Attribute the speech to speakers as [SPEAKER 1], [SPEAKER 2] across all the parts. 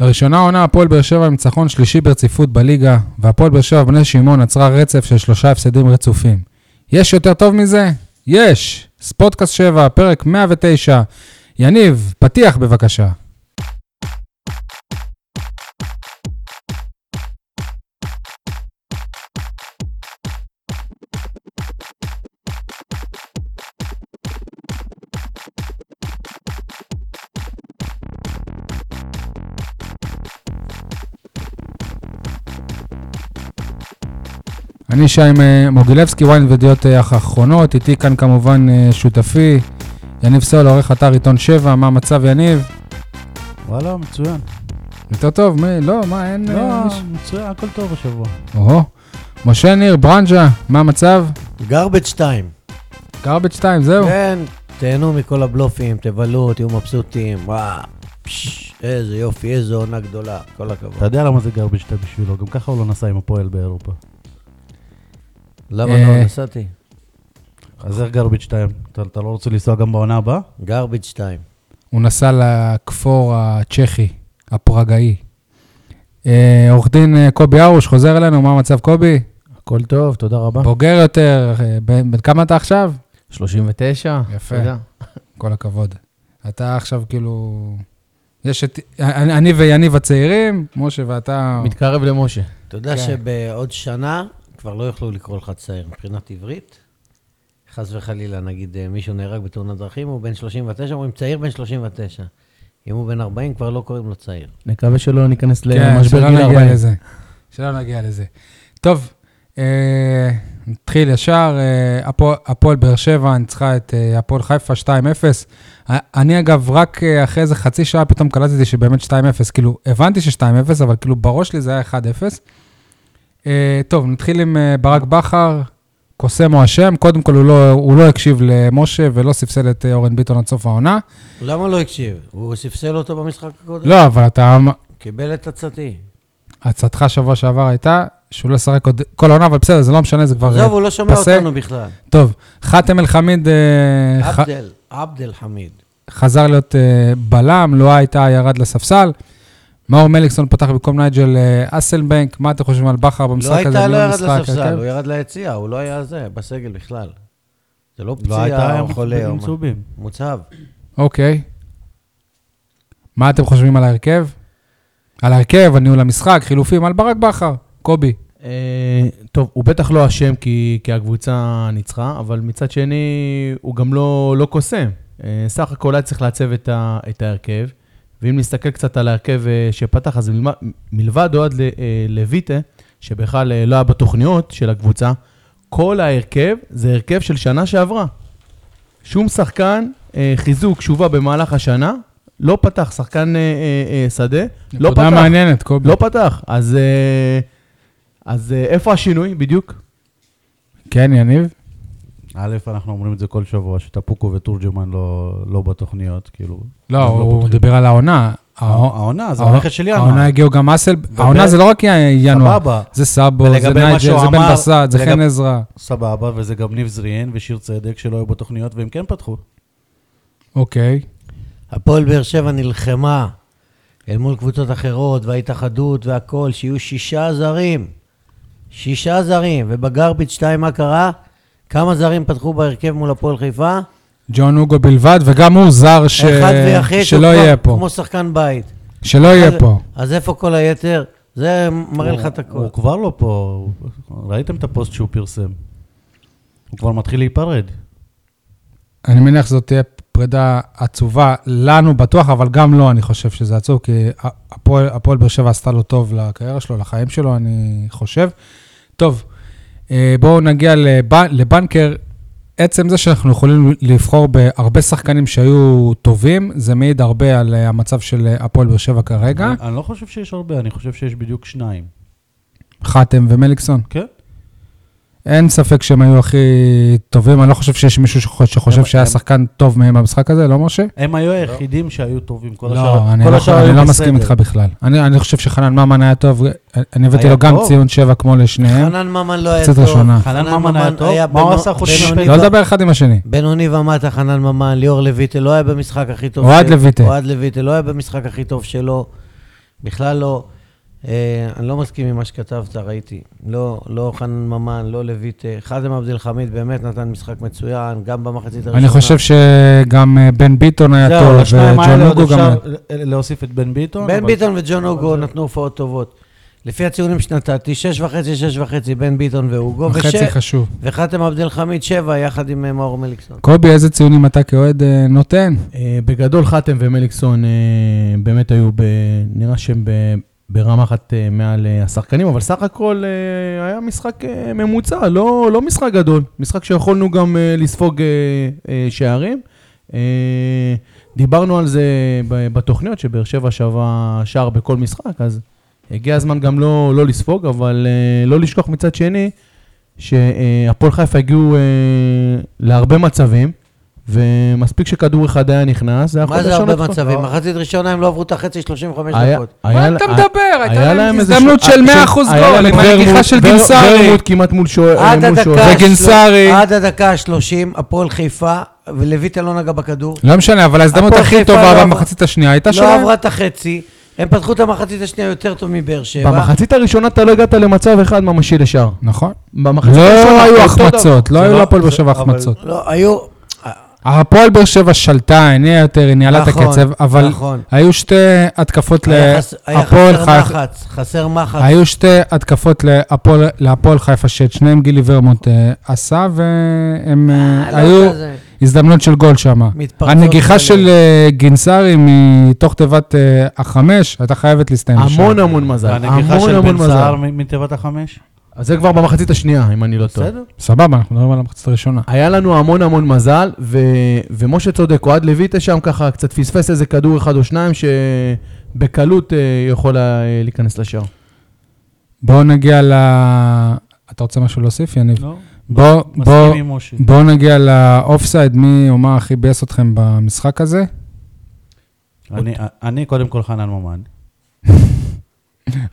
[SPEAKER 1] לראשונה עונה הפועל באר שבע עם ניצחון שלישי ברציפות בליגה, והפועל באר שבע בני שמעון עצרה רצף של שלושה הפסדים רצופים. יש יותר טוב מזה? יש! ספורטקאסט 7, פרק 109. יניב, פתיח בבקשה. אני שי אה, מוגילבסקי, ויין וידיעות אה, האחרונות, איתי כאן כמובן אה, שותפי, יניב סול, עורך אתר עיתון 7, מה המצב יניב?
[SPEAKER 2] וואלה, מצוין.
[SPEAKER 1] יותר טוב? מי? לא, מה, אין... אה,
[SPEAKER 2] לא,
[SPEAKER 1] מישהו?
[SPEAKER 2] מצוין, הכל טוב השבוע.
[SPEAKER 1] אוהו. משה ניר, ברנז'ה, מה המצב?
[SPEAKER 3] גרבג' 2.
[SPEAKER 1] garbage 2, זהו.
[SPEAKER 3] כן, תהנו מכל הבלופים, תבלו, תהיו מבסוטים, וואו, פש, איזה יופי, איזה עונה גדולה, כל
[SPEAKER 2] אתה
[SPEAKER 4] אה,
[SPEAKER 3] הכבוד.
[SPEAKER 2] יודע למה זה גרבג' בשבילו, גם ככה הוא לא נסע עם הפועל באירופה.
[SPEAKER 3] למה
[SPEAKER 1] אה.
[SPEAKER 3] לא נסעתי?
[SPEAKER 2] אז איך גרבג' 2? אתה אתה לא רוצה לנסוע גם בעונה הבאה?
[SPEAKER 3] גרבג' 2.
[SPEAKER 1] הוא נסע לכפור הצ'כי, הפרגאי. אה, עורך דין אה, קובי ארוש חוזר אלינו, מה המצב קובי?
[SPEAKER 4] הכל טוב, תודה רבה.
[SPEAKER 1] בוגר יותר, אה, בן בן כמה אתה עכשיו?
[SPEAKER 4] 39.
[SPEAKER 1] יפה.
[SPEAKER 4] תודה.
[SPEAKER 1] כל הכבוד. אתה עכשיו כאילו... יש את... אה, אני אני ויניב הצעירים, משה ואתה...
[SPEAKER 4] מתקרב למשה.
[SPEAKER 3] אתה יודע
[SPEAKER 1] כן.
[SPEAKER 3] שבעוד שנה כבר לא יוכלו לקרוא לך צעיר מבחינת עברית. חס וחלילה, נגיד אה, מישהו נהרג בתאונת דרכים, הוא בן 39, אומרים צעיר בן 39. אם הוא בן 40, כבר לא קוראים לו צעיר.
[SPEAKER 4] נקווה שלא ניכנס
[SPEAKER 1] כן,
[SPEAKER 4] למשבר
[SPEAKER 1] שלא
[SPEAKER 4] גיל
[SPEAKER 1] נגיע
[SPEAKER 4] 40.
[SPEAKER 1] לזה. שלא נגיע לזה. טוב, אה, נתחיל ישר. אה, הפוע- הפועל באר שבע ניצחה את אה, הפועל חיפה 2-0. אה, אני אגב, רק אה, אחרי איזה חצי שעה פתאום קלטתי שבאמת 2-0. כאילו, הבנתי ש-2-0, אבל כאילו בראש שלי זה היה 1-0. אה, טוב, נתחיל עם אה, ברק בכר, קוסם או אשם. קודם כל, הוא לא, הוא לא הקשיב למשה ולא ספסל את אה, אורן ביטון עד סוף העונה.
[SPEAKER 3] למה לא הקשיב? הוא ספסל אותו במשחק הקודם?
[SPEAKER 1] לא, אבל אתה
[SPEAKER 3] קיבל את עצתי.
[SPEAKER 1] הצעתך שבוע שעבר הייתה שהוא לא ישחק עוד כל העונה, אבל בסדר, זה לא משנה, זה כבר...
[SPEAKER 3] עזוב, הוא לא שומע
[SPEAKER 1] פסה.
[SPEAKER 3] אותנו בכלל.
[SPEAKER 1] טוב, חאתם אל-חמיד אה, ח-
[SPEAKER 3] עבדל, עבדל חמיד.
[SPEAKER 1] חזר להיות אה, בלם, לואה הייתה, ירד לספסל. מאור מליקסון פתח במקום נייג'ל אה, אסלבנק, מה אתם חושבים על בכר
[SPEAKER 3] לא
[SPEAKER 1] במשחק הזה?
[SPEAKER 3] הייתה, לא
[SPEAKER 1] מול
[SPEAKER 3] ירד
[SPEAKER 1] המשחק,
[SPEAKER 3] לספסל,
[SPEAKER 1] הרכב?
[SPEAKER 3] הוא ירד ליציע, הוא לא היה זה, בסגל בכלל. זה לא
[SPEAKER 2] לא הייתה
[SPEAKER 3] פציעה או
[SPEAKER 2] עם-
[SPEAKER 3] חולה או
[SPEAKER 2] עם
[SPEAKER 3] מה.
[SPEAKER 2] צהובים.
[SPEAKER 3] מוצב.
[SPEAKER 1] אוקיי. מה אתם חושבים על ההרכב? על ההרכב, על ניהול המשחק, חילופים, על ברק בכר, קובי.
[SPEAKER 4] אה, טוב, הוא בטח לא אשם כי, כי הקבוצה ניצחה, אבל מצד שני, הוא גם לא, לא קוסם. אה, סך הכל היה צריך לעצב את, ה, את ההרכב, ואם נסתכל קצת על ההרכב אה, שפתח, אז מלבד, מלבד אוהד ל- אה, לויטה, שבכלל אה, לא היה בתוכניות של הקבוצה, כל ההרכב זה הרכב של שנה שעברה. שום שחקן, אה, חיזוק, שובה במהלך השנה, לא פתח, שחקן אה, אה, אה, שדה, לא
[SPEAKER 1] נקודה
[SPEAKER 4] פתח.
[SPEAKER 1] מעניינת, קובי.
[SPEAKER 4] לא פתח, אז, אה, אז אה, איפה השינוי בדיוק?
[SPEAKER 1] כן, יניב?
[SPEAKER 2] א', אנחנו אומרים את זה כל שבוע, שטפוקו ותורג'מן לא- לא בתוכניות, כאילו.
[SPEAKER 1] לא,
[SPEAKER 2] הם
[SPEAKER 1] הוא
[SPEAKER 2] פותחים.
[SPEAKER 1] דיבר על העונה. הא-
[SPEAKER 2] העונה, זה
[SPEAKER 1] העונה-
[SPEAKER 2] הרכש של ינואר.
[SPEAKER 1] העונה הגיעו גם אסל, העונה זה לא רק ינואר,
[SPEAKER 2] סבבה,
[SPEAKER 1] זה סאבו, זה
[SPEAKER 2] ולגבי מה
[SPEAKER 1] נייג'ל,
[SPEAKER 2] שהוא
[SPEAKER 1] זה בן
[SPEAKER 2] אמר,
[SPEAKER 1] בסט, זה
[SPEAKER 2] לגב-
[SPEAKER 1] חן עזרא.
[SPEAKER 2] סבבה, וזה גם ניב זריאן ושיר צדק שלא היו בתוכניות, והם כן פתחו.
[SPEAKER 1] אוקיי.
[SPEAKER 3] הפועל באר שבע נלחמה אל מול קבוצות אחרות, וההתאחדות והכול, שיהיו שישה זרים. שישה זרים. ובגרביץ' 2 מה קרה? כמה זרים פתחו בהרכב מול הפועל חיפה?
[SPEAKER 1] ג'ון אוגו בלבד, וגם הוא זר ש-
[SPEAKER 3] אחד ויחיד,
[SPEAKER 1] שלא
[SPEAKER 3] הוא
[SPEAKER 1] יהיה
[SPEAKER 3] כמו-
[SPEAKER 1] פה.
[SPEAKER 3] כמו שחקן בית.
[SPEAKER 1] שלא יהיה פה.
[SPEAKER 3] אז איפה כל היתר? זה מראה
[SPEAKER 2] הוא-
[SPEAKER 3] לך את הכול.
[SPEAKER 2] הוא כבר לא פה, הוא- ראיתם את הפוסט שהוא פרסם. הוא כבר מתחיל להיפרד.
[SPEAKER 1] אני מניח שזאת תהיה פרידה עצובה לנו בטוח, אבל גם לו אני חושב שזה עצוב, כי הפועל הפועל באר שבע עשתה לו טוב לקריירה שלו, לחיים שלו, אני חושב. טוב, אה, בואו נגיע לבנ- לבנקר. עצם זה שאנחנו יכולים לבחור בהרבה שחקנים שהיו טובים, זה מעיד הרבה על אה, המצב של אה, הפועל באר שבע כרגע.
[SPEAKER 2] אני- אני לא חושב שיש הרבה, אני חושב שיש בדיוק שניים.
[SPEAKER 1] חתם ומליקסון.
[SPEAKER 2] כן.
[SPEAKER 1] אין ספק שהם היו הכי טובים, אני לא חושב שיש מישהו שחו- שחושב
[SPEAKER 2] הם-
[SPEAKER 1] שהיה
[SPEAKER 2] הם-
[SPEAKER 1] שחקן טוב מהם במשחק הזה, לא משה?
[SPEAKER 2] הם היו היחידים שהיו טובים, כל השאר
[SPEAKER 1] לא, אני
[SPEAKER 2] כל
[SPEAKER 1] לא-
[SPEAKER 2] השאר
[SPEAKER 1] אני
[SPEAKER 2] היו
[SPEAKER 1] לא
[SPEAKER 2] בסדר.
[SPEAKER 1] מסכים איתך בכלל. אני אני חושב שחנן ממן היה טוב, אני הבאתי
[SPEAKER 2] היה
[SPEAKER 1] לו גם
[SPEAKER 2] טוב.
[SPEAKER 1] ציון 7 כמו לשניהם.
[SPEAKER 3] חנן ממן לא היה
[SPEAKER 1] קצת
[SPEAKER 3] טוב.
[SPEAKER 1] ראשונה.
[SPEAKER 2] חנן ממן היה טוב? מה הוא
[SPEAKER 3] בנו-
[SPEAKER 2] עשה חוץ
[SPEAKER 3] בינוני
[SPEAKER 2] משפיץ?
[SPEAKER 1] לא
[SPEAKER 3] ו-
[SPEAKER 1] לדבר אחד עם השני.
[SPEAKER 3] בינוני ומטה, חנן ממן, ליאור לויטה לא היה במשחק הכי טוב
[SPEAKER 1] אוהד
[SPEAKER 3] שלו.
[SPEAKER 1] לויטה.
[SPEAKER 3] אוהד לויטה לא היה במשחק הכי טוב שלו. בכלל לא, אה, אני לא מסכים עם מה שכתבת, ראיתי. לא, לא חנן ממן, לא לויט, אה, חאזם עבד אל חמיד באמת נתן משחק מצוין, גם במחצית הראשונה.
[SPEAKER 1] אני חושב שגם אה, בן ביטון היה
[SPEAKER 2] זהו,
[SPEAKER 1] טוב,
[SPEAKER 2] לשניים
[SPEAKER 1] וג'ון
[SPEAKER 2] האלה עוד
[SPEAKER 1] לוגו גם...
[SPEAKER 2] אפשר
[SPEAKER 1] היה.
[SPEAKER 2] להוסיף את בן ביטון.
[SPEAKER 3] בן
[SPEAKER 2] אבל-
[SPEAKER 3] ביטון וג'ון אוגו נתנו הופעות טובות. לפי הציונים שנתתי, שש וחצי, שש וחצי, בן ביטון ואוגו,
[SPEAKER 1] חצי חשוב.
[SPEAKER 3] וחתם עבד אל חמיד שבע, יחד עם אה, מאור מליקסון.
[SPEAKER 1] קובי, איזה ציונים אתה כאוהד אה, נותן?
[SPEAKER 4] אה, בגדול חתם ומליקסון אה, באמת היו, ב... נראה שהם ב... ברמה אחת אה, מעל אה, השחקנים, אבל סך הכל אה, היה משחק אה, ממוצע, לא, לא משחק גדול. משחק שיכולנו גם אה, לספוג אה, אה, שערים. אה, דיברנו על זה ב- בתוכניות, שבאר שבע שווה שער בכל משחק, אז הגיע הזמן גם לא, לא לספוג, אבל אה, לא לשכוח מצד שני, שהפועל חיפה הגיעו אה, להרבה מצבים, ומספיק שכדור אחד היה נכנס, זה היה
[SPEAKER 3] מה
[SPEAKER 4] יכול
[SPEAKER 3] זה
[SPEAKER 4] לשנות
[SPEAKER 3] הרבה
[SPEAKER 4] אותו.
[SPEAKER 3] מצבים? מחצית ראשונה הם לא עברו את החצי 35
[SPEAKER 4] היה-
[SPEAKER 3] דקות.
[SPEAKER 1] מה
[SPEAKER 4] היה-
[SPEAKER 1] אתה
[SPEAKER 4] היה-
[SPEAKER 1] מדבר?
[SPEAKER 4] היה
[SPEAKER 1] הייתה
[SPEAKER 4] להם
[SPEAKER 1] להם
[SPEAKER 4] איזה
[SPEAKER 1] הזדמנות
[SPEAKER 4] שוע-
[SPEAKER 1] של
[SPEAKER 4] אה,
[SPEAKER 1] 100%
[SPEAKER 4] היה
[SPEAKER 1] גול,
[SPEAKER 4] להם
[SPEAKER 1] עם הנגיחה
[SPEAKER 4] ורמוט-
[SPEAKER 1] של
[SPEAKER 4] ור-
[SPEAKER 1] גינסארי.
[SPEAKER 4] ורמוט כמעט מול שוער.
[SPEAKER 3] עד
[SPEAKER 4] מול שוער.
[SPEAKER 3] הדקה... השלו-
[SPEAKER 1] וגנסרי.
[SPEAKER 3] עד הדקה ה-30, הפועל חיפה, ולויטה לא נגע בכדור.
[SPEAKER 1] לא משנה, אבל ההזדמנות
[SPEAKER 3] הפועל
[SPEAKER 1] הכי
[SPEAKER 3] חיפה לא
[SPEAKER 1] טובה
[SPEAKER 3] עברה-
[SPEAKER 1] במחצית השנייה הייתה
[SPEAKER 3] לא
[SPEAKER 1] שלהם.
[SPEAKER 3] עברה את החצי, הם פתחו את המחצית השנייה יותר טוב מבאר שבע.
[SPEAKER 4] במחצית הראשונה אתה לא הגעת למצב אחד ממשי לשער.
[SPEAKER 1] נכון.
[SPEAKER 4] במחצית
[SPEAKER 1] לא
[SPEAKER 4] הראשונה
[SPEAKER 1] היו
[SPEAKER 4] אותו דבר.
[SPEAKER 1] החמצות, לא
[SPEAKER 2] זה
[SPEAKER 1] היו
[SPEAKER 2] לא-
[SPEAKER 1] להפועל באר
[SPEAKER 2] זה-
[SPEAKER 1] שבע
[SPEAKER 2] אבל-
[SPEAKER 1] החמצות.
[SPEAKER 3] לא, היו...
[SPEAKER 1] הפועל באר שבע שלטה, הניעה יותר, היא ניהלה את
[SPEAKER 3] נכון,
[SPEAKER 1] הקצב, אבל
[SPEAKER 3] נכון.
[SPEAKER 1] היו שתי התקפות
[SPEAKER 3] היה חס- היה
[SPEAKER 1] להפועל
[SPEAKER 3] חסר
[SPEAKER 1] חיפה.
[SPEAKER 3] מחץ, חסר מחץ.
[SPEAKER 1] היו שתי התקפות להפועל- להפועל חיפה, שאת שניהם גילי ורמוט אה, עשה, והם אה,
[SPEAKER 3] אה, לא
[SPEAKER 1] היו
[SPEAKER 3] כזה.
[SPEAKER 1] הזדמנות של גול שם.
[SPEAKER 3] מתפרצות
[SPEAKER 1] הנגיחה
[SPEAKER 3] כאלה.
[SPEAKER 1] של אה, גינסארי מתוך תיבת אה, החמש, הייתה חייבת להסתיים.
[SPEAKER 4] המון
[SPEAKER 1] בשער.
[SPEAKER 4] המון מזל,
[SPEAKER 2] והנגיחה
[SPEAKER 4] המון
[SPEAKER 2] של
[SPEAKER 4] המון
[SPEAKER 2] בן
[SPEAKER 4] מזל.
[SPEAKER 2] סער מ- מתיבת החמש?
[SPEAKER 4] אז זה כבר במחצית השנייה, אם אני לא טועה.
[SPEAKER 2] בסדר.
[SPEAKER 1] סבבה, אנחנו מדברים על המחצית הראשונה.
[SPEAKER 4] היה לנו המון המון מזל, ו... ומשה צודק, אוהד לויטה שם ככה קצת פספס איזה כדור אחד או שניים שבקלות אה, יכול היה אה, להיכנס לשער.
[SPEAKER 1] בואו נגיע ל... אתה רוצה משהו להוסיף, יניב?
[SPEAKER 2] לא.
[SPEAKER 1] בוא, בוא,
[SPEAKER 2] מסכים עם משה.
[SPEAKER 1] בואו נגיע לאופסייד, מי או מה הכי ביאס אתכם במשחק הזה?
[SPEAKER 2] אני- אני קודם כל חנן ממן.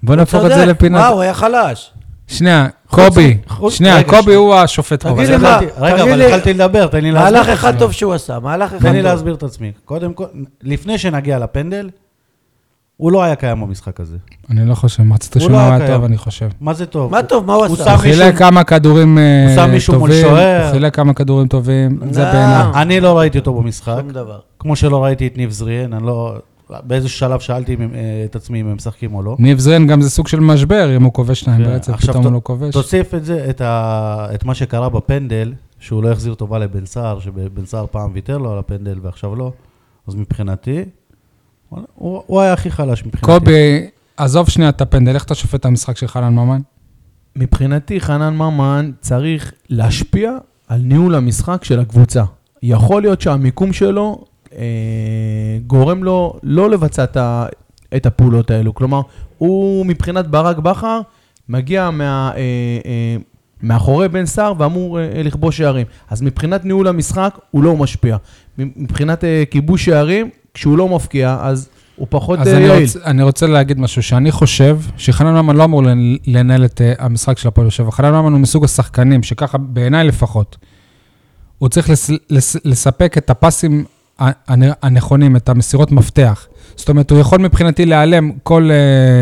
[SPEAKER 1] בואו נהפוך את זה
[SPEAKER 3] צודק,
[SPEAKER 1] לפינת...
[SPEAKER 3] וואו, היה חלש.
[SPEAKER 1] שנייה, קובי,
[SPEAKER 2] חוץ-
[SPEAKER 1] שנייה,
[SPEAKER 2] רגע,
[SPEAKER 1] קובי
[SPEAKER 2] שנייה.
[SPEAKER 1] הוא השופט פה.
[SPEAKER 3] תגיד
[SPEAKER 2] אבל
[SPEAKER 3] לי מה,
[SPEAKER 2] התחלתי- רגע,
[SPEAKER 3] תגיד
[SPEAKER 2] אבל
[SPEAKER 3] לי-
[SPEAKER 2] התחלתי לדבר, תן לי להסביר.
[SPEAKER 3] מהלך אחד טוב שהוא עשה, מהלך אחד
[SPEAKER 2] תן לי
[SPEAKER 3] טוב.
[SPEAKER 2] להסביר את עצמי. קודם כל, לפני שנגיע לפנדל, הוא לא היה קיים במשחק הזה.
[SPEAKER 1] אני לא חושב, מחצית
[SPEAKER 2] הוא לא
[SPEAKER 1] ראשונה
[SPEAKER 2] היה
[SPEAKER 1] היה
[SPEAKER 2] קיים.
[SPEAKER 1] טוב, אני חושב.
[SPEAKER 2] מה זה טוב?
[SPEAKER 3] מה טוב, מה הוא
[SPEAKER 2] הוא
[SPEAKER 3] עשה?
[SPEAKER 1] הוא
[SPEAKER 2] שם מישהו-
[SPEAKER 1] חילק כמה כדורים אה,
[SPEAKER 2] הוא שם מישהו מול
[SPEAKER 1] טובים,
[SPEAKER 2] שוער.
[SPEAKER 1] הוא חילק כמה כדורים טובים, זה
[SPEAKER 3] לא.
[SPEAKER 1] בעיניי.
[SPEAKER 2] אני לא ראיתי אותו במשחק,
[SPEAKER 3] שום דבר.
[SPEAKER 2] כמו שלא ראיתי את ניב זריאן, אני לא... באיזה שלב שאלתי אם הם, אה, את עצמי אם הם משחקים או לא.
[SPEAKER 1] ניב זרן גם זה סוג של משבר, אם הוא כובש שניים
[SPEAKER 2] כן,
[SPEAKER 1] ברצף,
[SPEAKER 2] עכשיו
[SPEAKER 1] פתאום
[SPEAKER 2] ת-
[SPEAKER 1] הוא לא כובש.
[SPEAKER 2] תוסיף את זה, את, ה, את מה שקרה בפנדל, שהוא לא החזיר טובה לבן סער, שבן סער פעם ויתר לו על הפנדל ועכשיו לא, אז מבחינתי, וואלה, הוא, הוא היה הכי חלש מבחינתי.
[SPEAKER 1] קובי, עזוב שנייה את הפנדל, איך אתה שופט את המשחק של חנן ממן?
[SPEAKER 4] מבחינתי, חנן ממן צריך להשפיע על ניהול המשחק של הקבוצה. יכול להיות שהמיקום שלו אה, גורם לו לא לבצע את, ה, את הפעולות האלו. כלומר, הוא מבחינת ברק בכר מגיע מה, אה, אה, מאחורי בן סער ואמור אה, אה, לכבוש שערים. אז מבחינת ניהול המשחק, הוא לא משפיע. מבחינת אה, כיבוש שערים, כשהוא לא מפקיע, אז הוא פחות
[SPEAKER 1] אז
[SPEAKER 4] אה,
[SPEAKER 1] אני
[SPEAKER 4] יעיל.
[SPEAKER 1] רוצה, אני רוצה להגיד משהו, שאני חושב שחנן ממן לא אמור לנ- לנהל את אה, המשחק של הפועל באר שבע. חנן ממן הוא מסוג השחקנים, שככה, בעיניי לפחות, הוא צריך לס, לס, לספק את הפסים ה- הנ- הנכונים, את המסירות מפתח. זאת אומרת, הוא יכול מבחינתי להיעלם כל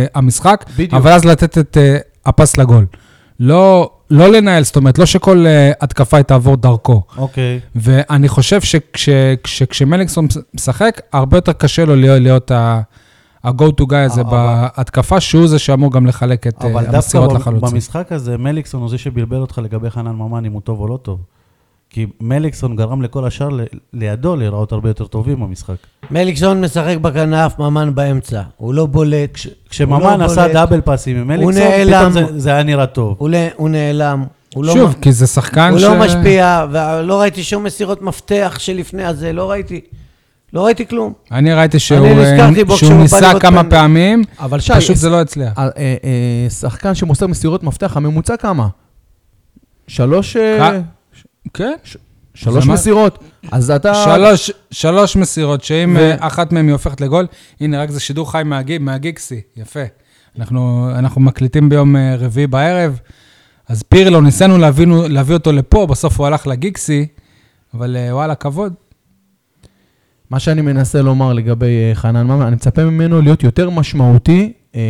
[SPEAKER 1] uh, המשחק,
[SPEAKER 4] בדיוק.
[SPEAKER 1] אבל אז לתת את uh, הפס לגול. לא, לא לנהל, זאת אומרת, לא שכל uh, התקפה היא תעבור דרכו.
[SPEAKER 2] אוקיי.
[SPEAKER 1] ואני חושב שכשמליקסון משחק, הרבה יותר קשה לו להיות, להיות ה- ה-go to guy הזה
[SPEAKER 2] אבל-
[SPEAKER 1] בהתקפה, שהוא זה שאמור גם לחלק את אה,
[SPEAKER 2] אבל דווקא
[SPEAKER 1] המסירות
[SPEAKER 2] במ-
[SPEAKER 1] לחלוצים.
[SPEAKER 2] במשחק הזה, מליקסון הוא זה שבלבל אותך לגבי חנן ממן, אם הוא טוב או לא טוב. כי מליקסון גרם לכל השאר ל- לידו להיראות הרבה יותר טובים במשחק.
[SPEAKER 3] מליקסון משחק בכנף, ממן באמצע. הוא לא בולט. הוא לא
[SPEAKER 2] כשממן
[SPEAKER 3] בולט,
[SPEAKER 2] עשה דאבל פאסים עם
[SPEAKER 3] הוא
[SPEAKER 2] מליקסון,
[SPEAKER 3] נעלם.
[SPEAKER 2] פתאום זה- זה היה נראה טוב.
[SPEAKER 3] הוא לא- הוא נעלם. הוא לא
[SPEAKER 1] שוב,
[SPEAKER 3] מ-
[SPEAKER 1] כי זה שחקן
[SPEAKER 3] הוא
[SPEAKER 1] ש...
[SPEAKER 3] לא משפיע, ולא ראיתי שום מסירות מפתח שלפני הזה, לא ראיתי. לא ראיתי כלום.
[SPEAKER 1] אני ראיתי שהוא, אה,
[SPEAKER 3] נזכרתי בו
[SPEAKER 1] שהוא
[SPEAKER 3] כשהוא בא
[SPEAKER 1] ניסה
[SPEAKER 3] לבעוט
[SPEAKER 1] כמה
[SPEAKER 3] פנדל.
[SPEAKER 1] פעמים,
[SPEAKER 4] אבל שי,
[SPEAKER 1] פשוט זה לא הצליח.
[SPEAKER 4] אה, אה, אה, שחקן שמוסר מסירות מפתח, הממוצע כמה? שלוש, אה,
[SPEAKER 1] כ- כן.
[SPEAKER 4] שלוש
[SPEAKER 1] זה מה-
[SPEAKER 4] מסירות. אז אתה...
[SPEAKER 1] שלוש, שלוש מסירות, שאם אה, אחת מהן היא הופכת לגול, הנה, רק זה שידור חי מהגיג, מהגיקסי, יפה. אנחנו, אנחנו מקליטים ביום אה, רביעי בערב, אז פירלו, ניסינו להביא, להביא אותו לפה, בסוף הוא הלך לגיקסי, אבל אה, וואלה, כבוד.
[SPEAKER 4] מה שאני מנסה לומר לגבי אה, חנן ממן, אני מצפה ממנו להיות יותר משמעותי. אה,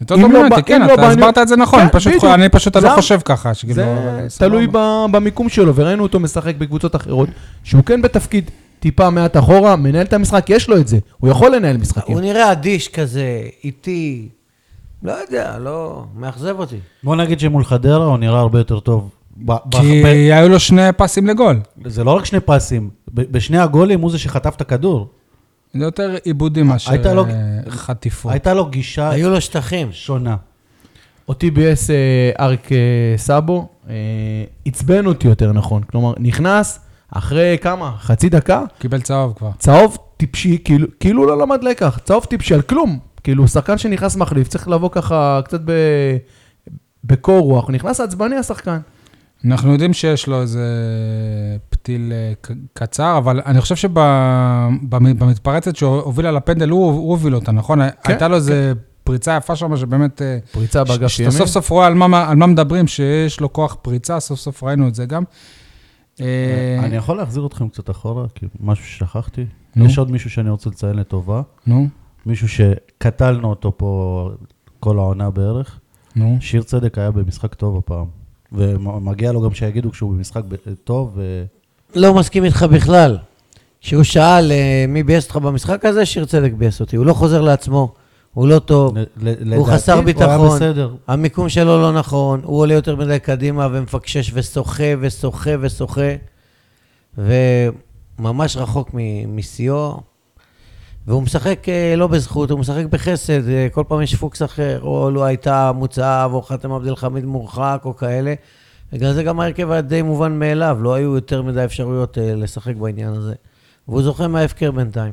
[SPEAKER 1] יותר
[SPEAKER 4] אם לא
[SPEAKER 1] דומיננטי,
[SPEAKER 4] ב-
[SPEAKER 1] כן,
[SPEAKER 4] אם
[SPEAKER 1] אתה
[SPEAKER 4] לא בעניין-
[SPEAKER 1] הסברת את זה נכון,
[SPEAKER 4] כן,
[SPEAKER 1] פשוט
[SPEAKER 4] בדיוק.
[SPEAKER 1] חו- אני פשוט
[SPEAKER 4] זה-
[SPEAKER 1] לא חושב ככה, שכאילו, אה, לא-
[SPEAKER 4] זה
[SPEAKER 1] אבל סבבה.
[SPEAKER 4] תלוי ב- במיקום שלו, וראינו אותו משחק בקבוצות אחרות, שהוא כן בתפקיד טיפה מעט אחורה, מנהל את המשחק, יש לו את זה, הוא יכול לנהל משחקים.
[SPEAKER 3] הוא נראה אדיש כזה, איטי, לא יודע, לא, מאכזב אותי.
[SPEAKER 2] בוא נגיד שמול חדרה הוא נראה הרבה יותר טוב. ב- ב-
[SPEAKER 1] כי היו לו שני פסים לגול.
[SPEAKER 2] ב- זה לא רק שני פסים, ב- בשני הגולים הוא זה שחטף את הכדור.
[SPEAKER 1] זה יותר עיבודים מאשר
[SPEAKER 2] הייתה לו-
[SPEAKER 1] אה, חטיפות.
[SPEAKER 2] הייתה לו גישה
[SPEAKER 3] היו לו שטחים.
[SPEAKER 2] שונה.
[SPEAKER 4] אותי בייס אה, אריק אה, סאבו, אה, עצבן אותי יותר נכון. כלומר, נכנס אחרי כמה? חצי דקה?
[SPEAKER 1] קיבל צהוב כבר.
[SPEAKER 4] צהוב טיפשי, כאילו, כאילו לא למד לקח, צהוב טיפשי על כלום. כאילו, שחקן שנכנס מחליף, צריך לבוא ככה קצת ב... בקור רוח, הוא נכנס עצבני השחקן.
[SPEAKER 1] אנחנו יודעים שיש לו איזה פתיל אה, ק- קצר, אבל אני חושב שבמתפרצת שהובילה לפנדל, הוא הוא הוביל אותה, נכון? הייתה לו איזה פריצה יפה שם, שבאמת... אה,
[SPEAKER 4] פריצה באגף
[SPEAKER 1] שאתה
[SPEAKER 4] ימין.
[SPEAKER 1] סוף סוף רואה על מה, על מה מדברים, שיש לו כוח פריצה, סוף סוף ראינו את זה גם. אה,
[SPEAKER 2] אני יכול להחזיר אתכם קצת אחורה, כי משהו ששכחתי.
[SPEAKER 1] נו.
[SPEAKER 2] יש עוד מישהו שאני רוצה לציין לטובה,
[SPEAKER 1] נו,
[SPEAKER 2] מישהו שקטלנו אותו פה כל העונה בערך.
[SPEAKER 1] נו.
[SPEAKER 2] שיר צדק היה במשחק טוב הפעם, ומגיע לו גם שיגידו כשהוא במשחק ב- טוב, ו-
[SPEAKER 3] לא מסכים איתך בכלל. כשהוא שאל אה, מי ביאס אותך במשחק הזה, שיר צדק ביאס אותי. הוא לא חוזר לעצמו, הוא לא טוב,
[SPEAKER 2] ל- ל-
[SPEAKER 3] הוא
[SPEAKER 2] לדעתי,
[SPEAKER 3] חסר
[SPEAKER 2] הוא היה
[SPEAKER 3] ביטחון,
[SPEAKER 2] בסדר.
[SPEAKER 3] המיקום שלו לא נכון, הוא עולה יותר מדי קדימה ומפקשש ושוחה ושוחה ושוחה, וממש רחוק מ- משיאו. והוא משחק אה, לא בזכות, הוא משחק בחסד, אה, כל פעם יש פוקס אחר, או לו הייתה מוצאה, או חתם עבד אל חמיד מורחק, או כאלה. בגלל זה גם ההרכב היה די מובן מאליו, לא היו יותר מדי אפשרויות אה, לשחק בעניין הזה. והוא זוכה מההפקר בינתיים.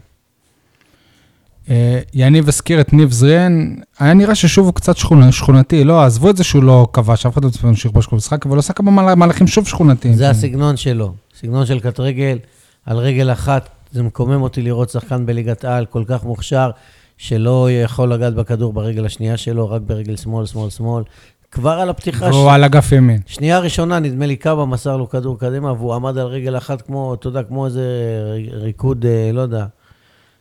[SPEAKER 1] אה, יניב הזכיר את ניב זריאן, היה נראה ששוב הוא קצת שכונה- שכונתי, לא, עזבו את זה שהוא לא כבש, אף אחד לא מצפה שיכבוש כל משחק, אבל הוא עשה כמה מהלה- מהלכים שוב שכונתיים.
[SPEAKER 3] זה
[SPEAKER 1] כן.
[SPEAKER 3] הסגנון שלו, סגנון של קט רגל, על רגל אחת. זה מקומם אותי לראות שחקן בליגת על כל כך מוכשר, שלא יכול לגעת בכדור ברגל השנייה שלו, רק ברגל שמאל, שמאל, שמאל. כבר על הפתיחה
[SPEAKER 1] והוא על אגף ימין.
[SPEAKER 3] שנייה ראשונה, נדמה לי קאבה מסר לו כדור קדימה, והוא עמד על רגל אחת כמו, אתה יודע, כמו איזה ריקוד, אה, לא יודע,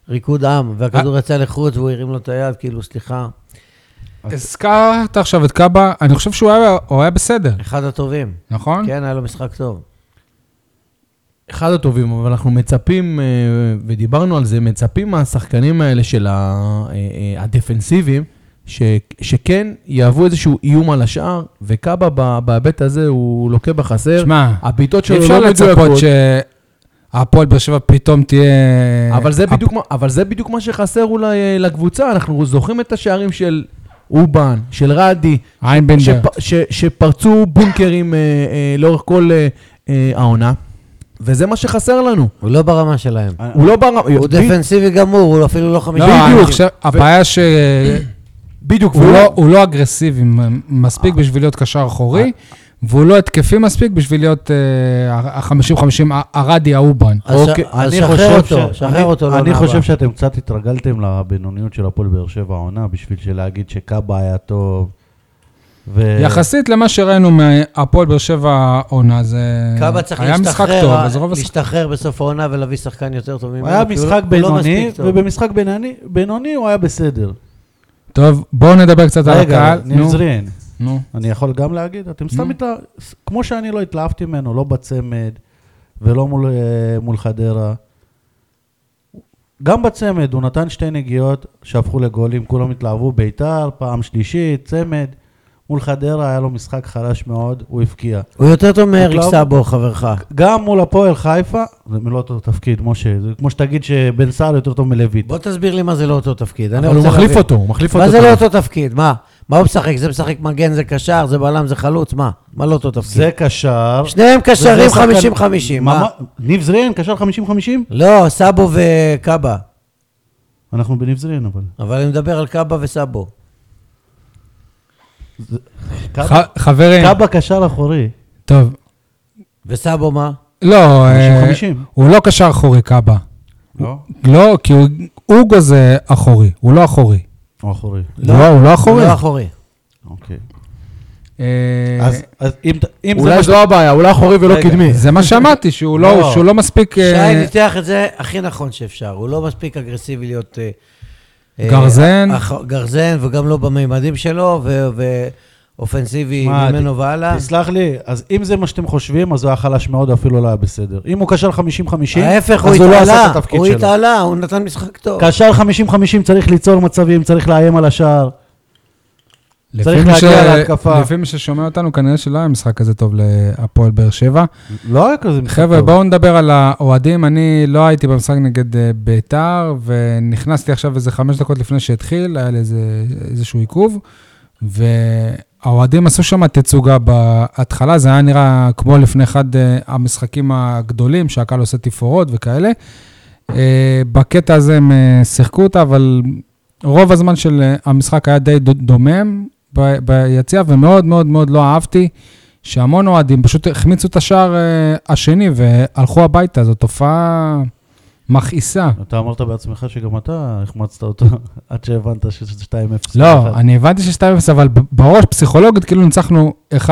[SPEAKER 3] ריקוד עם,
[SPEAKER 1] אה.
[SPEAKER 3] והכדור יצא לחוץ והוא הרים לו את היד, כאילו, סליחה,
[SPEAKER 1] הזכרת עכשיו את קאבה, אני חושב שהוא היה- הוא היה בסדר,
[SPEAKER 3] אחד הטובים.
[SPEAKER 1] נכון?
[SPEAKER 3] כן, היה לו משחק טוב.
[SPEAKER 4] אחד הטובים, אבל אנחנו מצפים, אה, ודיברנו על זה, מצפים מהשחקנים האלה של ה- אה, אה, הדפנסיביים, ש, שכן יהוו איזשהו איום על השאר, וקאבה ב- בהיבט הזה הוא לוקה בחסר.
[SPEAKER 1] שמע,
[SPEAKER 4] הבעיטות
[SPEAKER 1] אי
[SPEAKER 4] שלו
[SPEAKER 1] אפשר
[SPEAKER 4] לא
[SPEAKER 1] כאילו, לצפות
[SPEAKER 4] מדויקות,
[SPEAKER 1] שהפועל באר שבע פתאום תהיה...
[SPEAKER 4] אבל זה בדיוק מה- אבל זה בדיוק מה שחסר אולי אה, לקבוצה, אנחנו זוכרים את השערים של אובן, של רדי,
[SPEAKER 1] עין בן בר.
[SPEAKER 4] שפ, ש, שפרצו בונקרים אה, אה, לאורך כל אה, אה, העונה, וזה מה שחסר לנו.
[SPEAKER 3] הוא לא ברמה שלהם.
[SPEAKER 4] הוא לא ברמה...
[SPEAKER 3] הוא דפנסיבי גמור, הוא אפילו לא חמישה.
[SPEAKER 1] אה, לא, אני
[SPEAKER 4] בדיוק.
[SPEAKER 1] חושב, הבעיה ש...
[SPEAKER 4] בדיוק,
[SPEAKER 1] הוא
[SPEAKER 4] והוא אה.
[SPEAKER 1] לא-
[SPEAKER 4] לא...
[SPEAKER 1] הוא לא אגרסיבי מ- מספיק בשביל להיות קשר אחורי, והוא לא התקפי מספיק בשביל להיות אה, ה-50-50 הרדי האובן.
[SPEAKER 3] אז ש-
[SPEAKER 4] אוקיי,
[SPEAKER 3] אז
[SPEAKER 2] אני
[SPEAKER 3] שחרר
[SPEAKER 2] חושב
[SPEAKER 3] אותו,
[SPEAKER 2] ש-
[SPEAKER 3] שחרר
[SPEAKER 2] אני-
[SPEAKER 3] אותו לא לעונה
[SPEAKER 2] אני חושב
[SPEAKER 3] הבאה.
[SPEAKER 2] שאתם קצת התרגלתם לבינוניות של הפועל באר שבע העונה, בשביל שלהגיד שקאבה היה טוב.
[SPEAKER 4] אה.
[SPEAKER 2] ו-
[SPEAKER 1] יחסית למה שראינו מהפועל באר שבע העונה, זה
[SPEAKER 3] קאבה צריך
[SPEAKER 1] היה משחק
[SPEAKER 3] להשתחרר,
[SPEAKER 1] טוב,
[SPEAKER 3] אה,
[SPEAKER 1] אבל זה רוב השחק.
[SPEAKER 3] להשתחרר בסוף העונה ולהביא שחקן יותר טוב ממנו.
[SPEAKER 2] היה
[SPEAKER 3] כי הוא
[SPEAKER 2] משחק
[SPEAKER 3] לא- הוא לא
[SPEAKER 2] בינוני,
[SPEAKER 3] מספיק טוב.
[SPEAKER 2] ובמשחק בינוני- בינוני הוא היה בסדר.
[SPEAKER 1] טוב, בואו נדבר קצת על
[SPEAKER 2] רגע,
[SPEAKER 1] הקהל. נו,
[SPEAKER 2] נזרין,
[SPEAKER 1] נו.
[SPEAKER 2] אני יכול גם להגיד? אתם סתם
[SPEAKER 1] נו.
[SPEAKER 2] התלה... ס- כמו שאני לא התלהבתי ממנו, לא בצמד ולא מול, אה, מול חדרה. גם בצמד, הוא נתן שתי נגיעות שהפכו לגולים, כולם התלהבו ביתר, פעם שלישית, צמד. מול חדרה היה לו משחק חלש מאוד, הוא הבקיע.
[SPEAKER 3] הוא יותר טוב מאריק
[SPEAKER 2] לא-
[SPEAKER 3] סאבו, חברך.
[SPEAKER 2] גם מול הפועל חיפה, זה לא אותו תפקיד, משה, זה כמו שתגיד שבן סער יותר טוב מלויט.
[SPEAKER 3] בוא תסביר לי מה זה לא אותו תפקיד. אני
[SPEAKER 4] אבל הוא
[SPEAKER 3] רוצה
[SPEAKER 4] מחליף
[SPEAKER 3] להבין.
[SPEAKER 4] אותו, הוא מחליף אותו.
[SPEAKER 3] מה זה לא אותו תפקיד? מה? מה הוא משחק? זה משחק מגן, זה קשר, זה בלם, זה חלוץ, מה? מה לא אותו
[SPEAKER 2] זה
[SPEAKER 3] תפקיד?
[SPEAKER 2] קשר.
[SPEAKER 3] שניהם
[SPEAKER 2] וזה
[SPEAKER 3] קשרים
[SPEAKER 2] שחקן-
[SPEAKER 3] 50-50, מה?
[SPEAKER 2] ממש- ניב זרין, קשר 50-50?
[SPEAKER 3] לא, סאבו וקאבה.
[SPEAKER 2] אנחנו בניב זרין, אבל.
[SPEAKER 3] אבל אני מדבר על קאבה וסאבו.
[SPEAKER 2] קאבה-
[SPEAKER 1] ח- חברים,
[SPEAKER 2] קאבה קשר אחורי.
[SPEAKER 1] טוב.
[SPEAKER 3] וסאבו מה?
[SPEAKER 1] לא, אה,
[SPEAKER 2] 50-50.
[SPEAKER 1] הוא לא קשר אחורי קאבה.
[SPEAKER 2] לא?
[SPEAKER 1] לא, כי הוא- אוגו זה אחורי, הוא לא אחורי.
[SPEAKER 2] או אחורי.
[SPEAKER 1] לא, הוא לא אחורי.
[SPEAKER 3] לא אחורי.
[SPEAKER 2] אוקיי.
[SPEAKER 1] אה,
[SPEAKER 2] אז אז אם ת- אם זה...
[SPEAKER 4] אולי
[SPEAKER 2] מה
[SPEAKER 4] זו הבעיה, אולי אחורי ולא
[SPEAKER 2] רגע,
[SPEAKER 4] קדמי.
[SPEAKER 1] זה מה שאמרתי, שהוא
[SPEAKER 3] לא.
[SPEAKER 1] לא שהוא לא מספיק... אה,
[SPEAKER 3] שי ניתח את זה הכי נכון שאפשר, הוא לא מספיק אגרסיבי להיות... אה, אה,
[SPEAKER 1] גרזן.
[SPEAKER 3] אח- גרזן, וגם לא במימדים שלו, ו- ואופנסיבי
[SPEAKER 2] מה,
[SPEAKER 3] ממנו והלאה.
[SPEAKER 2] תסלח לי, אז אם זה מה שאתם חושבים, אז הוא היה חלש מאוד, אפילו לא היה בסדר. אם הוא כשל 50-50,
[SPEAKER 3] ההפך, הוא
[SPEAKER 2] אז הוא לא עשה
[SPEAKER 3] התעלה,
[SPEAKER 2] את התפקיד
[SPEAKER 3] הוא
[SPEAKER 2] שלו.
[SPEAKER 3] התעלה, הוא נתן משחק טוב.
[SPEAKER 2] כשל 50-50 צריך ליצור מצבים, צריך לאיים על השער.
[SPEAKER 1] לפי
[SPEAKER 2] צריך
[SPEAKER 1] מי
[SPEAKER 2] להגיע
[SPEAKER 1] ש-
[SPEAKER 2] להתקפה.
[SPEAKER 1] לפי מי ששומע אותנו, כנראה שלא היה משחק כזה טוב להפועל באר שבע.
[SPEAKER 2] לא היה כזה משחק
[SPEAKER 1] חבר'ה,
[SPEAKER 2] טוב.
[SPEAKER 1] בואו נדבר על האוהדים. אני לא הייתי במשחק נגד אה, ביתר, ונכנסתי עכשיו איזה חמש דקות לפני שהתחיל, היה לי איזה, איזשהו עיכוב, והאוהדים עשו שם תצוגה בהתחלה, זה היה נראה כמו לפני אחד אה, המשחקים הגדולים, שהקהל עושה תפאורות וכאלה. אה, בקטע הזה הם אה, שיחקו אותה, אבל רוב הזמן של אה, המשחק היה די ד- דומם ב- ביציע, ומאוד מאוד מאוד לא אהבתי שהמון אוהדים פשוט החמיצו את השער אה, השני והלכו הביתה, זו תופעה מכעיסה.
[SPEAKER 2] אתה אמרת בעצמך שגם אתה החמצת אותו, עד שהבנת שזה 2-0.
[SPEAKER 1] לא, אני הבנתי ש-2-0, אבל ב- בראש פסיכולוגית כאילו ניצחנו 1-0.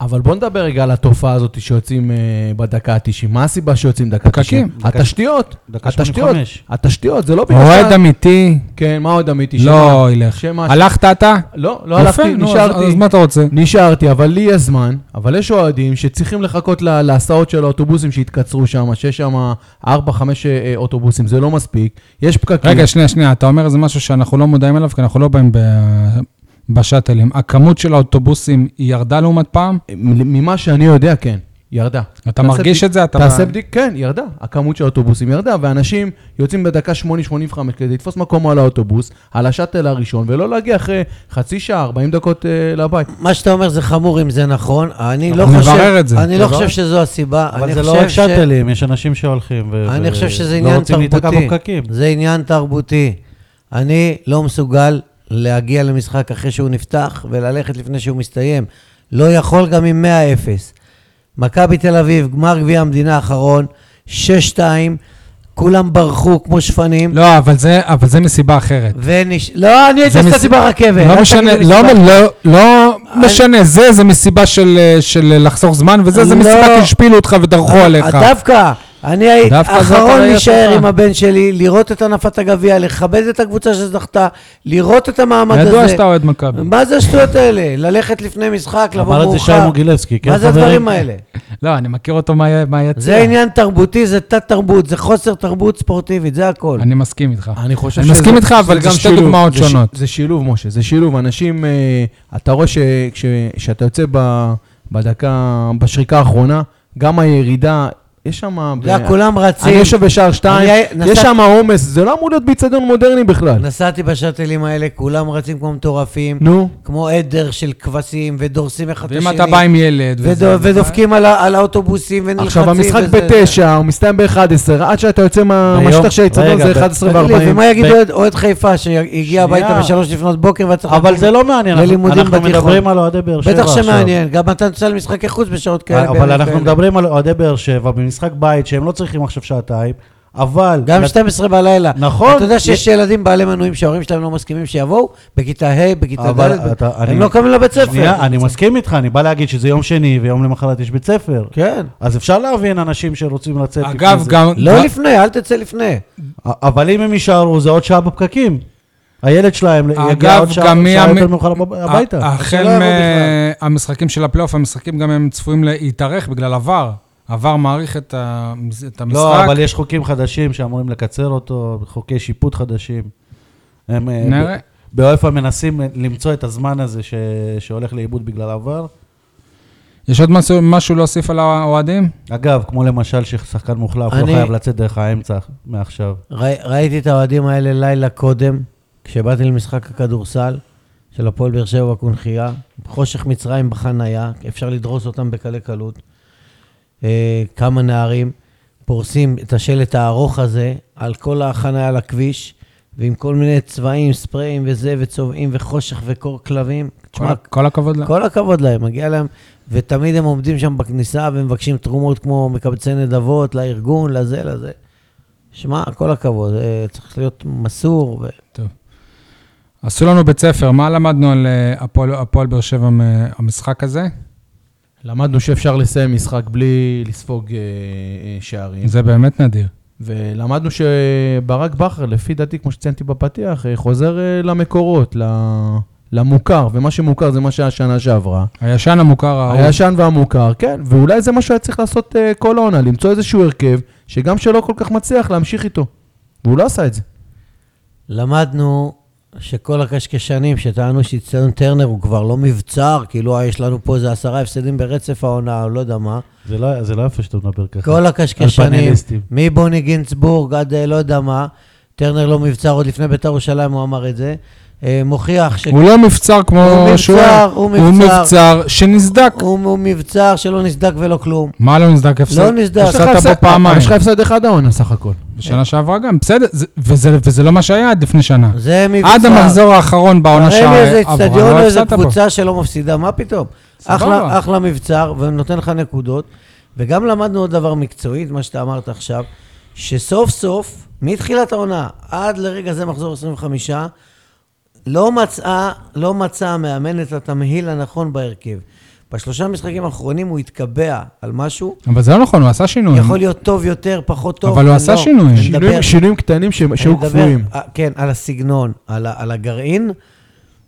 [SPEAKER 4] אבל בוא נדבר רגע על התופעה הזאת שיוצאים אה, בדקה ה-90. מה הסיבה שיוצאים דקה
[SPEAKER 1] פקקים.
[SPEAKER 4] ה-90? התשתיות.
[SPEAKER 2] דקה
[SPEAKER 4] התשתיות.
[SPEAKER 2] 85.
[SPEAKER 4] התשתיות, זה לא בגלל
[SPEAKER 1] אוהד
[SPEAKER 4] שה-
[SPEAKER 1] אמיתי
[SPEAKER 4] כן, מה אוהד אמיתי?
[SPEAKER 1] לא ילך.
[SPEAKER 4] שמה,
[SPEAKER 1] הלכת אתה?
[SPEAKER 4] לא, לא
[SPEAKER 1] יפה,
[SPEAKER 4] הלכתי,
[SPEAKER 1] נו, אז-
[SPEAKER 4] נשארתי.
[SPEAKER 1] אז מה אתה רוצה?
[SPEAKER 4] נשארתי, אבל לי יש זמן, אבל יש אוהדים שצריכים לחכות לה, להסעות של האוטובוסים שהתקצרו שם, שיש שם 4-5 אוטובוסים, זה לא מספיק. יש פקקים.
[SPEAKER 1] רגע, שנייה, שנייה, אתה אומר איזה משהו שאנחנו לא מודעים אליו, כי אנחנו לא באים ב... בשאטלים. הכמות של האוטובוסים היא ירדה לעומת פעם?
[SPEAKER 4] מ- ממה שאני יודע, כן, ירדה.
[SPEAKER 1] אתה
[SPEAKER 4] תעשה
[SPEAKER 1] מרגיש
[SPEAKER 4] בדיק-
[SPEAKER 1] את זה? אתה-
[SPEAKER 4] תעשה בדיק, כן, ירדה. הכמות של האוטובוסים ירדה, ואנשים יוצאים בדקה 8-85 כדי לתפוס מקום על האוטובוס, על השאטל הראשון, ולא להגיע אחרי חצי שעה, 40 דקות אה, לבית.
[SPEAKER 3] מה שאתה אומר זה חמור אם זה נכון, אני לא
[SPEAKER 1] אנחנו נברר
[SPEAKER 3] חושב,
[SPEAKER 1] את זה.
[SPEAKER 3] אני לא
[SPEAKER 1] נברר.
[SPEAKER 3] חושב שזו הסיבה,
[SPEAKER 2] נכון? אבל
[SPEAKER 3] אני
[SPEAKER 2] זה לא
[SPEAKER 3] חושב
[SPEAKER 2] רק
[SPEAKER 3] ש-
[SPEAKER 2] שאטלים, יש אנשים שהולכים ו...
[SPEAKER 3] אני
[SPEAKER 2] ו-
[SPEAKER 3] חושב שזה
[SPEAKER 2] לא
[SPEAKER 3] עניין
[SPEAKER 2] רוצים להיתקע
[SPEAKER 3] תרבותי.
[SPEAKER 2] בפקקים.
[SPEAKER 3] זה עניין תרבותי. אני לא מסוגל להגיע למשחק אחרי שהוא נפתח וללכת לפני שהוא מסתיים. לא יכול גם עם 100-0. מכבי תל אביב, גמר גביע המדינה האחרון, 6-2, כולם ברחו כמו שפנים.
[SPEAKER 1] לא, אבל זה, אבל זה מסיבה אחרת.
[SPEAKER 3] וניש... לא, אני הייתי
[SPEAKER 1] זה מס-
[SPEAKER 3] נסעתי ברכבת. אל
[SPEAKER 1] לא משנה,
[SPEAKER 3] תגידו לי
[SPEAKER 1] לא,
[SPEAKER 3] סיבה.
[SPEAKER 1] לא, לא משנה, זה, זה מסיבה של, אה, של לחסוך זמן, וזה, זה
[SPEAKER 3] לא.
[SPEAKER 1] מסיבה כי השפילו אותך ודרכו עליך.
[SPEAKER 3] אה, דווקא, אני הייתי
[SPEAKER 1] דווקא זאת
[SPEAKER 3] האחרון
[SPEAKER 1] הראייה
[SPEAKER 3] להישאר
[SPEAKER 1] שלך.
[SPEAKER 3] עם הבן שלי, לראות את הנפת הגביע, לכבד את הקבוצה שזכתה, לראות את המעמד הזה.
[SPEAKER 1] ידוע שאתה אוהד מכבי.
[SPEAKER 3] לא מה זה השטויות האלה? ללכת לפני משחק, לבוא מאוחר.
[SPEAKER 2] אמר את זה שי מוגילבסקי, כן
[SPEAKER 3] מה זה
[SPEAKER 2] חברים?
[SPEAKER 3] הדברים האלה?
[SPEAKER 1] לא, אני מכיר אותו מה- מהיציע.
[SPEAKER 3] זה עניין תרבותי, זה תת-תרבות, זה חוסר תרבות ספורטיבית, זה הכל.
[SPEAKER 1] אני מסכים איתך.
[SPEAKER 4] אני חושב
[SPEAKER 1] אני מסכים איתך, אבל גם שתי דוגמאות
[SPEAKER 4] זה ש-
[SPEAKER 1] שונות.
[SPEAKER 4] זה שילוב, משה, זה שילוב. אנשים, אה, אתה רואה שכשאתה יוצא ב- בדקה, בשריקה האחרונה, גם הירידה, יש שם...
[SPEAKER 3] אתה יודע, כולם
[SPEAKER 4] אני
[SPEAKER 3] רצים.
[SPEAKER 2] לא
[SPEAKER 4] יושב בשער שתיים,
[SPEAKER 3] אני-
[SPEAKER 4] יש
[SPEAKER 3] נסע-
[SPEAKER 4] שם עומס, זה לא אמור להיות באיצטדיון מודרני בכלל.
[SPEAKER 3] נסעתי בשאטלים האלה, כולם רצים כמו מטורפים,
[SPEAKER 4] נו.
[SPEAKER 3] כמו עדר של כבשים, ודורסים אחד את השני.
[SPEAKER 1] ואם אתה בא עם ילד, וזה-
[SPEAKER 3] ודו- ודופקים על ה- על האוטובוסים, ונלחצים.
[SPEAKER 4] עכשיו, המשחק
[SPEAKER 3] וזה-
[SPEAKER 4] בתשע, הוא מסתיים ב-11, עד שאתה יוצא מה-
[SPEAKER 2] היום-
[SPEAKER 4] מהשטח של האיצטדיון
[SPEAKER 2] רגע,
[SPEAKER 4] זה
[SPEAKER 2] ב-
[SPEAKER 4] 11
[SPEAKER 2] תגיד
[SPEAKER 3] תגיד לי,
[SPEAKER 4] ו-40.
[SPEAKER 3] ומה יגיד אוהד- אוהד חיפה שהגיע הביתה
[SPEAKER 2] שנייה.
[SPEAKER 3] בשלוש לפנות בוקר והיה צריך...
[SPEAKER 2] אבל זה לא מעניין, אנחנו
[SPEAKER 3] ללימודים
[SPEAKER 2] אנחנו
[SPEAKER 3] בתיכון.
[SPEAKER 2] מדברים על אוהדי באר שבע
[SPEAKER 3] בטח
[SPEAKER 2] עכשיו. אה,
[SPEAKER 3] שמעניין, כן, גם אתה נוסע למשחקי חוץ בשעות כאלה.
[SPEAKER 2] אבל
[SPEAKER 3] בימים
[SPEAKER 2] אנחנו
[SPEAKER 3] כאלה.
[SPEAKER 2] מדברים על אוהדי באר שבע במשחק בית שהם לא צריכים עכשיו שעתיים, אבל...
[SPEAKER 3] גם 12 בלילה.
[SPEAKER 2] נכון.
[SPEAKER 3] אתה יודע שיש ילדים בעלי מנויים שההורים שלהם לא מסכימים שיבואו? בכיתה ה', בכיתה
[SPEAKER 2] אבל
[SPEAKER 3] ד',
[SPEAKER 2] אתה-
[SPEAKER 3] הם
[SPEAKER 2] אני-
[SPEAKER 3] לא קמים לבית ספר.
[SPEAKER 2] שנייה, אני מסכים איתך, אני בא להגיד שזה יום שני ויום למחרת יש בית ספר.
[SPEAKER 3] כן.
[SPEAKER 2] אז אפשר להבין אנשים שרוצים לצאת לפני
[SPEAKER 1] אגב,
[SPEAKER 2] זה.
[SPEAKER 1] גם...
[SPEAKER 3] לא לפני, אל תצא לפני.
[SPEAKER 2] אבל אם הם יישארו, זה עוד שעה בפקקים. הילד שלהם יגיע
[SPEAKER 1] אגב,
[SPEAKER 2] עוד שעה
[SPEAKER 1] גם מי...
[SPEAKER 2] שעה
[SPEAKER 1] המ-
[SPEAKER 2] יותר מאוחר הב- הביתה.
[SPEAKER 1] ה-
[SPEAKER 2] אז שלא
[SPEAKER 1] החל
[SPEAKER 2] יבוא בכלל.
[SPEAKER 1] מהמשחקים של הפלייאוף, המשחקים גם הם צפויים להתארך בגלל עבר. עבר מעריך את ה- את המשחק.
[SPEAKER 2] לא, אבל יש חוקים חדשים שאמורים לקצר אותו, חוקי שיפוט חדשים. הם אה,
[SPEAKER 1] נראה.
[SPEAKER 2] ב- באויפה מנסים למצוא את הזמן הזה ש- שהולך לאיבוד בגלל עבר.
[SPEAKER 1] יש עוד משהו- משהו להוסיף על האוהדים?
[SPEAKER 2] אגב, כמו למשל ששחקן מוחלף לא
[SPEAKER 3] אני-
[SPEAKER 2] חייב לצאת דרך האמצע מעכשיו.
[SPEAKER 3] ראי- ראיתי את האוהדים האלה לילה קודם, כשבאתי למשחק הכדורסל של הפועל באר שבע בקונכייה, חושך מצרים בחנייה, אפשר לדרוס אותם בקלי קלות. אה, כמה נערים פורסים את השלט הארוך הזה על כל החנייה על הכביש, ועם כל מיני צבעים, ספריים וזה, וצובעים וחושך וקור כלבים.
[SPEAKER 1] כל-
[SPEAKER 3] תשמע,
[SPEAKER 1] כל הכבוד לה.
[SPEAKER 3] כל הכבוד להם, מגיע להם, ותמיד הם עומדים שם בכניסה ומבקשים תרומות כמו מקבצי נדבות לארגון, לזה, לזה. שמע, כל הכבוד, אה, צריך להיות מסור. ו...
[SPEAKER 1] טוב. עשו לנו בית ספר, מה למדנו על אה, הפועל- הפועל באר שבע מהמשחק הזה?
[SPEAKER 4] למדנו שאפשר לסיים משחק בלי לספוג אה, אה, שערים.
[SPEAKER 1] זה באמת נדיר.
[SPEAKER 4] ולמדנו שברק בכר, לפי דעתי, כמו שציינתי בפתיח, אה, חוזר אה, למקורות, ל- למוכר, ומה שמוכר זה מה שהיה שנה שעברה.
[SPEAKER 1] הישן המוכר ההוא.
[SPEAKER 4] הישן והמוכר, כן, ואולי זה מה שהיה צריך לעשות אה, כל העונה, למצוא איזשהו הרכב, שגם שלא כל כך מצליח להמשיך איתו. והוא לא עשה את זה.
[SPEAKER 3] למדנו שכל הקשקשנים שטענו שאיצטדיון טרנר הוא כבר לא מבצר, כאילו "אה, יש לנו פה איזה עשרה הפסדים ברצף העונה, או לא יודע מה.
[SPEAKER 2] זה לא- זה לא יפה שאתה מדבר ככה.
[SPEAKER 3] כל
[SPEAKER 2] על
[SPEAKER 3] הקשקשנים,
[SPEAKER 2] פאנליסטים.
[SPEAKER 3] מבוני גינצבורג עד אה, לא יודע מה, טרנר לא מבצר, עוד לפני בית"ר ירושלים הוא אמר את זה, אה, מוכיח ש...
[SPEAKER 1] הוא לא מבצר כמו
[SPEAKER 3] הוא
[SPEAKER 1] שהוא.
[SPEAKER 3] מבצר,
[SPEAKER 1] היה.
[SPEAKER 3] הוא
[SPEAKER 1] הוא
[SPEAKER 3] מבצר.
[SPEAKER 1] מבצר שנסדק.
[SPEAKER 3] הוא הוא מבצר שלא נסדק ולא כלום.
[SPEAKER 1] מה לא נסדק הפסד?
[SPEAKER 3] לא נסדק.
[SPEAKER 1] הפסדת
[SPEAKER 4] יש לך
[SPEAKER 1] פה
[SPEAKER 4] הפסד-
[SPEAKER 1] פעמיים.
[SPEAKER 4] יש לך הפסד אחד העונה סך הכל.
[SPEAKER 1] בשנה שעברה גם, בסדר, זה- וזה- וזה לא מה שהיה עד לפני שנה.
[SPEAKER 3] זה מבצר.
[SPEAKER 1] עד המחזור האחרון בעונה
[SPEAKER 3] תראה לי איזה
[SPEAKER 1] שעברה, לא
[SPEAKER 3] אצטדיון או איזה
[SPEAKER 1] הפסדת פה.
[SPEAKER 3] קבוצה שלא מפסידה, מה פתאום?
[SPEAKER 1] סבבה.
[SPEAKER 3] אחלה, אחלה מבצר, ונותן לך נקודות. וגם למדנו עוד דבר מקצועית, מה שאתה אמרת עכשיו, שסוף סוף, מתחילת העונה עד לרגע זה מחזור 25, לא מצאה, לא מצא המאמן את התמהיל הנכון בהרכב. בשלושה משחקים האחרונים הוא התקבע על משהו,
[SPEAKER 1] אבל זה לא נכון, הוא עשה שינוי.
[SPEAKER 3] יכול להיות טוב יותר, פחות טוב.
[SPEAKER 1] אבל הוא
[SPEAKER 3] אני
[SPEAKER 1] עשה
[SPEAKER 3] לא-
[SPEAKER 1] שינויים.
[SPEAKER 3] אני
[SPEAKER 4] שינויים-
[SPEAKER 3] מדבר-
[SPEAKER 4] שינויים קטנים ש- שהיו
[SPEAKER 3] אני מדבר,
[SPEAKER 4] קפואים.
[SPEAKER 3] אה, כן, על הסגנון, על, ה- על הגרעין,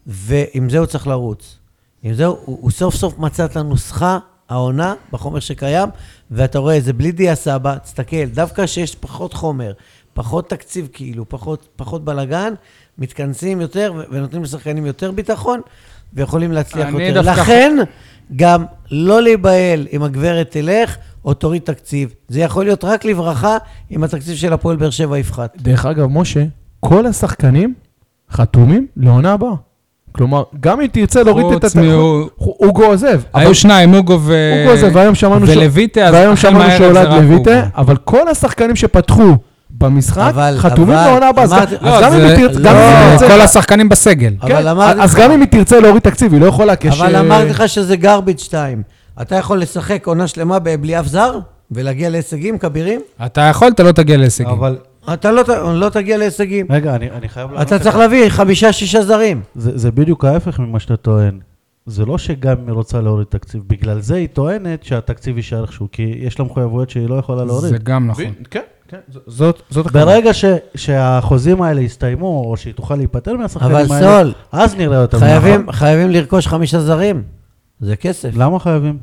[SPEAKER 3] ועם זה הוא צריך לרוץ. עם זה הוא, הוא סוף סוף מצא את הנוסחה, העונה, בחומר שקיים, ואתה רואה, זה בלי דיה סבא, תסתכל, דווקא שיש פחות חומר, פחות תקציב כאילו, פחות, פחות בלאגן, מתכנסים יותר ו- ונותנים לשחקנים יותר ביטחון, ויכולים להצליח
[SPEAKER 1] אני
[SPEAKER 3] יותר.
[SPEAKER 1] דווקא-
[SPEAKER 3] לכן, גם לא להיבהל אם הגברת תלך או תוריד תקציב. זה יכול להיות רק לברכה אם התקציב של הפועל באר שבע יפחת.
[SPEAKER 4] דרך אגב, משה, כל השחקנים חתומים לעונה הבאה. כלומר, גם אם תרצה להוריד את
[SPEAKER 1] חוץ
[SPEAKER 4] התחום,
[SPEAKER 1] מאו-
[SPEAKER 4] אוגו עוזב. אבל
[SPEAKER 1] היו שניים, הוגו ו...
[SPEAKER 4] אוגו עוזב, והיום שמענו ש-
[SPEAKER 1] ולויטה, אז
[SPEAKER 4] והיום
[SPEAKER 1] החל
[SPEAKER 4] שמענו
[SPEAKER 1] מהערב
[SPEAKER 4] שעולת
[SPEAKER 1] זה רק
[SPEAKER 4] לויטה,
[SPEAKER 1] אוגו.
[SPEAKER 4] אבל כל השחקנים שפתחו במשחק
[SPEAKER 3] אבל-
[SPEAKER 4] חתומים
[SPEAKER 3] אבל-
[SPEAKER 4] לעונה הבאה. אז
[SPEAKER 3] אמרתי-
[SPEAKER 4] גם-
[SPEAKER 1] לא,
[SPEAKER 4] אז גם אם
[SPEAKER 1] זה-
[SPEAKER 4] היא תרצה-
[SPEAKER 1] לא,
[SPEAKER 4] גם אם היא
[SPEAKER 1] זה
[SPEAKER 4] תרצה...
[SPEAKER 1] כל השחקנים בסגל.
[SPEAKER 3] אבל
[SPEAKER 4] כן,
[SPEAKER 3] אמרתי
[SPEAKER 4] אז
[SPEAKER 3] לך-
[SPEAKER 4] גם אם היא תרצה להוריד תקציב, היא לא יכולה, כי יש...
[SPEAKER 3] אבל
[SPEAKER 4] אה,
[SPEAKER 3] אמרתי לך שזה garbage 2. אתה יכול לשחק עונה שלמה ב- בלי אף זר ולהגיע להישגים כבירים?
[SPEAKER 1] אתה יכול, אתה לא תגיע להישגים.
[SPEAKER 2] אבל
[SPEAKER 3] אתה לא, ת- לא תגיע להישגים.
[SPEAKER 2] רגע, אני לא אני חייב לענות
[SPEAKER 3] אתה
[SPEAKER 2] לך.
[SPEAKER 3] צריך להביא חמישה-שישה זרים.
[SPEAKER 2] זה זה בדיוק ההפך ממה שאתה טוען. זה לא שגם היא רוצה להוריד תקציב, בגלל זה היא טוענת שהתקציב יישאר איכשהו, כי יש לה מחויבויות שהיא לא יכולה להוריד.
[SPEAKER 1] זה גם נכון.
[SPEAKER 4] ב- כן, כן, ז- זאת... זאת הכוונה.
[SPEAKER 2] ברגע ש, שהחוזים האלה יסתיימו, או שהיא תוכל להיפטר מהשחקנים
[SPEAKER 3] אבל
[SPEAKER 2] האלה,
[SPEAKER 3] סול,
[SPEAKER 2] אז נראה אותם.
[SPEAKER 3] חייבים, חייבים לרכוש חמישה זרים. זה כסף.
[SPEAKER 2] למה חייבים?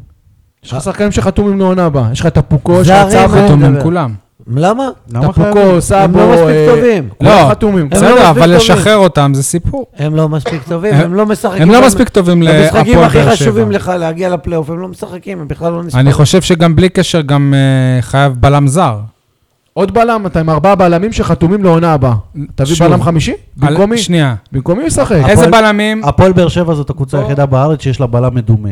[SPEAKER 4] יש לך שחקנים שחתומים לעונה הבאה. יש לך טפוקו, יש לך
[SPEAKER 3] זרים,
[SPEAKER 4] צחי,
[SPEAKER 3] אה,
[SPEAKER 1] חתומים
[SPEAKER 3] מדבר.
[SPEAKER 1] כולם.
[SPEAKER 3] למה?
[SPEAKER 2] למה חייבים?
[SPEAKER 4] טפוקו, סאבו...
[SPEAKER 3] לא מספיק
[SPEAKER 4] אה,
[SPEAKER 3] טובים.
[SPEAKER 4] כולם
[SPEAKER 1] לא,
[SPEAKER 4] חתומים.
[SPEAKER 3] הם לא
[SPEAKER 1] בסדר,
[SPEAKER 3] מספיק
[SPEAKER 1] אבל
[SPEAKER 3] טובים.
[SPEAKER 1] לשחרר אותם זה סיפור.
[SPEAKER 3] הם לא מספיק טובים,
[SPEAKER 1] הם-
[SPEAKER 3] הם לא משחקים.
[SPEAKER 1] הם לא
[SPEAKER 3] במ-
[SPEAKER 1] מספיק טובים להפועל באר שבע.
[SPEAKER 3] במשחקים הכי חשובים לך להגיע לפלייאוף, הם לא משחקים, הם בכלל לא נספרים.
[SPEAKER 1] אני חושב שגם בלי קשר גם אה, חייב בלם זר.
[SPEAKER 4] עוד בלם, אתה עם ארבעה בלמים שחתומים לעונה הבאה. תביא
[SPEAKER 1] שוב.
[SPEAKER 4] בלם חמישי? במקום
[SPEAKER 1] על-
[SPEAKER 4] מי?
[SPEAKER 1] שנייה.
[SPEAKER 4] במקום מי ישחק?
[SPEAKER 1] איזה
[SPEAKER 2] הפועל-
[SPEAKER 1] בלמים?
[SPEAKER 2] הפועל באר שבע זאת הקבוצה היחידה בארץ שיש לה בלם מדומה.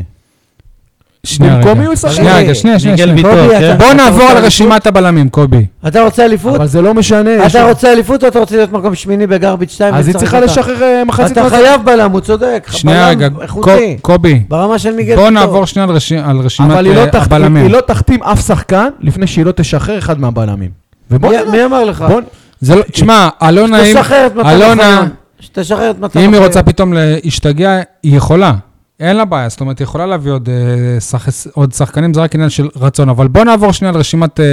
[SPEAKER 1] שנייה
[SPEAKER 4] במקום
[SPEAKER 1] רגע.
[SPEAKER 4] מי הוא ישחק?
[SPEAKER 1] שנייה רגע, שנייה, שנייה.
[SPEAKER 2] מיגל
[SPEAKER 1] שנייה.
[SPEAKER 2] ויטור,
[SPEAKER 3] קובי,
[SPEAKER 2] כן?
[SPEAKER 3] אתה-
[SPEAKER 1] בואו נעבור על רשימת הבלמים, קובי.
[SPEAKER 3] אתה רוצה אליפות?
[SPEAKER 4] אבל זה לא משנה. יש
[SPEAKER 3] אתה
[SPEAKER 4] לך-
[SPEAKER 3] רוצה אליפות או אתה רוצה להיות מקום שמיני בגרביץ' 2?
[SPEAKER 4] אז היא צריכה לשחרר אה, מחצית
[SPEAKER 3] אתה
[SPEAKER 4] מהזמן.
[SPEAKER 3] חייב בלם, הוא צודק.
[SPEAKER 1] שנייה
[SPEAKER 3] בלם
[SPEAKER 1] רגע.
[SPEAKER 3] איכותי.
[SPEAKER 1] קו- קובי,
[SPEAKER 3] ברמה של מיגל
[SPEAKER 1] בואו
[SPEAKER 3] ויטור.
[SPEAKER 1] נעבור שנייה על רשי- על רשימת
[SPEAKER 4] אבל היא לא
[SPEAKER 1] אה,
[SPEAKER 4] תח-
[SPEAKER 1] הבלמים.
[SPEAKER 4] היא לא תחתים אף שחקן לפני שהיא לא תשחרר אחד מהבלמים. ובוא
[SPEAKER 3] מי-
[SPEAKER 4] נראה.
[SPEAKER 3] מי אמר לך?
[SPEAKER 4] בוא-
[SPEAKER 1] זה לא- תשמע, אלונה, אם-
[SPEAKER 3] תשחרר את מתן
[SPEAKER 1] אלונה,
[SPEAKER 3] אוחיון. תשחרר את מתן
[SPEAKER 1] אם היא
[SPEAKER 3] אוחיון.
[SPEAKER 1] רוצה פתאום להשתגע, היא יכולה. אין לה בעיה, זאת אומרת, היא יכולה להביא עוד, אה, שח... עוד שחקנים, זה רק עניין של רצון. אבל בואו נעבור שנייה לרשימת אה,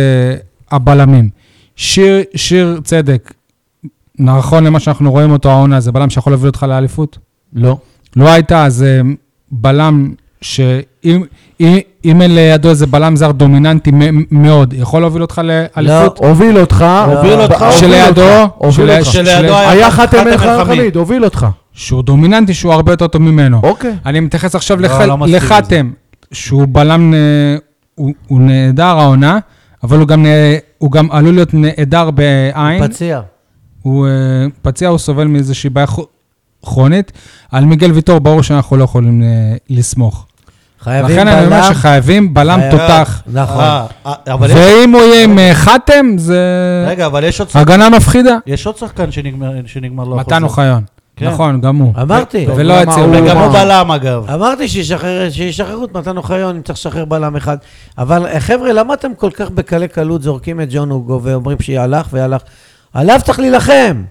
[SPEAKER 1] הבלמים. שיר, שיר צדק, נכון למה שאנחנו רואים אותו העונה, זה בלם שיכול להביא אותך לאליפות?
[SPEAKER 4] לא.
[SPEAKER 1] לא הייתה, אז אה, בלם שאם אם- אם אין לידו איזה בלם זר דומיננטי מ- מאוד, יכול להוביל אותך לאליפות?
[SPEAKER 4] הוביל אותך. אה,
[SPEAKER 2] הוביל אותך,
[SPEAKER 4] ב-
[SPEAKER 2] הוביל
[SPEAKER 1] שלידו,
[SPEAKER 4] אותך, לא. הוביל
[SPEAKER 1] של-
[SPEAKER 4] אותך.
[SPEAKER 1] של-
[SPEAKER 2] שלידו היה
[SPEAKER 4] היה חתם
[SPEAKER 2] חתם
[SPEAKER 4] אל
[SPEAKER 2] אל-חמיד.
[SPEAKER 4] חמיד, הוביל אותך.
[SPEAKER 1] שהוא דומיננטי, שהוא הרבה יותר טוב ממנו.
[SPEAKER 4] אוקיי.
[SPEAKER 1] אני מתייחס עכשיו
[SPEAKER 2] לא,
[SPEAKER 1] לח...
[SPEAKER 2] לא מסכים
[SPEAKER 1] לחתם, שהוא בלם, אה, הוא, הוא נהדר העונה, אבל הוא גם, נה- הוא גם עלול להיות נהדר בעין. פצ...
[SPEAKER 3] פציע.
[SPEAKER 1] הוא אה, פציע, הוא סובל מאיזושהי בעיה כ- כרונית. על מיגל ויטור ברור שאנחנו לא יכולים אה, לסמוך.
[SPEAKER 3] חייבים
[SPEAKER 1] לכן אני אומר
[SPEAKER 3] בלם.
[SPEAKER 1] שחייבים בלם
[SPEAKER 3] חייב-
[SPEAKER 1] תותח.
[SPEAKER 3] נכון.
[SPEAKER 2] אה, אה, אבל יש-
[SPEAKER 1] ואם הוא יהיה עם אה, חתם, זה
[SPEAKER 2] רגע, אבל יש עוד שחקן-
[SPEAKER 1] הגנה מפחידה.
[SPEAKER 2] יש עוד שחקן שנגמר שנגמר לא לו
[SPEAKER 1] מתן
[SPEAKER 2] החוזה.
[SPEAKER 1] אוחיון.
[SPEAKER 2] כן.
[SPEAKER 1] נכון, גם הוא.
[SPEAKER 3] אמרתי.
[SPEAKER 1] ולא
[SPEAKER 4] הוא
[SPEAKER 1] אצל... אה,
[SPEAKER 4] אמר,
[SPEAKER 2] וגם
[SPEAKER 4] הוא
[SPEAKER 2] הוא בלם אגב.
[SPEAKER 3] אמרתי שישחרר- שישחררו את מתן אוחיון אם צריך לשחרר בלם אחד. אבל אה, חבר'ה, למה אתם כל כך בקלי קלות זורקים את ג'ון הוגו ואומרים שהלך והלך? עליו צריך להילחם.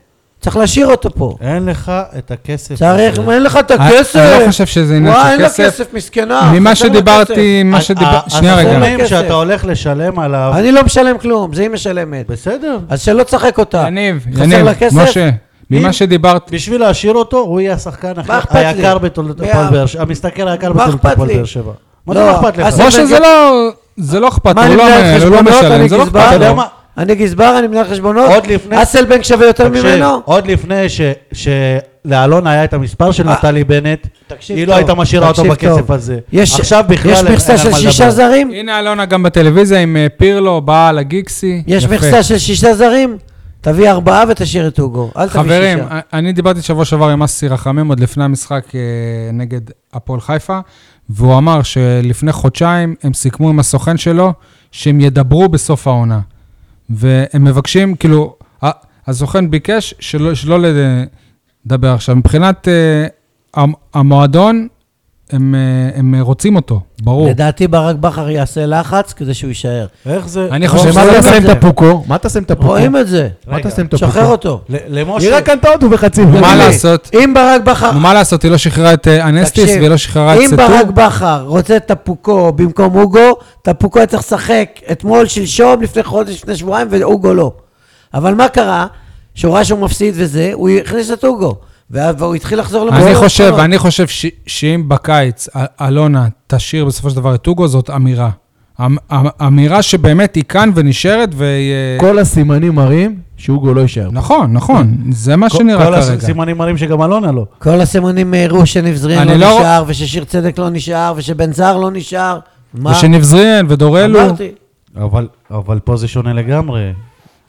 [SPEAKER 3] צריך להשאיר אותו פה.
[SPEAKER 1] אה,
[SPEAKER 2] אין לך את הכסף.
[SPEAKER 3] צריך,
[SPEAKER 2] הזה.
[SPEAKER 3] אין לך את
[SPEAKER 1] אני-
[SPEAKER 3] הכסף.
[SPEAKER 1] אה. אני לא חושב שזה עניין
[SPEAKER 3] וואי, אין
[SPEAKER 1] של
[SPEAKER 3] לה
[SPEAKER 1] כסף.
[SPEAKER 3] כסף, מסכנה.
[SPEAKER 1] ממה
[SPEAKER 3] חסר לה כסף.
[SPEAKER 1] שדיברתי, מה
[SPEAKER 2] ה-
[SPEAKER 1] שדיברתי,
[SPEAKER 2] ה-
[SPEAKER 1] שנייה רגע.
[SPEAKER 3] הסכומים-
[SPEAKER 2] הסכומים שאתה הולך לשלם עליו,
[SPEAKER 3] אני לא משלם כלום, זה היא משלמת.
[SPEAKER 2] בסדר.
[SPEAKER 3] אז שלא תשחק אותה.
[SPEAKER 1] יניב,
[SPEAKER 3] חסר
[SPEAKER 1] יניב,
[SPEAKER 3] לה כסף?
[SPEAKER 1] משה, ממה
[SPEAKER 2] אם-
[SPEAKER 1] שדיברתי,
[SPEAKER 2] בשביל להשאיר אותו, הוא יהיה השחקן הכי-
[SPEAKER 3] אכפת לי?
[SPEAKER 2] היקר בתולדות
[SPEAKER 3] מה-
[SPEAKER 2] הפועל באר שבע, המסתכל היקר
[SPEAKER 3] מה
[SPEAKER 2] בתולדות
[SPEAKER 3] אכפת
[SPEAKER 2] הפועל
[SPEAKER 3] לי?
[SPEAKER 2] באר שבע. מה
[SPEAKER 3] לא,
[SPEAKER 2] זה לא אכפת לך?
[SPEAKER 3] אז-
[SPEAKER 1] משה זה
[SPEAKER 3] אני-
[SPEAKER 1] לא, זה לא אכפת, לו,
[SPEAKER 3] מה,
[SPEAKER 1] הוא
[SPEAKER 3] אני
[SPEAKER 1] לא
[SPEAKER 3] מנהל
[SPEAKER 1] מ- הוא לא
[SPEAKER 3] חשבונות?
[SPEAKER 1] משלם,
[SPEAKER 3] אני
[SPEAKER 1] זה לא
[SPEAKER 3] גזבר?
[SPEAKER 1] אכפת
[SPEAKER 2] אתה
[SPEAKER 1] לו.
[SPEAKER 2] יודע מה?
[SPEAKER 3] אני גזבר, אני מנהל חשבונות?
[SPEAKER 2] עוד לפני-
[SPEAKER 3] אסלבנק שווה יותר
[SPEAKER 2] תקשיב,
[SPEAKER 3] ממנו?
[SPEAKER 2] עוד לפני ש- שלאלון היה את המספר של נפתלי בנט,
[SPEAKER 3] אה. תקשיב
[SPEAKER 2] היא
[SPEAKER 3] טוב,
[SPEAKER 2] לא הייתה משאירה אותו
[SPEAKER 3] תקשיב טוב.
[SPEAKER 2] בכסף הזה.
[SPEAKER 3] יש-
[SPEAKER 2] עכשיו בכלל
[SPEAKER 3] יש
[SPEAKER 2] אין- אין
[SPEAKER 3] מכסה
[SPEAKER 2] על
[SPEAKER 3] של
[SPEAKER 2] מה
[SPEAKER 3] שישה
[SPEAKER 2] לדבר.
[SPEAKER 3] זרים?
[SPEAKER 1] הנה אלונה גם בטלוויזיה עם אה, פירלו, באה על הגיקסי.
[SPEAKER 3] יש
[SPEAKER 1] יפה.
[SPEAKER 3] מכסה של שישה זרים? תביא ארבעה ותשאיר את אוגו. אל תביא שישה.
[SPEAKER 1] חברים, א- אני דיברתי שבוע שעבר עם אסי רחמים, עוד לפני המשחק אה, נגד הפועל חיפה, והוא אמר שלפני חודשיים הם סיכמו עם הסוכן שלו שהם ידברו בסוף העונה. והם מבקשים, כאילו, ה- הסוכן ביקש שלא, שלא לדבר. עכשיו, מבחינת אה, המ- המועדון, הם, אה, הם רוצים אותו, ברור.
[SPEAKER 3] לדעתי ברק בכר יעשה לחץ כדי שהוא יישאר.
[SPEAKER 2] איך זה?
[SPEAKER 1] אני
[SPEAKER 3] לא,
[SPEAKER 1] חושב
[SPEAKER 3] זה
[SPEAKER 4] שמה
[SPEAKER 3] לא
[SPEAKER 4] אתה
[SPEAKER 1] שזה...
[SPEAKER 4] שם
[SPEAKER 3] זה.
[SPEAKER 4] את הפוקו? מה אתה שם את
[SPEAKER 1] אוקיי.
[SPEAKER 4] הפוקו?
[SPEAKER 3] רואים את זה.
[SPEAKER 4] מה אתה
[SPEAKER 2] רגע,
[SPEAKER 4] שם את הפוקו?
[SPEAKER 3] שחרר אותו.
[SPEAKER 2] ל- למשה...
[SPEAKER 4] היא רק קנתה אותו בחצי.
[SPEAKER 1] מה
[SPEAKER 4] מיליון.
[SPEAKER 1] לעשות?
[SPEAKER 3] אם ברק בכר...
[SPEAKER 1] מה לעשות, היא לא שחררה את אה, אנסטיס
[SPEAKER 3] תקשיב,
[SPEAKER 1] והיא לא שחררה את
[SPEAKER 3] אם
[SPEAKER 1] סטור.
[SPEAKER 3] ברק בכר רוצה את טפוקו במקום אוגו, טפוקו היה צריך לשחק אתמול, שלשום, לפני חודש, לפני שבועיים, ואוגו לא. אבל מה קרה? שהוא ראה שהוא מפסיד וזה, הוא הכניס את אוגו. וה- והוא התחיל לחזור למסורת.
[SPEAKER 1] אני חושב,
[SPEAKER 3] לא.
[SPEAKER 1] אני חושב ש- שאם בקיץ אל- אלונה תשאיר בסופו של דבר את אוגו, זאת אמירה. אמ- אמ- אמירה שבאמת היא כאן ונשארת, והיא... אה,
[SPEAKER 4] כל הסימנים מראים שהוגו לא יישאר.
[SPEAKER 1] נכון, נכון, זה מה
[SPEAKER 2] כל-
[SPEAKER 1] שנראה
[SPEAKER 2] כל
[SPEAKER 1] כרגע.
[SPEAKER 2] הסימנים מראים שגם אלונה לא.
[SPEAKER 3] כל הסימונים הראו שנבזרין
[SPEAKER 1] אני
[SPEAKER 3] לא,
[SPEAKER 1] לא-
[SPEAKER 3] נשאר, וששיר צדק לא נשאר, ושבן זהר לא נשאר. מה?
[SPEAKER 1] ושנבזרין ודורלו,
[SPEAKER 3] אמרתי.
[SPEAKER 2] אבל, אבל פה זה שונה לגמרי.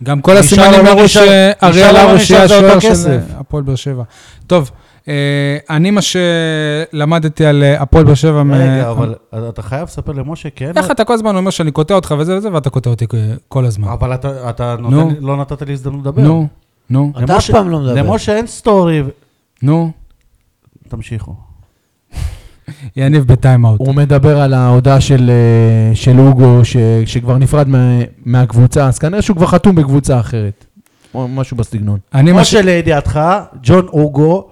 [SPEAKER 1] גם כל הסימנים
[SPEAKER 2] נשאר
[SPEAKER 1] הראו
[SPEAKER 2] אלון נשאר-
[SPEAKER 1] שאריאל
[SPEAKER 2] נשאר אלון
[SPEAKER 1] הרוש
[SPEAKER 2] נשאר,
[SPEAKER 1] יהיה
[SPEAKER 2] זה אותו
[SPEAKER 1] השוער של
[SPEAKER 2] כסף.
[SPEAKER 1] אה, הפועל באר שבע. טוב, אה, אני מה שלמדתי על אה, הפועל באר שבע... מ- אה,
[SPEAKER 2] רגע, אבל אתה חייב לספר למשה, כן?
[SPEAKER 1] איך אתה כל הזמן אומר שאני קוטע אותך וזה וזה, ואתה קוטע אותי אה, כל הזמן.
[SPEAKER 2] אבל אתה, אתה נותן,
[SPEAKER 1] נו.
[SPEAKER 2] לי- לא נתת לי הזדמנות לדבר.
[SPEAKER 1] נו, נו,
[SPEAKER 3] אתה אף פעם לא מדבר.
[SPEAKER 2] למשה אין סטורי. ו-
[SPEAKER 1] נו,
[SPEAKER 2] תמשיכו.
[SPEAKER 1] יניב בטיימאוט.
[SPEAKER 4] הוא מדבר על ההודעה של, אה, של אוגו, ש, שכבר נפרד מה, מהקבוצה, אז כנראה שהוא כבר חתום בקבוצה אחרת. או משהו בסגנון.
[SPEAKER 1] אני
[SPEAKER 2] כמו
[SPEAKER 1] מה ש...
[SPEAKER 2] שלידיעתך, ג'ון אוגו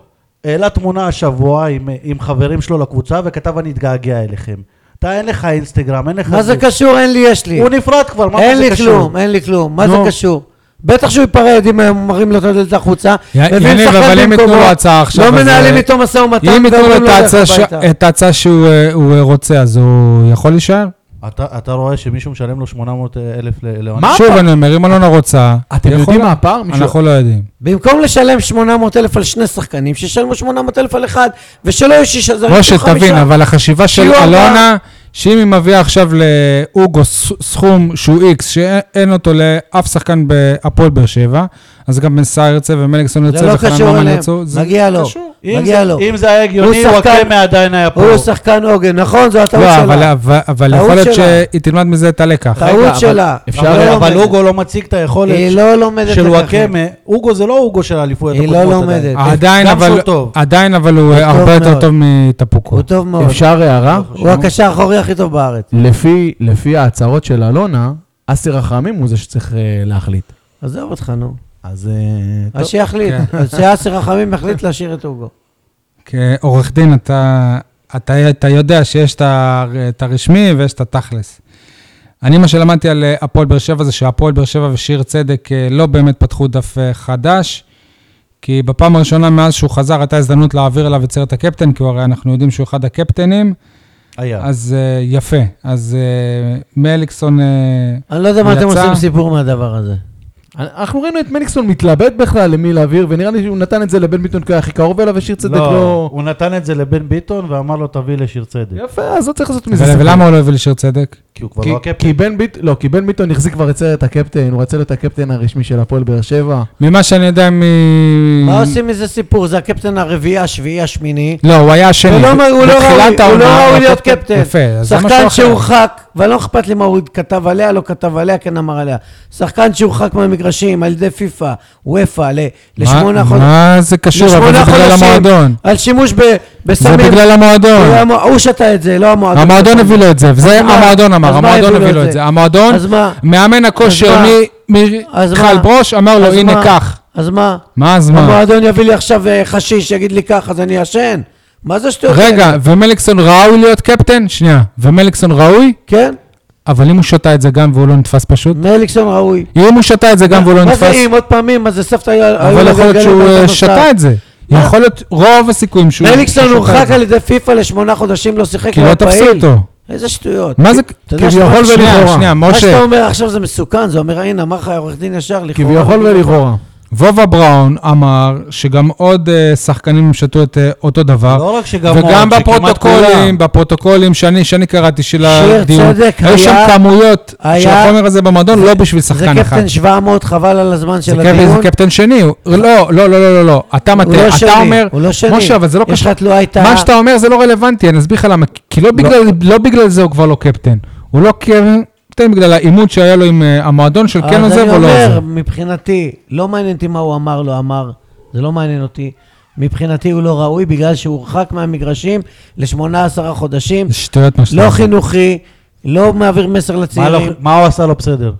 [SPEAKER 2] העלה תמונה השבוע עם, עם חברים שלו לקבוצה וכתב אני אתגעגע אליכם. אתה אין לך אינסטגרם, אין לך...
[SPEAKER 3] מה זה קשור? אין לי, יש לי.
[SPEAKER 2] הוא נפרד כבר, מה
[SPEAKER 3] אין
[SPEAKER 2] זה
[SPEAKER 3] לי
[SPEAKER 2] קשור?
[SPEAKER 3] כלום, אין לי כלום. מה זה
[SPEAKER 1] נו.
[SPEAKER 3] קשור? בטח שהוא ייפרד אם הם מראים לו את הדלת החוצה.
[SPEAKER 1] י-
[SPEAKER 3] מביאים
[SPEAKER 1] יניב,
[SPEAKER 3] שחקן
[SPEAKER 1] אבל אם ייתנו
[SPEAKER 3] במקומו,
[SPEAKER 1] לו הצעה עכשיו,
[SPEAKER 3] לא
[SPEAKER 1] אז,
[SPEAKER 3] מנהלים
[SPEAKER 1] אה,
[SPEAKER 3] איתו משא ומתן.
[SPEAKER 1] אם ייתנו לו
[SPEAKER 3] ואומרים
[SPEAKER 1] את ההצעה
[SPEAKER 3] "לך
[SPEAKER 1] ש-
[SPEAKER 3] לא הביתה".
[SPEAKER 1] את ההצעה שהוא אה, הוא, אה, רוצה, אז הוא יכול להישאר?
[SPEAKER 2] אתה, אתה רואה שמישהו משלם לו 800 אלף ל- לעונה?
[SPEAKER 4] מה
[SPEAKER 1] שוב,
[SPEAKER 4] הפער?
[SPEAKER 1] אני אומר, אם אלונה רוצה,
[SPEAKER 4] אתם
[SPEAKER 1] יכול-
[SPEAKER 4] יודעים מה הפער? מישהו-
[SPEAKER 1] אנחנו לא יודעים.
[SPEAKER 3] במקום לשלם 800 אלף על שני שחקנים, שישלמו 800 אלף על אחד, ושלא יהיו שישה זרים.
[SPEAKER 1] משה,
[SPEAKER 3] יהיו
[SPEAKER 1] תבין,
[SPEAKER 3] לא, חמישה.
[SPEAKER 1] אבל החשיבה של
[SPEAKER 3] שיהיו ארבעה.
[SPEAKER 1] אלונה, שאם היא מביאה עכשיו לאוגו ס- סכום שהוא איקס, שאין אותו לאף שחקן בהפועל באר שבע, אז גם בן סער ירצה ומליקסון ירצה
[SPEAKER 3] זה לא קשור אליהם, מגיע לו,
[SPEAKER 2] לא. אם
[SPEAKER 3] מגיע
[SPEAKER 2] זה-
[SPEAKER 3] לו.
[SPEAKER 2] אם זה היה הגיוני,
[SPEAKER 3] הוא שחקן-
[SPEAKER 2] וואקמה עדיין היה פה.
[SPEAKER 3] הוא שחקן עוגן, נכון, זו הטעות
[SPEAKER 1] לא, אבל-
[SPEAKER 3] שלה.
[SPEAKER 1] אבל- אבל יכול
[SPEAKER 3] טעות
[SPEAKER 1] להיות
[SPEAKER 3] שלה.
[SPEAKER 1] שהיא תלמד מזה את הלקח.
[SPEAKER 3] טעות
[SPEAKER 4] רגע, אבל
[SPEAKER 3] שלה.
[SPEAKER 4] אפשר-
[SPEAKER 3] אבל
[SPEAKER 2] אבל,
[SPEAKER 3] לא
[SPEAKER 2] אבל
[SPEAKER 3] לומדת.
[SPEAKER 2] אוגו לא מציג את היכולת
[SPEAKER 3] היא לא לומדת
[SPEAKER 2] של
[SPEAKER 3] לקחת.
[SPEAKER 2] וואקמה. אוגו זה לא אוגו של האליפויות
[SPEAKER 3] היא לא
[SPEAKER 2] הקודמות
[SPEAKER 3] לומדת.
[SPEAKER 2] עדיין.
[SPEAKER 1] עדיין,
[SPEAKER 2] גם
[SPEAKER 1] אבל-
[SPEAKER 2] שהוא טוב.
[SPEAKER 1] עדיין, אבל הוא
[SPEAKER 3] הוא
[SPEAKER 1] הרבה
[SPEAKER 3] טוב
[SPEAKER 1] יותר
[SPEAKER 3] מאוד.
[SPEAKER 1] טוב מטפוקו.
[SPEAKER 3] הוא טוב מאוד.
[SPEAKER 4] אפשר הערה? אוקיי.
[SPEAKER 3] הוא הקשר האחורי הכי טוב בארץ.
[SPEAKER 4] לפי, לפי ההצהרות של אלונה, אסי רחמים הוא זה שצריך אה, להחליט.
[SPEAKER 3] עזוב אותך, נו.
[SPEAKER 4] אז אה, טוב.
[SPEAKER 3] אז שיחליט.
[SPEAKER 1] כן.
[SPEAKER 3] אז שאסי רחמים יחליט להשאיר את אוגו.
[SPEAKER 1] כעורך דין, אתה, אתה, אתה יודע שיש את ה- את הרשמי ויש את התכלס. אני, מה שלמדתי על אה, הפועל באר שבע זה שהפועל באר שבע ושיר צדק אה, לא באמת פתחו דף אה, חדש, כי בפעם הראשונה מאז שהוא חזר הייתה הזדמנות להעביר אליו את סרט הקפטן, כי הרי אנחנו יודעים שהוא אחד הקפטנים,
[SPEAKER 2] היה.
[SPEAKER 1] אז אה, יפה. אז אה, מליקסון... אה,
[SPEAKER 3] אני לא יודע מה
[SPEAKER 1] הוא
[SPEAKER 3] אתם
[SPEAKER 1] יצא.
[SPEAKER 3] עושים סיפור מהדבר הזה.
[SPEAKER 4] אה, אנחנו ראינו את מליקסון מתלבט בכלל למי להעביר, ונראה לי שהוא נתן את זה לבן ביטון כי היה הכי קרוב אליו, ושיר צדק
[SPEAKER 2] לא,
[SPEAKER 4] לא...
[SPEAKER 2] הוא נתן את זה לבן ביטון ואמר לו תביא לשיר צדק.
[SPEAKER 4] יפה, אז לא צריך לעשות מזה
[SPEAKER 1] ו-
[SPEAKER 4] סיפור.
[SPEAKER 1] ולמה הוא לא הביא לשיר צדק?
[SPEAKER 2] כי הוא כבר
[SPEAKER 4] כי-
[SPEAKER 2] לא הקפטן.
[SPEAKER 4] כי בן ביטון, לא, כי בן ביטון החזיק כבר את סרט הקפטן, הוא רצה להיות הקפטן הרשמי של הפועל באר שבע.
[SPEAKER 1] ממה שאני יודע מ...
[SPEAKER 3] מה
[SPEAKER 1] Mm.
[SPEAKER 3] עושים מזה סיפור? זה הקפטן הרביעי, השביעי, השמיני.
[SPEAKER 1] לא, הוא היה השני.
[SPEAKER 3] ולא מ- הוא לא
[SPEAKER 1] בתחילת
[SPEAKER 3] ראוי- הוא לא
[SPEAKER 1] העונה
[SPEAKER 3] ראוי
[SPEAKER 1] היה
[SPEAKER 3] להיות קפטן.
[SPEAKER 1] יפה, אז זה משהו אחר.
[SPEAKER 3] שחקן שהורחק, ולא אכפת לי מה הוא כתב עליה, לא כתב עליה, כן אמר עליה. שחקן שהורחק מהמגרשים על ידי פיפ"א, וופ"א, ל- לשמונה
[SPEAKER 1] מה-
[SPEAKER 3] חודשים.
[SPEAKER 1] מה זה קשור? אבל זה
[SPEAKER 3] לשמונה
[SPEAKER 1] בגלל
[SPEAKER 3] חודשים.
[SPEAKER 1] המועדון.
[SPEAKER 3] על שימוש ב-
[SPEAKER 1] זה
[SPEAKER 3] בסמים.
[SPEAKER 1] בגלל
[SPEAKER 3] הוא היה
[SPEAKER 1] המועדון.
[SPEAKER 3] מוע- הוא שתה את זה, לא המועדון.
[SPEAKER 1] המועדון הביא לו את זה, וזה
[SPEAKER 3] אז מה?
[SPEAKER 1] המועדון אמר,
[SPEAKER 3] אז מה
[SPEAKER 1] המועדון הביא לו את זה. המועדון,
[SPEAKER 3] אז מה?
[SPEAKER 1] מאמן הכושר
[SPEAKER 3] אז מה?
[SPEAKER 1] מ-
[SPEAKER 3] אז
[SPEAKER 1] מיכל
[SPEAKER 3] מה?
[SPEAKER 1] ברוש אמר לו,
[SPEAKER 3] אז
[SPEAKER 1] הנה,
[SPEAKER 3] מה?
[SPEAKER 1] קח.
[SPEAKER 3] אז מה?
[SPEAKER 1] מה הזמן?
[SPEAKER 3] המועדון יביא לי עכשיו אה, חשיש, יגיד לי ככה, אז אני אעשן? מה זה שטויות?
[SPEAKER 1] רגע,
[SPEAKER 3] האלה?
[SPEAKER 1] ומליקסון ראוי להיות קפטן? שנייה. ומליקסון ראוי?
[SPEAKER 3] כן,
[SPEAKER 1] אבל אם הוא שתה את זה גם והוא לא נתפס פשוט?
[SPEAKER 3] מליקסון ראוי.
[SPEAKER 1] אם הוא שתה את זה גם והוא לא
[SPEAKER 3] מה זה
[SPEAKER 1] נתפס,
[SPEAKER 3] אם? עוד פעמים, מה זה סבתא... היו
[SPEAKER 1] אבל יכול להיות
[SPEAKER 3] מגלגלים
[SPEAKER 1] שהוא
[SPEAKER 3] את
[SPEAKER 1] אה,
[SPEAKER 3] הנוסף.
[SPEAKER 1] שתה את זה.
[SPEAKER 3] מה?
[SPEAKER 1] יכול להיות רוב הסיכויים שהוא...
[SPEAKER 3] מליקסון
[SPEAKER 1] שהוא שתה את
[SPEAKER 3] הורחק
[SPEAKER 1] זה.
[SPEAKER 3] על ידי פיפ"א לשמונה חודשים, לא שיחק,
[SPEAKER 1] כי לא
[SPEAKER 3] היה
[SPEAKER 1] תפסו
[SPEAKER 3] פעיל.
[SPEAKER 1] אותו.
[SPEAKER 3] איזה שטויות.
[SPEAKER 1] מה זה
[SPEAKER 3] אתה יודע שאתה-
[SPEAKER 4] כביכול
[SPEAKER 1] שנייה,
[SPEAKER 4] ולכאורה.
[SPEAKER 1] שנייה,
[SPEAKER 3] מה שאתה
[SPEAKER 1] משה,
[SPEAKER 3] אומר עכשיו זה מסוכן, זה אומר, הנה, אמר לך העורך דין ישר, לכאורה.
[SPEAKER 4] כביכול ולכאורה.
[SPEAKER 1] וובה בראון אמר שגם עוד אה, שחקנים שתו את אה, אותו דבר,
[SPEAKER 2] לא רק שגם עוד,
[SPEAKER 1] וגם
[SPEAKER 2] שכמעט כולם.
[SPEAKER 1] בפרוטוקולים, בפרוטוקולים שאני שאני קראתי של
[SPEAKER 3] שיר
[SPEAKER 1] הדיון,
[SPEAKER 3] צדק
[SPEAKER 1] היו
[SPEAKER 3] היה-
[SPEAKER 1] שם כמויות של
[SPEAKER 3] היה-
[SPEAKER 1] החומר הזה במועדון, לא בשביל
[SPEAKER 3] זה
[SPEAKER 1] שחקן אחד.
[SPEAKER 3] קפטן 700, חבל על הזמן
[SPEAKER 1] זה
[SPEAKER 3] של
[SPEAKER 1] קפטן- זה
[SPEAKER 3] הדיון.
[SPEAKER 1] קפטן שני, הוא- לא, לא, לא, לא, לא, לא, אתה
[SPEAKER 3] הוא לא
[SPEAKER 1] מטעה,
[SPEAKER 3] שני,
[SPEAKER 1] אתה אומר,
[SPEAKER 3] הוא לא שני.
[SPEAKER 1] משה, אבל זה לא
[SPEAKER 3] יש
[SPEAKER 1] קשור.
[SPEAKER 3] לך תלויה איתה...
[SPEAKER 1] מה שאתה אומר זה לא רלוונטי, אני אסביר לך למה, כי לא בגלל- לא בגלל זה הוא כבר לא קפטן, הוא לא קפטן בגלל העימות שהיה לו עם אה, המועדון של כן עוזב או לא
[SPEAKER 3] אז אני
[SPEAKER 1] עוזב.
[SPEAKER 3] אומר, מבחינתי, לא מעניין אותי מה הוא אמר, לא אמר, זה לא מעניין אותי. מבחינתי הוא לא ראוי בגלל שהוא הורחק מהמגרשים ל-18 חודשים.
[SPEAKER 1] זה שטויות מה שאתה
[SPEAKER 3] לא
[SPEAKER 1] אומר.
[SPEAKER 3] חינוכי, לא מעביר מסר
[SPEAKER 2] מה לא-
[SPEAKER 3] לצעירים.
[SPEAKER 2] מה הוא עשה לא בסדר?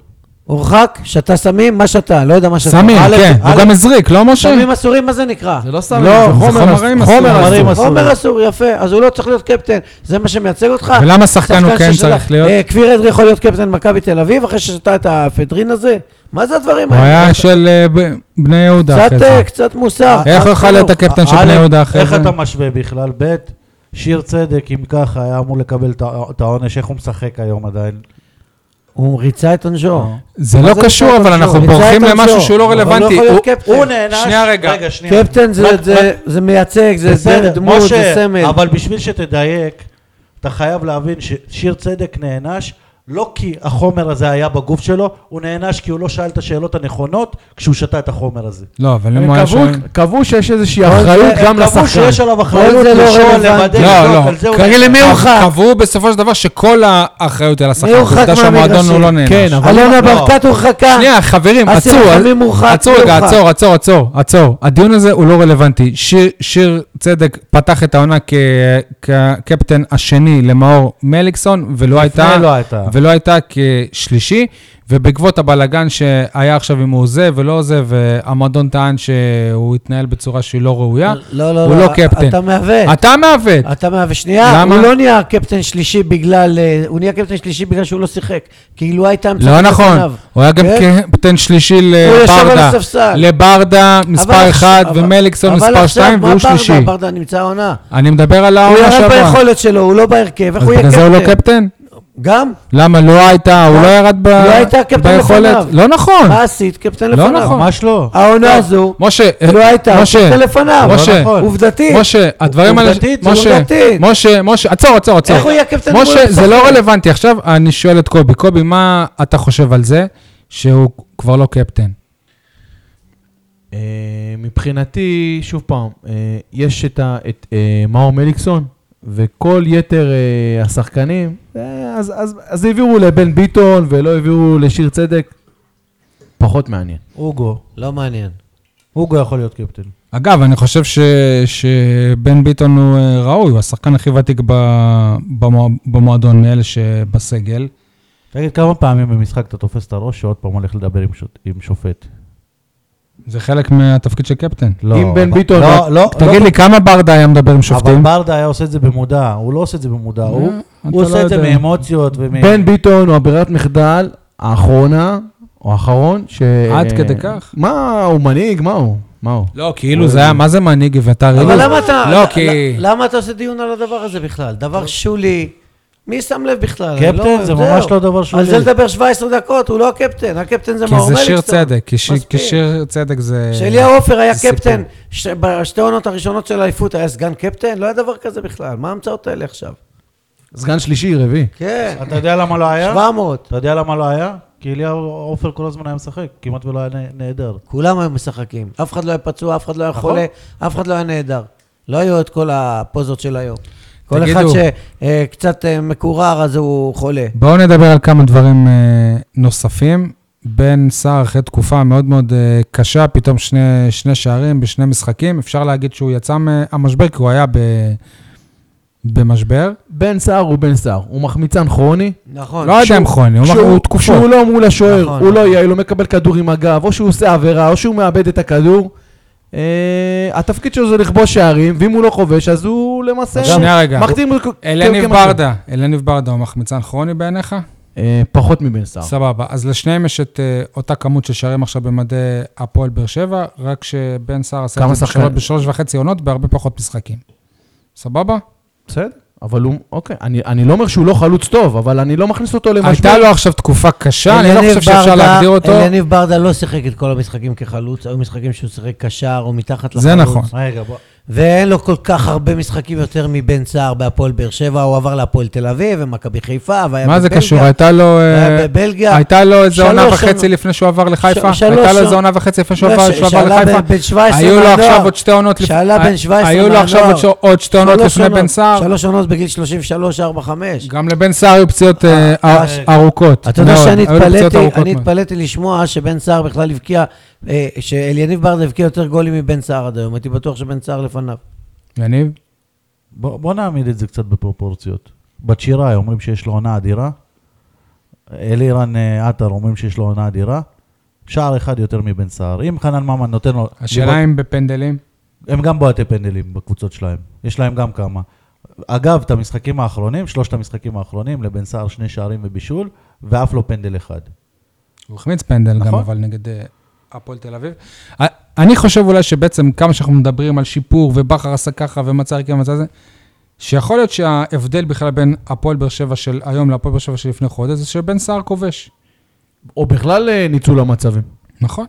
[SPEAKER 3] הורחק, שתה סמים, מה שתה? לא יודע מה שתה.
[SPEAKER 1] סמים,
[SPEAKER 2] א',
[SPEAKER 1] כן,
[SPEAKER 2] א',
[SPEAKER 1] הוא גם הזריק, לא משה?
[SPEAKER 3] סמים אסורים, מה זה נקרא?
[SPEAKER 4] זה לא סתם,
[SPEAKER 1] לא, זה חומר אסור. חומר
[SPEAKER 4] חומר אסור.
[SPEAKER 2] אסור.
[SPEAKER 3] עומר אסור, יפה. אז הוא לא צריך להיות קפטן. זה מה שמייצג אותך?
[SPEAKER 1] ולמה שחקן הוא כן
[SPEAKER 3] ששלח-
[SPEAKER 1] צריך להיות?
[SPEAKER 3] אה, כפיר אדרי יכול להיות קפטן מכבי תל אביב אחרי ששתה את האפדרין הזה? מה זה הדברים
[SPEAKER 1] הוא
[SPEAKER 3] האלה?
[SPEAKER 1] היה של אה, ב- בני יהודה
[SPEAKER 3] אוקיי. קצת,
[SPEAKER 1] אחרי זה.
[SPEAKER 3] אה, קצת מוסר. אה,
[SPEAKER 1] איך הוא
[SPEAKER 3] קצת
[SPEAKER 1] יכול להיות
[SPEAKER 3] חינוך.
[SPEAKER 1] הקפטן של
[SPEAKER 2] א',
[SPEAKER 1] בני יהודה אחרי
[SPEAKER 2] איך
[SPEAKER 1] זה?
[SPEAKER 2] אתה משווה בכלל? ב', שיר צדק, אם ככה, היה אמור לקבל את ה- את העונש, איך הוא משחק היום עדיין?
[SPEAKER 3] הוא ריצה את עונשו.
[SPEAKER 1] זה
[SPEAKER 3] מה
[SPEAKER 1] לא
[SPEAKER 3] זה
[SPEAKER 1] קשור,
[SPEAKER 3] ריצה
[SPEAKER 1] אבל
[SPEAKER 3] את
[SPEAKER 1] אנחנו
[SPEAKER 3] עונשו?
[SPEAKER 1] בורחים
[SPEAKER 3] ריצה את
[SPEAKER 1] למשהו
[SPEAKER 3] עונשו,
[SPEAKER 1] שהוא לא
[SPEAKER 3] אבל לא
[SPEAKER 1] רלוונטי.
[SPEAKER 3] יכול להיות
[SPEAKER 1] הוא-
[SPEAKER 3] קפטן.
[SPEAKER 1] שנייה, רגע.
[SPEAKER 2] רגע, אה, שנייה.
[SPEAKER 3] קפטן זה-
[SPEAKER 2] רק-
[SPEAKER 3] זה- זה מייצג, זה- זה
[SPEAKER 2] בסדר,
[SPEAKER 3] דמות, זה
[SPEAKER 2] משה,
[SPEAKER 3] סמל.
[SPEAKER 2] אבל בשביל שתדייק, אתה חייב להבין ששיר צדק נענש לא כי החומר הזה היה בגוף שלו, הוא נענש כי הוא לא שאל את השאלות הנכונות כשהוא שתה את החומר הזה.
[SPEAKER 1] לא, אבל אם
[SPEAKER 4] הם
[SPEAKER 1] הוא היה
[SPEAKER 4] קבעו- לא,
[SPEAKER 1] שם...
[SPEAKER 4] קבעו שיש איזושהי אחריות גם
[SPEAKER 2] הם קבעו שיש
[SPEAKER 4] לשחקן.
[SPEAKER 2] עליו
[SPEAKER 3] אבל
[SPEAKER 2] אחריות
[SPEAKER 3] זה לא
[SPEAKER 2] לשאול,
[SPEAKER 3] רלוונטי.
[SPEAKER 2] לוודא,
[SPEAKER 1] לא,
[SPEAKER 2] לבדוק,
[SPEAKER 1] לא.
[SPEAKER 2] על זה הוא
[SPEAKER 1] קרי,
[SPEAKER 2] נענש.
[SPEAKER 1] למי
[SPEAKER 3] הוא הורחק?
[SPEAKER 1] קבעו בסופו של דבר שכל האחריות על השחקן.
[SPEAKER 3] מי הורחק
[SPEAKER 1] עובדה שהמועדון
[SPEAKER 3] מהמגרשים?
[SPEAKER 1] הוא לא נענש.
[SPEAKER 4] כן, אבל-
[SPEAKER 3] אלונה
[SPEAKER 2] לא.
[SPEAKER 3] ברקת הורחקה.
[SPEAKER 1] שנייה, חברים,
[SPEAKER 3] אסי
[SPEAKER 1] עצרו, אה,
[SPEAKER 3] רחמים מורחק,
[SPEAKER 1] עצרו רגע,
[SPEAKER 3] מורחק.
[SPEAKER 1] עצור, עצור, עצור, עצור. הדיון הזה הוא לא רלוונטי. שיר- שיר צדק פתח את העונה כ- כקפטן השני למאור מליקסון, ולא הייתה...
[SPEAKER 2] לא הייתה.
[SPEAKER 1] ולא הייתה כשלישי, ובעקבות הבלגן שהיה עכשיו אם הוא עוזב ולא עוזב, המועדון טען שהוא התנהל בצורה שהיא לא ראויה.
[SPEAKER 3] לא, לא,
[SPEAKER 1] הוא לא קפטן.
[SPEAKER 3] אתה מעוות.
[SPEAKER 1] אתה מעוות.
[SPEAKER 3] אתה מעוות. שנייה,
[SPEAKER 1] למה?
[SPEAKER 3] הוא לא נהיה קפטן שלישי בגלל... אה, הוא נהיה קפטן שלישי בגלל שהוא לא שיחק. כאילו הייתה המצאה
[SPEAKER 1] לא נכון,
[SPEAKER 3] לפניו.
[SPEAKER 1] הוא היה גם
[SPEAKER 3] כן?
[SPEAKER 1] קפטן שלישי
[SPEAKER 3] הוא ישב על
[SPEAKER 1] לברדה.
[SPEAKER 3] הספסל.
[SPEAKER 1] לברדה
[SPEAKER 3] אבל
[SPEAKER 1] מספר
[SPEAKER 3] עכש-
[SPEAKER 1] 1
[SPEAKER 3] אבל-
[SPEAKER 1] ומליקסון
[SPEAKER 3] אבל
[SPEAKER 1] מספר
[SPEAKER 3] עכשיו,
[SPEAKER 1] 2
[SPEAKER 3] מה
[SPEAKER 1] והוא
[SPEAKER 3] ברדה?
[SPEAKER 1] שלישי.
[SPEAKER 3] ברדה נמצא עונה.
[SPEAKER 1] אני מדבר על
[SPEAKER 3] הוא
[SPEAKER 1] העונה
[SPEAKER 3] ירד
[SPEAKER 1] שעברה.
[SPEAKER 3] ביכולת שלו, הוא לא בהרכב, איך
[SPEAKER 1] אז
[SPEAKER 3] הוא יהיה
[SPEAKER 1] בגלל זה הוא לא קפטן?
[SPEAKER 3] גם?
[SPEAKER 1] למה לא הייתה, הוא לא ירד ב-
[SPEAKER 3] לא הייתה קפטן
[SPEAKER 1] ביכולת?
[SPEAKER 3] לפניו.
[SPEAKER 1] לא נכון.
[SPEAKER 3] מה עשית? קפטן
[SPEAKER 1] לא
[SPEAKER 3] לפניו.
[SPEAKER 1] נכון.
[SPEAKER 2] ממש לא.
[SPEAKER 3] העונה הזו,
[SPEAKER 1] משה,
[SPEAKER 3] לא
[SPEAKER 1] אה,
[SPEAKER 3] הייתה, הוא
[SPEAKER 1] משה,
[SPEAKER 3] קפטן לפניו.
[SPEAKER 1] משה,
[SPEAKER 2] לא נכון.
[SPEAKER 3] עובדתית.
[SPEAKER 1] משה, הדברים האלה...
[SPEAKER 3] עובדתית, זה
[SPEAKER 1] משה,
[SPEAKER 3] עובדתית.
[SPEAKER 1] משה, משה, עצור, עצור, עצור.
[SPEAKER 3] איך הוא יהיה קפטן מול
[SPEAKER 1] משה, זה לא
[SPEAKER 3] שחקן?
[SPEAKER 1] רלוונטי. עכשיו אני שואל את קובי. קובי, מה אתה חושב על זה שהוא כבר לא קפטן?
[SPEAKER 4] אה, מבחינתי, שוב פעם, אה, יש את ה- את אה, מאור מליקסון, וכל יתר אה, השחקנים, אה, אז- אז אז העבירו לבן ביטון ולא העבירו לשיר צדק, פחות מעניין.
[SPEAKER 2] אוגו,
[SPEAKER 3] לא מעניין.
[SPEAKER 2] אוגו יכול להיות קפטן.
[SPEAKER 1] אגב, אני חושב ש, שבן ביטון הוא אה, ראוי, הוא השחקן הכי ותיק ב, במו, במועדון מאלה שבסגל.
[SPEAKER 2] תגיד, כמה פעמים במשחק אתה תופס את הראש שעוד פעם הולך לדבר עם שוט- עם שופט?
[SPEAKER 1] זה חלק מהתפקיד של קפטן.
[SPEAKER 2] לא,
[SPEAKER 4] אם בן
[SPEAKER 2] אבל-
[SPEAKER 4] ביטון-
[SPEAKER 2] לא, לא,
[SPEAKER 1] תגיד לי, כמה ברדה היה מדבר עם
[SPEAKER 2] שופטים. אבל
[SPEAKER 1] שופטים?
[SPEAKER 2] ברדה היה עושה את זה במודע, הוא לא עושה את זה במודע, הוא
[SPEAKER 1] אתה
[SPEAKER 2] הוא
[SPEAKER 1] לא
[SPEAKER 2] עושה את זה
[SPEAKER 1] יודע.
[SPEAKER 2] מאמוציות ומ...
[SPEAKER 4] בן ביטון הוא הברירת מחדל האחרונה, או האחרון, ש...
[SPEAKER 1] עד כדי כך?
[SPEAKER 4] מה, הוא מנהיג? מה הוא? מה הוא?
[SPEAKER 1] לא, כאילו זה היה, מה זה מנהיג אביתר עילית?
[SPEAKER 3] אבל למה אתה...
[SPEAKER 1] לא,
[SPEAKER 3] ל-
[SPEAKER 1] כי...
[SPEAKER 3] ל- למה אתה עושה דיון על הדבר הזה בכלל? דבר שולי. מי שם לב בכלל? אני לא-
[SPEAKER 2] לא. קפטן זה
[SPEAKER 3] זהו.
[SPEAKER 2] ממש לא דבר
[SPEAKER 3] על זה
[SPEAKER 2] שולי.
[SPEAKER 3] לדבר 17 דקות, הוא לא הקפטן, הקפטן זה
[SPEAKER 1] כי
[SPEAKER 3] מאור
[SPEAKER 1] זה
[SPEAKER 3] מליקסון.
[SPEAKER 1] שיר צדק, כי שיר- כי
[SPEAKER 3] מספיק.
[SPEAKER 1] שיר צדק זה...
[SPEAKER 3] שאליהו עופר היה
[SPEAKER 1] אה, זה
[SPEAKER 3] קפטן,
[SPEAKER 1] סיפור.
[SPEAKER 3] ש- בשתי העונות הראשונות של האליפות היה סגן קפטן? לא היה דבר כזה בכלל, מה ההמצאות האלה עכשיו?
[SPEAKER 4] סגן שלישי, רביעי.
[SPEAKER 3] כן,
[SPEAKER 2] אתה יודע למה לא היה?
[SPEAKER 3] 700.
[SPEAKER 2] אתה יודע למה לא היה? כי אליהו עופר כל הזמן היה משחק, כמעט ולא היה נ- נהדר.
[SPEAKER 3] כולם היו משחקים, אף אחד לא היה פצוע, אף אחד לא היה
[SPEAKER 2] נכון.
[SPEAKER 3] חולה, אף אחד לא היה נהדר. לא היו את כל הפוזות של היום. כל
[SPEAKER 1] תגידו.
[SPEAKER 3] אחד שקצת אה, מקורר אז הוא חולה.
[SPEAKER 1] בואו נדבר על כמה דברים אה, נוספים. בן סער אחרי תקופה מאוד מאוד אה, קשה, פתאום שני, שני שערים בשני משחקים. אפשר להגיד שהוא יצא מהמשבר, כי הוא היה ב, במשבר.
[SPEAKER 4] בן סער הוא בן סער, הוא מחמיצן כרוני.
[SPEAKER 3] נכון.
[SPEAKER 1] לא יודע אם חוני, הוא אמר, הוא תקופות.
[SPEAKER 4] כשהוא לא מול השוער,
[SPEAKER 3] נכון,
[SPEAKER 4] הוא לא
[SPEAKER 3] נכון.
[SPEAKER 4] יעיל, הוא מקבל כדור עם הגב, או שהוא עושה עבירה, או שהוא מאבד את הכדור. אה, התפקיד שלו זה לכבוש שערים, ואם הוא לא כובש, אז הוא למעשה...
[SPEAKER 1] שנייה רגע.
[SPEAKER 4] מחתים אותו כ-
[SPEAKER 1] אלניב
[SPEAKER 3] אוקיי,
[SPEAKER 4] כמשהו.
[SPEAKER 1] ברדה, אלניב ברדה הוא מחמיצן כרוני בעיניך?
[SPEAKER 4] אה, פחות מבן סער.
[SPEAKER 1] סבבה. אז לשניהם יש את אה, אותה כמות של שערים עכשיו במדי הפועל באר שבע, רק שבן סער עשה
[SPEAKER 4] כמה
[SPEAKER 1] את זה
[SPEAKER 4] שחקן-
[SPEAKER 1] בשלוש- בשלוש וחצי עונות בהרבה פחות משחקים. סבבה?
[SPEAKER 3] אוקיי,
[SPEAKER 4] בסדר, אבל הוא... אוקיי, אני אני לא אומר שהוא לא חלוץ טוב, אבל אני לא מכניס אותו
[SPEAKER 1] הייתה
[SPEAKER 4] למשבר.
[SPEAKER 1] לו עכשיו תקופה קשה, אני לא
[SPEAKER 3] אליניב
[SPEAKER 1] חושב שאפשר
[SPEAKER 3] ברדה-
[SPEAKER 1] להגדיר אותו.
[SPEAKER 3] אליניב ברדה לא שיחק את כל המשחקים כחלוץ, היו משחקים שהוא שיחק קשר או מתחת לחלוץ.
[SPEAKER 1] זה נכון.
[SPEAKER 2] רגע, בוא.
[SPEAKER 3] ואין לו כל כך הרבה משחקים יותר מבן סער בהפועל באר שבע, הוא עבר להפועל תל אביב ומכבי חיפה, והיה
[SPEAKER 1] מה זה
[SPEAKER 3] בבלגיה,
[SPEAKER 1] קשור? הייתה לו... אה,
[SPEAKER 3] והיה בבלגיה.
[SPEAKER 1] הייתה לו איזה
[SPEAKER 3] שלוש
[SPEAKER 1] עונה
[SPEAKER 3] עונות.
[SPEAKER 1] וחצי לפני שהוא עבר לחיפה?
[SPEAKER 3] ש- שלוש
[SPEAKER 1] הייתה לו איזה
[SPEAKER 3] עונות.
[SPEAKER 1] עונה וחצי לפני שהוא
[SPEAKER 3] לא,
[SPEAKER 1] עבר
[SPEAKER 3] ש-
[SPEAKER 1] שהוא עבר
[SPEAKER 3] שעלה
[SPEAKER 1] לחיפה?
[SPEAKER 3] בן- בן 17
[SPEAKER 1] היו לו
[SPEAKER 3] מהנוער.
[SPEAKER 1] עכשיו עוד שתי עונות לפני...
[SPEAKER 3] שעלה בן 17
[SPEAKER 1] היו לו עכשיו עוד
[SPEAKER 3] מהנוער.
[SPEAKER 1] ש- עוד שתי עונות
[SPEAKER 3] לא. שלוש
[SPEAKER 1] לפני בן
[SPEAKER 3] עונות-
[SPEAKER 1] סער.
[SPEAKER 3] שלוש עונות בגיל 33, 4, 5.
[SPEAKER 1] גם לבן סער היו פציעות אה,
[SPEAKER 3] אה,
[SPEAKER 1] אר- ארוכות.
[SPEAKER 3] אתה יודע
[SPEAKER 1] מאוד.
[SPEAKER 3] שאני
[SPEAKER 1] היו לו פציעות
[SPEAKER 3] התפלאתי,
[SPEAKER 1] ארוכות
[SPEAKER 3] אני
[SPEAKER 1] מאוד.
[SPEAKER 3] התפלאתי לשמוע שבן סער בכלל הבקיע, אה, שאליניב ברדה הבקיע יותר גולים מבן סער עד היום, הייתי בטוח שבן סער לפניו.
[SPEAKER 1] יניב?
[SPEAKER 2] בוא, בוא נעמיד את זה קצת בפרופורציות. בת שיראי אומרים שיש לו עונה אדירה, אלירן אה, עטר אומרים שיש לו עונה אדירה, שער אחד יותר מבן סער. אם חנן ממן נותן לו...
[SPEAKER 1] השאלה אם בפנדלים.
[SPEAKER 2] הם גם בועטי פנדלים בקבוצות שלהם, יש להם גם כמה. אגב, את המשחקים האחרונים, שלושת המשחקים האחרונים, לבן סער שני שערים ובישול, ואף לא פנדל אחד.
[SPEAKER 1] הוא החמיץ פנדל גם,
[SPEAKER 2] נכון.
[SPEAKER 1] אבל נגד אה, הפועל תל אביב. אה, אני חושב אולי שבעצם כמה שאנחנו מדברים על שיפור, ובכר עשה ככה, ומצא הרכב ומצא זה, שיכול להיות שההבדל בכלל בין הפועל באר שבע של היום להפועל באר שבע של לפני חודש, זה שבן סער כובש.
[SPEAKER 4] או בכלל אה, ניצול המצבים.
[SPEAKER 1] נכון.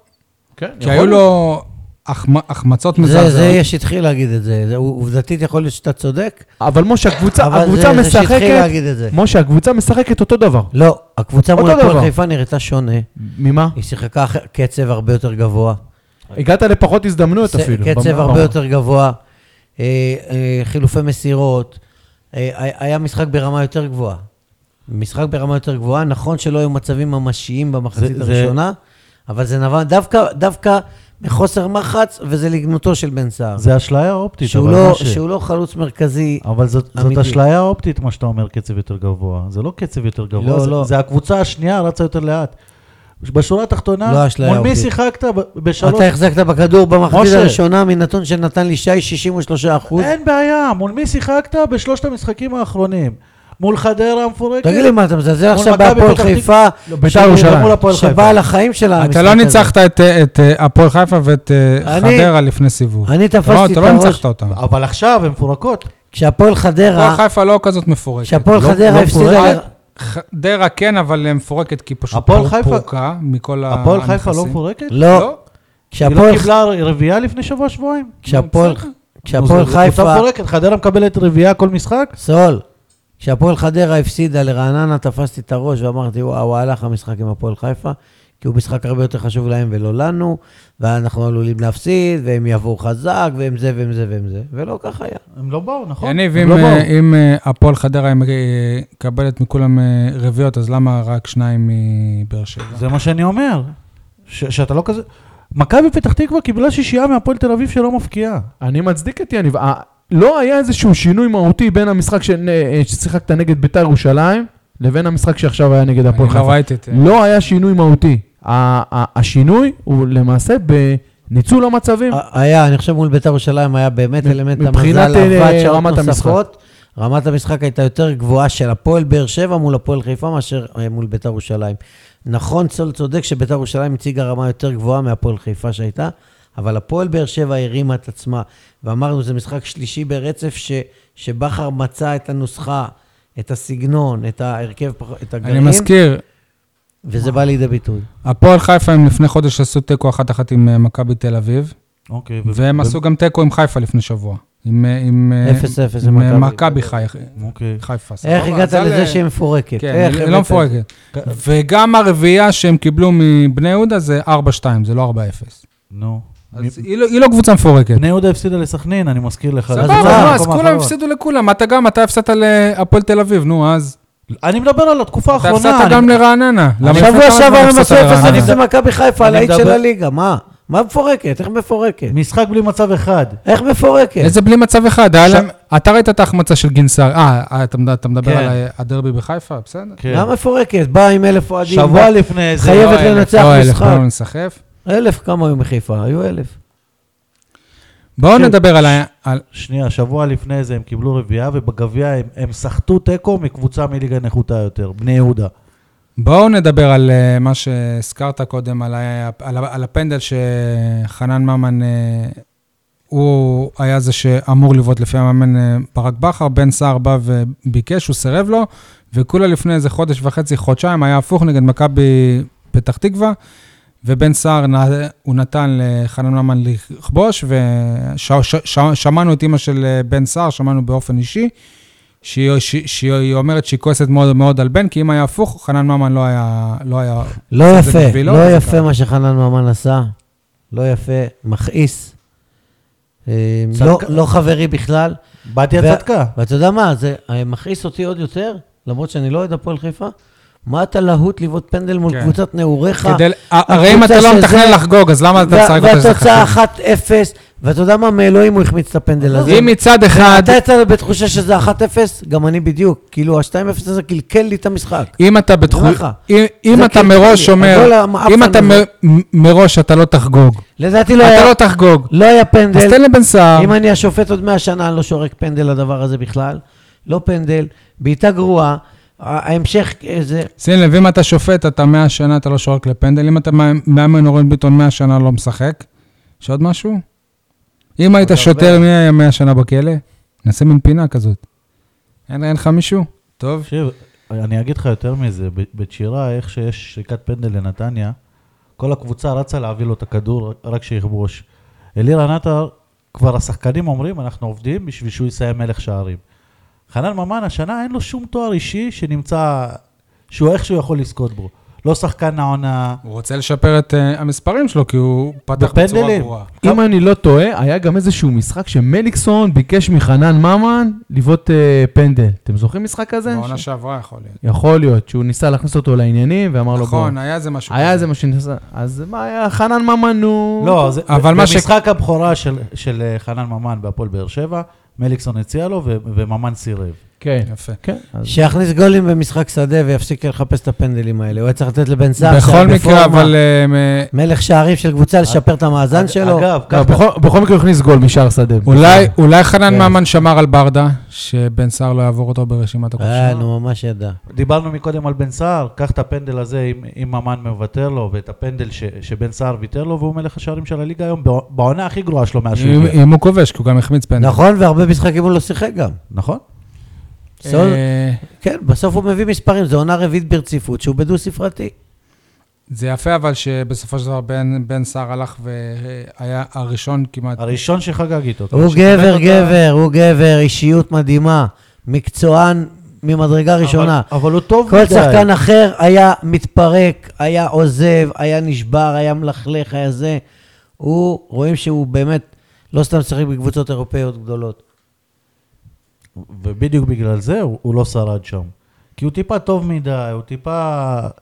[SPEAKER 4] כן,
[SPEAKER 1] כי היו לו החמ- החמצות
[SPEAKER 3] זה, זה
[SPEAKER 1] מזעזעות.
[SPEAKER 3] יש שהתחיל להגיד את זה, זה- עובדתית יכול להיות שאתה צודק,
[SPEAKER 4] אבל משה, הקבוצה,
[SPEAKER 3] אבל
[SPEAKER 4] הקבוצה
[SPEAKER 3] זה- זה שהתחיל
[SPEAKER 4] משחקת...
[SPEAKER 3] להגיד את זה.
[SPEAKER 4] משה, הקבוצה משחקת אותו דבר.
[SPEAKER 3] לא, הקבוצה מול
[SPEAKER 4] אותו
[SPEAKER 3] הפועל
[SPEAKER 4] דבר.
[SPEAKER 3] חיפה נראתה שונה.
[SPEAKER 4] ממה?
[SPEAKER 3] היא שיחקה אח- קצב הרבה יותר גבוה.
[SPEAKER 4] הגעת לפחות הזדמנויות
[SPEAKER 3] ס-
[SPEAKER 4] לא אפילו.
[SPEAKER 3] קצב
[SPEAKER 4] במ-
[SPEAKER 3] הרבה
[SPEAKER 4] במ-
[SPEAKER 3] יותר גבוה, אה, אה, חילופי מסירות, אה, היה- היה משחק ברמה יותר גבוהה. משחק ברמה יותר גבוהה, נכון שלא היו מצבים ממשיים במחצית
[SPEAKER 2] זה- זה-
[SPEAKER 3] הראשונה, אבל זה נבע דווקא, דווקא מחוסר מחץ, וזה לגנותו של בן סער.
[SPEAKER 2] זה אשליה אופטית,
[SPEAKER 3] שהוא
[SPEAKER 2] אבל
[SPEAKER 3] לא,
[SPEAKER 2] משה-
[SPEAKER 3] שהוא לא חלוץ מרכזי,
[SPEAKER 2] אבל זאת, זאת
[SPEAKER 3] אמיתי.
[SPEAKER 2] אשליה אופטית, מה שאתה אומר, קצב יותר גבוה. זה לא קצב יותר גבוה,
[SPEAKER 3] לא,
[SPEAKER 2] זה,
[SPEAKER 3] לא.
[SPEAKER 2] זה הקבוצה השנייה רצה יותר לאט. בשורה התחתונה,
[SPEAKER 3] לא אשליה
[SPEAKER 2] מול מי
[SPEAKER 3] אופטית.
[SPEAKER 2] שיחקת? ב- בשלוש...
[SPEAKER 3] אתה החזקת בכדור במחצית
[SPEAKER 2] משה.
[SPEAKER 3] הראשונה מנתון שנתן לי שי 63 אחוז.
[SPEAKER 2] אין בעיה, מול מי שיחקת? בשלושת המשחקים האחרונים. מול חדרה המפורקת?
[SPEAKER 3] תגיד לי מה, אתה מזלזל
[SPEAKER 2] מול
[SPEAKER 3] עכשיו
[SPEAKER 2] מכבי
[SPEAKER 3] בהפועל
[SPEAKER 2] פתח תקווה.
[SPEAKER 3] חיפה,
[SPEAKER 2] לא, בית"ר
[SPEAKER 3] שהוא-
[SPEAKER 2] ירושלים.
[SPEAKER 3] מול הפועל
[SPEAKER 2] שבא
[SPEAKER 3] שבא
[SPEAKER 2] על
[SPEAKER 3] על החיים שלנו.
[SPEAKER 1] אתה לא ניצחת את, אה, את אה, הפועל חיפה ואת אה,
[SPEAKER 3] אני-
[SPEAKER 1] חדרה לפני סיבוב.
[SPEAKER 3] אני
[SPEAKER 1] אתה לא-
[SPEAKER 3] תפסתי
[SPEAKER 1] אתה
[SPEAKER 3] את
[SPEAKER 1] לא
[SPEAKER 3] הראש,
[SPEAKER 1] ניצחת אותם.
[SPEAKER 2] אבל עכשיו הן מפורקות.
[SPEAKER 3] כשהפועל
[SPEAKER 1] הפועל
[SPEAKER 3] חדרה,
[SPEAKER 1] חיפה לא כזאת מפורקת.
[SPEAKER 3] כשהפועל
[SPEAKER 2] לא-
[SPEAKER 3] חדרה
[SPEAKER 2] לא
[SPEAKER 3] הפסידה,
[SPEAKER 2] מפורקת.
[SPEAKER 3] ל-
[SPEAKER 1] חדרה כן, אבל אה, מפורקת כי פשוט
[SPEAKER 2] הפועל
[SPEAKER 1] פור-
[SPEAKER 2] חיפה-
[SPEAKER 1] פורקה מכל ה-
[SPEAKER 3] אה,
[SPEAKER 2] הפועל חיפה לא
[SPEAKER 1] הנכסים.
[SPEAKER 2] מפורקת?
[SPEAKER 3] לא,
[SPEAKER 2] היא לא
[SPEAKER 3] כשהפועל
[SPEAKER 2] קיבלה לא רביעייה לפני שבוע-שבועיים?
[SPEAKER 3] כשהפועל-
[SPEAKER 1] בסדר.
[SPEAKER 3] כשהפועל חיפה,
[SPEAKER 2] קבוצה מפורקת, חדרה מקבלת רביעייה כל משחק?
[SPEAKER 3] סול, כשהפועל חדרה הפסידה לרעננה, תפסתי את הראש ואמרתי, וואו, הלך המשחק עם הפועל חיפה, כי הוא משחק הרבה יותר חשוב להם ולא לנו, ואנחנו עלולים להפסיד, והם יבואו חזק, והם זה והם זה והם זה, ולא כך היה.
[SPEAKER 2] הם לא באו, נכון?
[SPEAKER 1] יניב,
[SPEAKER 2] הם
[SPEAKER 1] אם,
[SPEAKER 2] לא
[SPEAKER 1] אה,
[SPEAKER 2] באו.
[SPEAKER 1] אם אה, הפועל חדרה היא אה, מקבלת מכולם אה, רביעיות, אז למה רק שניים מבאר שבע?
[SPEAKER 2] זה מה שאני אומר. ש- שאתה לא כזה... מכבי פתח תקווה קיבלה שישייה מהפועל תל אביב שלא מפקיעה.
[SPEAKER 3] לא.
[SPEAKER 4] אני מצדיק את יניב. אה, לא היה איזשהו שינוי מהותי בין המשחק שנ- אה, ששיחקת נגד ביתר ירושלים לבין המשחק שעכשיו היה נגד
[SPEAKER 1] אני
[SPEAKER 4] הפועל
[SPEAKER 1] לא
[SPEAKER 4] חיפה.
[SPEAKER 1] ראיתי את...
[SPEAKER 4] לא היה שינוי מהותי. ה- ה- השינוי הוא למעשה בניצול המצבים.
[SPEAKER 3] היה, אני חושב מול בית"ר ירושלים היה באמת אלמנט
[SPEAKER 4] מבחינת,
[SPEAKER 3] המזל,
[SPEAKER 4] אה,
[SPEAKER 3] עבד שעות
[SPEAKER 4] רמת
[SPEAKER 3] נוספות. רמת המשחק הייתה יותר גבוהה של הפועל באר שבע מול הפועל חיפה מאשר אה, מול בית"ר ירושלים. נכון, צול צודק שבית"ר ירושלים הציגה רמה יותר גבוהה מהפועל חיפה שהייתה, אבל הפועל באר שבע הרימה את עצמה, ואמרנו, זה משחק שלישי ברצף ש, שבכר מצא את הנוסחה, את הסגנון, את ההרכב, פח- את
[SPEAKER 1] אני
[SPEAKER 3] הגרעין,
[SPEAKER 1] מזכיר,
[SPEAKER 3] וזה בא לידי ביטוי.
[SPEAKER 1] הפועל חיפה הם לפני חודש עשו תיקו אחת אחת עם אה, מכבי תל אביב,
[SPEAKER 2] אוקיי.
[SPEAKER 1] והם עשו גם תיקו עם חיפה לפני שבוע. עם, אה, עם אה,
[SPEAKER 3] 0-0 עם
[SPEAKER 1] עם, אה,
[SPEAKER 3] מכבי.
[SPEAKER 1] מכבי חי-
[SPEAKER 2] אוקיי.
[SPEAKER 1] חיפה. סבבה?
[SPEAKER 3] איך הגעת
[SPEAKER 1] אז על, אה,
[SPEAKER 3] לזה שהיא מפורקת?
[SPEAKER 1] כן,
[SPEAKER 3] איך
[SPEAKER 1] היא
[SPEAKER 3] הבאת
[SPEAKER 1] לא
[SPEAKER 3] את זה?
[SPEAKER 1] מפורקת. וגם הרביעייה שהם קיבלו מבני יהודה זה 4-2, זה לא 4-0.
[SPEAKER 2] נו.
[SPEAKER 1] אז היא לא- היא לא קבוצה מפורקת.
[SPEAKER 2] בני יהודה הפסידה לסכנין, אני מזכיר לך.
[SPEAKER 1] סבבה,
[SPEAKER 3] אז
[SPEAKER 1] נו,
[SPEAKER 3] מה,
[SPEAKER 1] אז
[SPEAKER 2] במקום
[SPEAKER 1] כולם
[SPEAKER 2] האחרון.
[SPEAKER 1] הפסידו לכולם. אתה גם, אתה הפסדת להפועל תל אביב, נו, אז.
[SPEAKER 2] אני מדבר על התקופה
[SPEAKER 1] אתה
[SPEAKER 2] האחרונה.
[SPEAKER 1] הפסדת
[SPEAKER 2] אני- לא
[SPEAKER 1] גם לרעננה. למה לפני
[SPEAKER 3] שבוע
[SPEAKER 1] כמה זמן
[SPEAKER 3] שעבר הם
[SPEAKER 1] הפסדת
[SPEAKER 3] עשו 0-0
[SPEAKER 1] לרעננה?
[SPEAKER 3] למכבי חיפה,
[SPEAKER 2] אני
[SPEAKER 3] הלהיט של
[SPEAKER 2] מדבר-
[SPEAKER 3] הליגה, מה? מה מפורקת? איך מפורקת?
[SPEAKER 2] משחק בלי מצב אחד.
[SPEAKER 3] איך מפורקת?
[SPEAKER 1] איזה בלי מצב אחד, היה
[SPEAKER 2] ש-
[SPEAKER 1] להם- אתה ראית את ההחמצה של גינסר, אה, אתה, אתה מדבר
[SPEAKER 2] כן.
[SPEAKER 1] על ה- הדרבי בחיפה? בסדר.
[SPEAKER 2] כן.
[SPEAKER 3] גם מפורקת, באה עם אלף אוהדים,
[SPEAKER 2] שבוע
[SPEAKER 3] באה
[SPEAKER 2] לפני זה,
[SPEAKER 3] חייבת
[SPEAKER 2] לא היה
[SPEAKER 3] לנצח
[SPEAKER 1] לא, אלף, לא
[SPEAKER 3] משחק.
[SPEAKER 1] בואו נסחף.
[SPEAKER 3] אלף, כמה היו מחיפה? היו אלף.
[SPEAKER 1] בואו
[SPEAKER 2] כן.
[SPEAKER 1] נדבר על ה... על-
[SPEAKER 2] שנייה, שבוע לפני זה הם קיבלו רביעייה, ובגביע הם, הם סחטו תיקו מקבוצה מליגה נחותה יותר, בני יהודה.
[SPEAKER 1] בואו נדבר על אה, מה שהזכרת קודם, על, ה... על, ה... על הפנדל שחנן ממן, אה, הוא היה זה שאמור לבעוט לפי המאמן אה, ברק בכר, בן סער בא וביקש, הוא סירב לו, וכולה לפני איזה חודש וחצי, חודשיים, היה הפוך נגד מכבי פתח תקווה, ובן סער, נ- הוא נתן לחנן ממן לכבוש, ושמענו את אימא של אה, בן סער, שמענו באופן אישי. שהיא, שהיא, שהיא אומרת שהיא כועסת מאוד מאוד על בן, כי אם היה הפוך, חנן ממן לא היה... לא היה...
[SPEAKER 3] לא
[SPEAKER 1] זה
[SPEAKER 3] יפה,
[SPEAKER 1] בשבילו,
[SPEAKER 3] לא
[SPEAKER 1] זה
[SPEAKER 3] יפה
[SPEAKER 1] ככה.
[SPEAKER 3] מה שחנן ממן עשה. לא יפה, מכעיס. אה,
[SPEAKER 2] צדקה.
[SPEAKER 3] לא- לא חברי בכלל.
[SPEAKER 2] בתיה
[SPEAKER 3] וה-
[SPEAKER 2] צדקה.
[SPEAKER 3] ואתה יודע מה, זה אה, מכעיס אותי עוד יותר, למרות שאני לא אוהד הפועל חיפה. מה אתה להוט לבעוט פנדל מול
[SPEAKER 1] כן.
[SPEAKER 3] קבוצת נעוריך?
[SPEAKER 1] כדי, הרי אם אתה
[SPEAKER 3] הקבוצה
[SPEAKER 1] לא
[SPEAKER 3] שזה-
[SPEAKER 1] מתכנן לחגוג, אז למה אתה
[SPEAKER 3] וה-
[SPEAKER 1] משחק אותה שזה
[SPEAKER 3] והתוצאה לא,
[SPEAKER 1] חשוב?
[SPEAKER 3] 1-0, ואתה יודע מה, מאלוהים הוא החמיץ את הפנדל הזה.
[SPEAKER 1] אם מצד אחד,
[SPEAKER 3] אתה יצאת בתחושה שזה 1-0, גם אני בדיוק. כאילו, ה-2-0 הזה קלקל לי את המשחק.
[SPEAKER 1] אם אתה בתחום...
[SPEAKER 3] אומר לך.
[SPEAKER 1] אם- אם
[SPEAKER 3] זה
[SPEAKER 1] אתה
[SPEAKER 3] כן,
[SPEAKER 1] מראש
[SPEAKER 3] כן,
[SPEAKER 1] אומר,
[SPEAKER 3] הגול המאפן
[SPEAKER 1] אם אתה
[SPEAKER 3] הזה.
[SPEAKER 1] מ- מראש אתה לא תחגוג,
[SPEAKER 3] לדעתי לא
[SPEAKER 1] אתה
[SPEAKER 3] היה-
[SPEAKER 1] לא תחגוג,
[SPEAKER 3] לא היה
[SPEAKER 1] אז
[SPEAKER 3] פנדל.
[SPEAKER 1] תן לבן סער,
[SPEAKER 3] אם אני השופט עוד 100 שנה, אני לא שורק פנדל לדבר הזה בכלל. לא פנדל, בעיטה גרועה, ה- ההמשך אה, זה...
[SPEAKER 1] שים לב, אם אתה שופט, אתה 100 שנה, אתה לא שורק לפנדל, אם אתה מאמן- מאמן אורן ביטון 100 שנה לא משחק, יש עוד משהו? אם היית
[SPEAKER 3] עוד
[SPEAKER 1] שוטר,
[SPEAKER 3] הרבה.
[SPEAKER 1] מי היה 100 שנה בכלא? נעשה מין פינה כזאת. אין אין לך מישהו? טוב.
[SPEAKER 2] תקשיב, אני אגיד לך יותר מזה, ב- בצ'ירה, איך שיש שריקת פנדל לנתניה, כל הקבוצה רצה להביא לו את הכדור רק שיכבוש. אלירן עטר, כבר השחקנים אומרים, אנחנו עובדים בשביל שהוא יסיים מלך שערים. חנן ממן השנה אין לו שום תואר אישי שנמצא, שהוא איכשהו יכול לזכות בו. לא שחקן העונה,
[SPEAKER 1] הוא רוצה לשפר את אה, המספרים שלו, כי הוא פתח בצורה
[SPEAKER 2] בפנדלים.
[SPEAKER 1] גרועה.
[SPEAKER 4] אם אני לא טועה, היה גם איזשהו משחק שמליקסון ביקש מחנן ממן לבעוט אה, פנדל. אתם זוכרים משחק כזה?
[SPEAKER 1] בעונה
[SPEAKER 4] ש-
[SPEAKER 1] שעברה יכול להיות.
[SPEAKER 4] יכול להיות, שהוא ניסה להכניס אותו לעניינים
[SPEAKER 3] לא,
[SPEAKER 4] ואמר לו...
[SPEAKER 1] נכון,
[SPEAKER 4] בוא.
[SPEAKER 1] היה איזה משהו.
[SPEAKER 4] היה
[SPEAKER 1] כזה.
[SPEAKER 4] איזה מה שניסה... אז מה היה? חנן ממן הוא...
[SPEAKER 2] לא, זה,
[SPEAKER 1] אבל
[SPEAKER 2] אבל
[SPEAKER 1] מה ש-
[SPEAKER 2] במשחק ש... הבכורה של, של אה, חנן ממן בהפועל באר שבע, מליקסון הציע לו ו- וממן סירב.
[SPEAKER 4] כן.
[SPEAKER 1] יפה.
[SPEAKER 4] כן. אז-
[SPEAKER 3] שיכניס גולים במשחק שדה ויפסיק לחפש את הפנדלים האלה. הוא היה צריך לתת לבן סער
[SPEAKER 1] בכל
[SPEAKER 3] שהיה
[SPEAKER 1] מקרה,
[SPEAKER 3] בפורמה,
[SPEAKER 1] אבל... אה, מ-
[SPEAKER 3] מלך שערים של קבוצה לשפר את המאזן
[SPEAKER 2] אג-
[SPEAKER 3] שלו.
[SPEAKER 2] אגב,
[SPEAKER 4] לא,
[SPEAKER 2] קח-
[SPEAKER 4] בכל- בכל מקרה הוא הכניס גול משער שדה.
[SPEAKER 1] אולי- אולי חנן
[SPEAKER 3] כן.
[SPEAKER 1] ממן שמר על ברדה, שבן סער לא יעבור אותו ברשימת
[SPEAKER 3] אה,
[SPEAKER 1] הכובשים.
[SPEAKER 3] נו, ממש ידע.
[SPEAKER 2] דיברנו מקודם על בן סער, קח את הפנדל הזה אם- אם ממן מוותר לו, ואת הפנדל ש, שבן סער ויתר לו, והוא מלך השערים של הליגה היום, בע- בעונה הכי גרועה שלו מאז שהוא
[SPEAKER 1] אם-
[SPEAKER 2] הגיע.
[SPEAKER 1] אם הוא כובש, כי הוא גם החמיץ
[SPEAKER 2] כן.
[SPEAKER 1] פנדל.
[SPEAKER 3] נכון, והרבה משחקים הוא לא שיחק גם.
[SPEAKER 2] נכון?
[SPEAKER 3] בסדר?
[SPEAKER 1] אה,
[SPEAKER 3] כן, בסוף הוא מביא מספרים, זו עונה רביעית ברציפות שהוא בדו-ספרתי.
[SPEAKER 1] זה יפה, אבל שבסופו של דבר בן, בן סער הלך והיה הראשון כמעט.
[SPEAKER 2] הראשון שחגג איתו.
[SPEAKER 3] הוא
[SPEAKER 2] שכיבד
[SPEAKER 3] גבר,
[SPEAKER 2] אותה.
[SPEAKER 3] גבר, הוא גבר, אישיות מדהימה, מקצוען ממדרגה
[SPEAKER 2] אבל-
[SPEAKER 3] ראשונה.
[SPEAKER 2] אבל הוא טוב
[SPEAKER 3] כל
[SPEAKER 2] מדי.
[SPEAKER 3] שחקן אחר היה מתפרק, היה עוזב, היה נשבר, היה מלכלך, היה זה. הוא, רואים שהוא באמת לא סתם משחק בקבוצות אירופאיות גדולות.
[SPEAKER 2] ובדיוק בגלל זה הוא, הוא לא שרד שם. כי הוא טיפה טוב מדי, הוא טיפה
[SPEAKER 1] אתה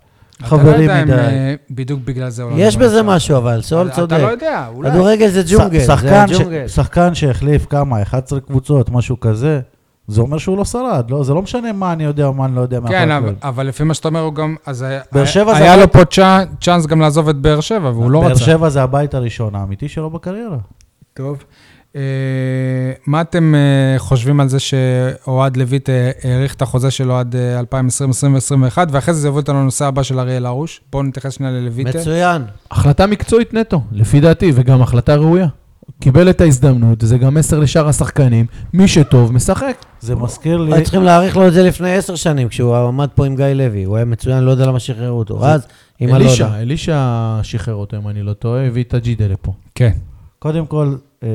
[SPEAKER 1] לא
[SPEAKER 2] חברי
[SPEAKER 1] יודע אם,
[SPEAKER 2] מדי.
[SPEAKER 1] אה, בדיוק בגלל זה הוא לא
[SPEAKER 3] יש
[SPEAKER 1] נגמר
[SPEAKER 3] בזה
[SPEAKER 1] שם.
[SPEAKER 3] משהו אבל, סול
[SPEAKER 1] אתה- אתה לא
[SPEAKER 3] צודק.
[SPEAKER 1] יודע, אולי.
[SPEAKER 3] כדורגל זה ג'ונגל,
[SPEAKER 2] ש-
[SPEAKER 3] זה
[SPEAKER 2] שחקן ש-
[SPEAKER 3] הג'ונגל.
[SPEAKER 2] שחקן שהחליף כמה, 11 קבוצות, משהו כזה, זה אומר שהוא לא שרד, לא? זה לא משנה מה אני יודע או מה אני לא יודע
[SPEAKER 1] כן,
[SPEAKER 2] מאחורי
[SPEAKER 1] אבל,
[SPEAKER 2] הקלעים.
[SPEAKER 1] אבל לפי מה שאתה אומר, הוא גם... אז היה,
[SPEAKER 2] באר שבע זה
[SPEAKER 1] היה
[SPEAKER 2] אבל-
[SPEAKER 1] לו פה צ'אנ- צ'אנס גם לעזוב את באר שבע, והוא לא
[SPEAKER 2] באר
[SPEAKER 1] רצה.
[SPEAKER 2] שבע זה הבית הראשון האמיתי שלו בקריירה.
[SPEAKER 1] טוב. אה, מה אתם אה, חושבים על זה שאוהד לויט אה, האריך את החוזה שלו עד אה, 2020, 2021, ואחרי זה זה יוביל אותנו לנושא הבא של אריאל הרוש? בואו נתייחס שנייה ללויטה.
[SPEAKER 3] מצוין.
[SPEAKER 4] החלטה מקצועית נטו, לפי דעתי, וגם החלטה ראויה. קיבל את ההזדמנות, זה גם מסר לשאר השחקנים, מי שטוב משחק.
[SPEAKER 2] זה מזכיר לי...
[SPEAKER 3] היו צריכים להאריך לו את זה לפני עשר שנים, כשהוא עמד פה עם גיא לוי. הוא היה מצוין, לא יודע למה שחררו אותו. אז, עם אלונה.
[SPEAKER 4] אלישע, אלישע שחרר אותו, אם אני לא טועה, הביא את הג'ידה לפה.
[SPEAKER 1] כן.
[SPEAKER 2] קודם כל, אה,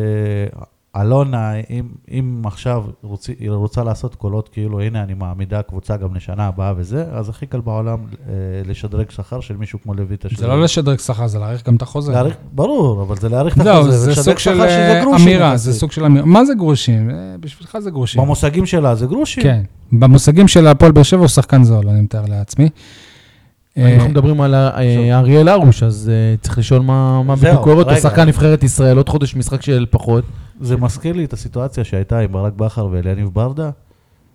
[SPEAKER 2] אלונה, אם, אם עכשיו רוצי, היא רוצה לעשות קולות כאילו, הנה אני מעמידה קבוצה גם לשנה הבאה וזה, אז הכי קל בעולם אה, לשדרג שכר של מישהו כמו לויטה.
[SPEAKER 1] זה לא לשדרג שכר, זה להאריך גם את החוזה.
[SPEAKER 2] להאריך, ברור, אבל זה להאריך את
[SPEAKER 1] לא,
[SPEAKER 2] החוזה,
[SPEAKER 1] זה
[SPEAKER 2] לשדרג
[SPEAKER 1] סוג של
[SPEAKER 2] שכר שזה
[SPEAKER 1] אה,
[SPEAKER 2] גרושים
[SPEAKER 1] אמירה,
[SPEAKER 2] יחסית.
[SPEAKER 1] זה סוג של אמירה. מה זה גרושים? אה, בשבילך זה גרושים.
[SPEAKER 2] במושגים שלה זה גרושים.
[SPEAKER 1] כן. במושגים של הפועל באר שבע הוא שחקן זול, אני מתאר לעצמי.
[SPEAKER 2] לא
[SPEAKER 1] אה,
[SPEAKER 4] אנחנו מדברים על ה- אה, אריאל הרוש, אז אה, צריך לשאול מה מה
[SPEAKER 2] זהו,
[SPEAKER 4] בדיוק קורה. אותו
[SPEAKER 2] רגע.
[SPEAKER 4] שחקן נבחרת ישראל, עוד חודש משחק של פחות.
[SPEAKER 2] זה מזכיר לי את הסיטואציה שהייתה עם ברק בכר ואליניב ברדה,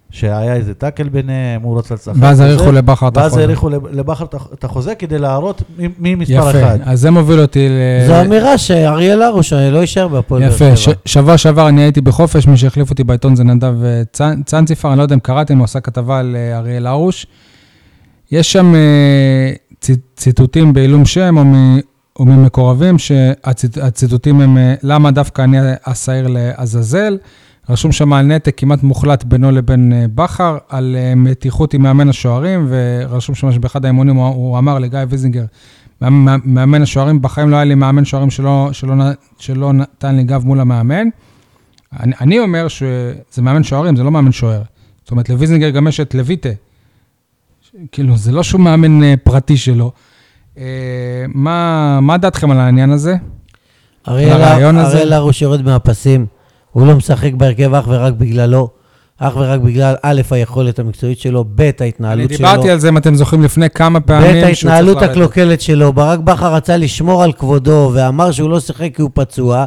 [SPEAKER 2] שהיה איזה טאקל ביניהם, הוא רצה לצחק.
[SPEAKER 1] ואז
[SPEAKER 2] וזה,
[SPEAKER 1] האריכו לבכר את
[SPEAKER 2] ואז
[SPEAKER 1] החוזה.
[SPEAKER 2] האריכו לב- לבכר את הח- את החוזה כדי להראות מי- מי מספר אחד.
[SPEAKER 1] יפה, אז זה מוביל אותי ל...
[SPEAKER 3] זו אמירה שאריאל הרוש לא יישאר בהפועל באר שבע.
[SPEAKER 1] אה, יפה, ש- שבוע שעבר אני הייתי בחופש, מי שהחליף אותי בעיתון זה נדב אה, צאנ- צאנציפר, אני לא יודע אם קראתם, הוא עשה כתבה על אה, אריאל הרוש. יש שם אה, צ- ציטוטים בעילום שם או, מ- או ממקורבים, שהציטוטים הם אה, למה דווקא אני השעיר לעזאזל. רשום שם על נתק כמעט מוחלט בינו לבין אה, בכר, על אה, מתיחות עם מאמן השוערים, ורשום שם שבאחד האימונים הוא, הוא אמר לגיא ויזינגר, "מאמן- מאמן השוערים, בחיים לא היה לי מאמן שוערים שלא, שלא, נ- שלא נתן לי גב מול המאמן. אני, אני אומר שזה מאמן שוערים, זה לא מאמן שוער. זאת אומרת, לוויזינגר גם יש את לויטה. ש- כאילו, זה לא שהוא מאמן אה, פרטי שלו. אה, מה, מה דעתכם על העניין הזה? על הרעיון
[SPEAKER 3] אריאל
[SPEAKER 1] הזה?
[SPEAKER 3] אריאל הרוש יורד מהפסים, הוא לא משחק בהרכב אך ורק בגללו, אך ורק בגלל א', היכולת המקצועית שלו, ב',
[SPEAKER 1] אני
[SPEAKER 3] ההתנהלות שלו.
[SPEAKER 1] דיברתי על זה, אם אתם זוכרים, לפני כמה פעמים
[SPEAKER 3] בעת
[SPEAKER 1] שהוא צריך
[SPEAKER 3] ההתנהלות
[SPEAKER 1] לרדת.
[SPEAKER 3] הקלוקלת שלו, ברק בכר רצה לשמור על כבודו ואמר שהוא לא שיחק כי הוא פצוע,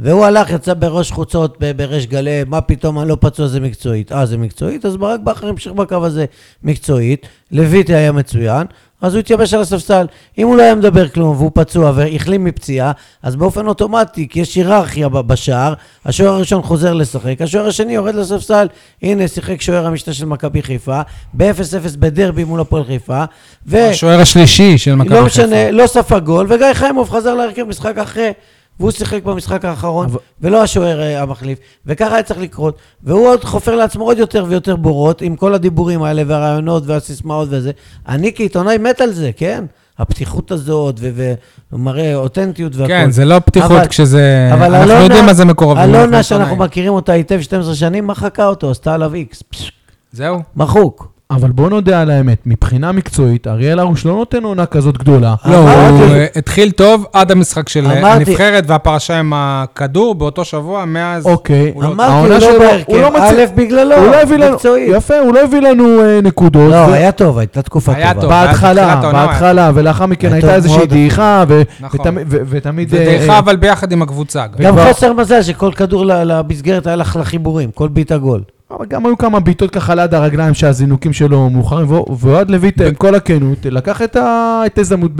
[SPEAKER 3] והוא הלך, יצא בראש חוצות, ב- בריש גלי, מה פתאום, אני לא פצוע, זה מקצועית. אה, זה מקצועית? אז ברק בכר המשיך בקו הזה מקצועית, לויטי היה מצוין, אז הוא התייבש על הספסל. אם הוא לא היה מדבר כלום והוא פצוע והחלים מפציעה, אז באופן אוטומטי, כי יש היררכיה ב- בשער, השוער הראשון חוזר לשחק, השוער השני יורד לספסל. הנה, שיחק שוער המשנה של מכבי חיפה, ב-0-0 בדרבי מול הפועל חיפה, ו...
[SPEAKER 1] השוער השלישי של מכבי חיפה.
[SPEAKER 3] לא משנה, לא ספג גול, וגיא חיימוב חזר להרכב משחק אחרי, והוא שיחק במשחק האחרון,
[SPEAKER 4] אבל-
[SPEAKER 3] ולא השוער אה, המחליף, וככה היה צריך לקרות, והוא עוד חופר לעצמו עוד יותר ויותר בורות, עם כל הדיבורים האלה, והרעיונות, והסיסמאות וזה. אני כעיתונאי מת על זה, כן? הפתיחות הזאת, ו- ומראה אותנטיות והכול.
[SPEAKER 1] כן, זה לא פתיחות
[SPEAKER 3] אבל-
[SPEAKER 1] כשזה...
[SPEAKER 3] אבל
[SPEAKER 1] אנחנו
[SPEAKER 3] אלונה-
[SPEAKER 1] יודעים מה זה מקורבים. אנחנו
[SPEAKER 3] אלונה,
[SPEAKER 1] עיתונאים.
[SPEAKER 3] שאנחנו מכירים אותה היטב 12 שנים, מחקה אותו, עשתה עליו איקס, פש,
[SPEAKER 1] זהו.
[SPEAKER 3] מחוק.
[SPEAKER 4] אבל בואו נודה על האמת, מבחינה מקצועית, אריאל הרוש לא נותן עונה כזאת גדולה.
[SPEAKER 1] לא,
[SPEAKER 3] אמרתי-
[SPEAKER 1] הוא אה, התחיל טוב עד המשחק של אה,
[SPEAKER 3] אמרתי-
[SPEAKER 1] הנבחרת והפרשה עם הכדור באותו שבוע, מאז...
[SPEAKER 4] אוקיי,
[SPEAKER 1] הוא לא-
[SPEAKER 3] אמרתי,
[SPEAKER 4] העונה
[SPEAKER 3] הוא
[SPEAKER 4] שלו-
[SPEAKER 3] לא
[SPEAKER 4] הוא לא
[SPEAKER 3] בהרכב,
[SPEAKER 4] מצליח-
[SPEAKER 3] א' בגללו,
[SPEAKER 4] הוא לא הביא לנו,
[SPEAKER 3] מקצועית.
[SPEAKER 4] יפה, הוא לא הביא לנו אה, נקודות.
[SPEAKER 3] לא,
[SPEAKER 4] ו-
[SPEAKER 3] היה טוב, הייתה תקופה
[SPEAKER 1] היה
[SPEAKER 3] טובה.
[SPEAKER 1] טוב. בתחילת
[SPEAKER 4] בהתחלה,
[SPEAKER 1] העונה.
[SPEAKER 4] בהתחלה, ולאחר מכן
[SPEAKER 3] היה
[SPEAKER 4] הייתה
[SPEAKER 3] טוב
[SPEAKER 4] איזושהי
[SPEAKER 3] מאוד.
[SPEAKER 4] דעיכה, ו-
[SPEAKER 1] נכון.
[SPEAKER 4] ותמ- ו- ותמיד... אה,
[SPEAKER 1] ודעיכה,
[SPEAKER 4] אה,
[SPEAKER 1] אבל ביחד עם הקבוצה. גם.
[SPEAKER 3] גם
[SPEAKER 4] וכבר-
[SPEAKER 3] חוסר מזל שכל כדור ל- למסגרת היה לך לחיבורים, כל בעיטה גול.
[SPEAKER 4] אבל גם היו כמה בעיטות ככה ליד הרגליים שהזינוקים שלו מאוחרים, והוא- ואוהד לויטה, עם כל הכנות, לקח את ה- את ההזדמנות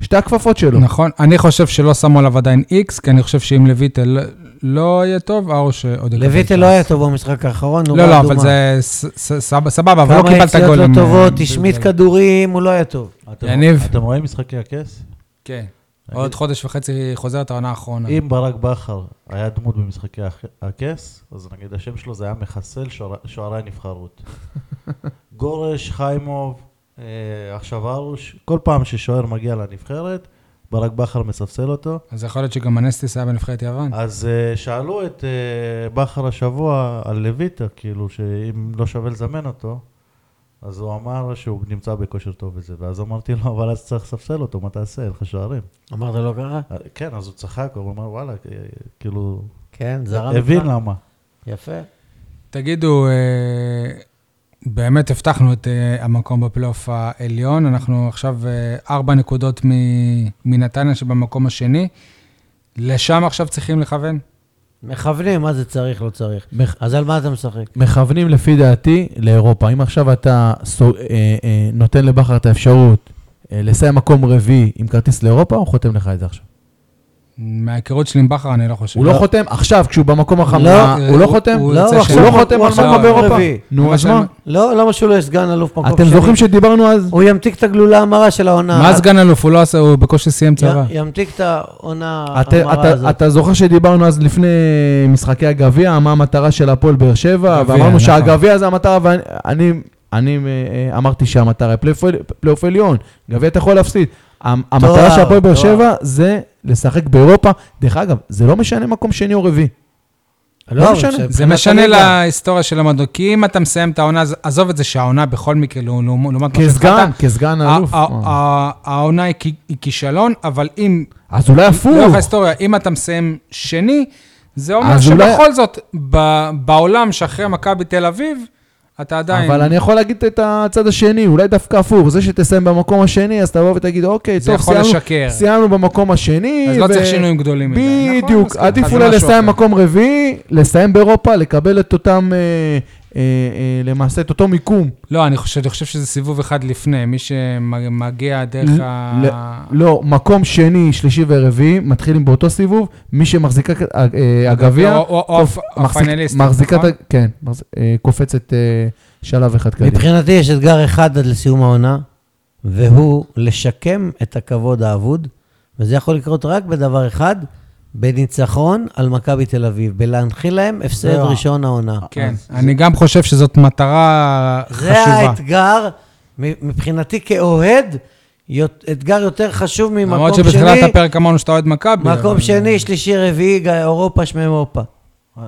[SPEAKER 4] בשתי הכפפות שלו.
[SPEAKER 1] נכון. אני חושב שלא שמו עליו עדיין איקס, כי אני חושב שאם לויטל לא- לא יהיה טוב, ארוש עוד יקבל
[SPEAKER 3] לויטל
[SPEAKER 1] צ'אנס.
[SPEAKER 3] לא היה טוב במשחק האחרון, נו,
[SPEAKER 1] לא, לא,
[SPEAKER 3] רעל
[SPEAKER 1] אבל
[SPEAKER 3] אדומה.
[SPEAKER 1] זה ס- ס- סבבה, סבבה, אבל לא
[SPEAKER 3] כמה
[SPEAKER 1] קיבלת
[SPEAKER 3] יציאות
[SPEAKER 1] גול.
[SPEAKER 3] לא
[SPEAKER 1] עם- אה,
[SPEAKER 3] טובות,
[SPEAKER 1] בלבל.
[SPEAKER 3] השמיט כדורים, הוא לא היה טוב.
[SPEAKER 2] אתם-
[SPEAKER 1] יניב.
[SPEAKER 2] אתם רואים משחקי הכס?
[SPEAKER 1] כן. עוד חודש וחצי חוזרת העונה האחרונה.
[SPEAKER 2] אם ברק בכר היה דמות במשחקי הכ- הכס, אז נגיד השם שלו זה היה מחסל שוער- שוערי הנבחרות. גורש, חיימוב, אה, עכשיו ארוש, כל פעם ששוער מגיע לנבחרת, ברק בכר מספסל אותו.
[SPEAKER 1] אז יכול להיות שגם אנסטיס היה בנבחרת יוון.
[SPEAKER 2] אז אה, שאלו את אה, בכר השבוע על לויטה, כאילו, שאם לא שווה לזמן אותו, אז הוא אמר שהוא נמצא בכושר טוב וזה, ואז אמרתי לו, אבל אז צריך לספסל אותו, מה תעשה? אין לך שערים.
[SPEAKER 3] אמרת לא ככה?
[SPEAKER 2] אה, כן, אז הוא צחק, הוא אמר, וואלה, אה, כאילו,
[SPEAKER 3] כן,
[SPEAKER 1] אה,
[SPEAKER 3] זרם.
[SPEAKER 2] הבין
[SPEAKER 3] איתך.
[SPEAKER 2] למה.
[SPEAKER 3] יפה.
[SPEAKER 1] תגידו, אה, באמת הבטחנו את אה, המקום בפלייאוף העליון, אנחנו עכשיו אה, ארבע נקודות מ- מנתניה שבמקום השני, לשם עכשיו צריכים לכוון?
[SPEAKER 3] מכוונים, מה זה צריך, לא צריך.
[SPEAKER 4] מח-
[SPEAKER 3] אז על מה אתה משחק?
[SPEAKER 4] מכוונים לפי דעתי לאירופה. אם עכשיו אתה סו- אה, אה, נותן לבכר את האפשרות אה, לסיים מקום רביעי עם כרטיס לאירופה, הוא חותם לך את זה עכשיו.
[SPEAKER 1] מההיכרות שלי עם בכר אני לא חושב.
[SPEAKER 4] הוא לא חותם עכשיו, כשהוא במקום החמורה,
[SPEAKER 3] לא,
[SPEAKER 4] הוא לא
[SPEAKER 1] הוא-
[SPEAKER 4] חותם?
[SPEAKER 1] הוא
[SPEAKER 4] הוא
[SPEAKER 1] יוצא
[SPEAKER 3] לא, הוא עכשיו-
[SPEAKER 4] לא חותם
[SPEAKER 3] הוא
[SPEAKER 4] על
[SPEAKER 3] עכשיו
[SPEAKER 4] מקום
[SPEAKER 1] מקום
[SPEAKER 4] באירופה.
[SPEAKER 3] רביעי.
[SPEAKER 4] נו, אז מה?
[SPEAKER 3] לא, למה שהוא לא יהיה סגן אלוף מקום
[SPEAKER 4] אתם
[SPEAKER 3] שני?
[SPEAKER 4] זוכרים שדיברנו אז?
[SPEAKER 3] הוא ימתיק את הגלולה המרה של העונה.
[SPEAKER 1] מה סגן אלוף? הוא לא עשה, הוא בקושי סיים צבא.
[SPEAKER 3] י- ימתיק את העונה
[SPEAKER 4] אתה-
[SPEAKER 3] המרה
[SPEAKER 4] אתה-
[SPEAKER 3] הזאת.
[SPEAKER 4] אתה זוכר שדיברנו אז לפני משחקי הגביע, מה המטרה של הפועל באר שבע,
[SPEAKER 1] גביע,
[SPEAKER 4] ואמרנו
[SPEAKER 1] נכון.
[SPEAKER 4] שהגביע זה המטרה, ואני אני- אני אה, אה, אמרתי שהמטרה היא פלייאוף עלי- פלייאוף עליון, גביע אתה יכול להפסיד. המ- המטרה של הפועל באר
[SPEAKER 3] תואר.
[SPEAKER 4] שבע זה לשחק באירופה. דרך אגב, זה לא משנה מקום שני או רביעי.
[SPEAKER 3] לא,
[SPEAKER 4] לא
[SPEAKER 3] אבל
[SPEAKER 4] משנה,
[SPEAKER 3] שמבחינת
[SPEAKER 1] זה משנה
[SPEAKER 3] הליגה-
[SPEAKER 1] להיסטוריה של המועדון, כי אם אתה מסיים את העונה, אז עזוב את זה שהעונה בכל מקרה, לעו- לעומת מה שהתחלת,
[SPEAKER 4] כסגן, כסגן
[SPEAKER 1] ה-
[SPEAKER 4] אלוף.
[SPEAKER 1] ה- ה- העונה היא כי- היא כישלון, אבל אם
[SPEAKER 4] אז אולי
[SPEAKER 1] לאורך
[SPEAKER 4] הפוך.
[SPEAKER 1] ההיסטוריה, אם אתה מסיים שני, זה אומר
[SPEAKER 4] אז אולי-
[SPEAKER 1] שבכל זאת, ב- בעולם שאחרי מכבי תל אביב, אתה עדיין...
[SPEAKER 4] אבל אני יכול להגיד את הצד השני, אולי דווקא הפוך. זה שתסיים במקום השני, אז תבוא ותגיד, אוקיי,
[SPEAKER 1] זה
[SPEAKER 4] טוב,
[SPEAKER 1] יכול
[SPEAKER 4] סיימנו-
[SPEAKER 1] לשקר.
[SPEAKER 4] סיימנו במקום השני.
[SPEAKER 1] אז לא
[SPEAKER 4] ו-
[SPEAKER 1] צריך שינויים גדולים מדי. נכון,
[SPEAKER 4] בדיוק,
[SPEAKER 1] מסכים.
[SPEAKER 4] עדיף
[SPEAKER 1] אז זה
[SPEAKER 4] אולי
[SPEAKER 1] משהו
[SPEAKER 4] לסיים
[SPEAKER 1] אחר.
[SPEAKER 4] מקום רביעי, לסיים באירופה, לקבל את אותם, אה, אה, אה, למעשה, את אותו מיקום.
[SPEAKER 1] לא, אני חושב, אני חושב שזה סיבוב אחד לפני, מי שמגיע דרך
[SPEAKER 4] ל-
[SPEAKER 1] ה...
[SPEAKER 4] לא, מקום שני, שלישי ורביעי, מתחילים באותו סיבוב, מי שמחזיקה כ- אה, אה, הגביע,
[SPEAKER 1] או- או- או
[SPEAKER 4] קופ-
[SPEAKER 1] הפ-
[SPEAKER 4] מחזיק-
[SPEAKER 1] הפאנליסטים,
[SPEAKER 4] מחזיקה, את
[SPEAKER 1] נכון?
[SPEAKER 4] ה- כן, מחז- אה, קופצת אה, שלב אחד קדימה.
[SPEAKER 3] מבחינתי יש אתגר אחד עד לסיום העונה, והוא לשקם את הכבוד האבוד, וזה יכול לקרות רק בדבר אחד, בניצחון על מכבי תל אביב, בלהנחיל להם הפסד
[SPEAKER 2] זה ה-
[SPEAKER 3] ראשון העונה.
[SPEAKER 1] לא. כן, אני גם חושב שזאת מטרה
[SPEAKER 3] זה
[SPEAKER 1] חשובה.
[SPEAKER 3] האתגר, מ- מבחינתי כאוהד, יות- אתגר יותר חשוב ממקום
[SPEAKER 1] למרות
[SPEAKER 3] שני,
[SPEAKER 1] שבתחילת הפרק אמרנו שאתה אוהד מכבי.
[SPEAKER 3] מקום
[SPEAKER 1] אבל- אה,
[SPEAKER 3] שני, שלישי, רביעי, גא- אירופה, שמי אירופה.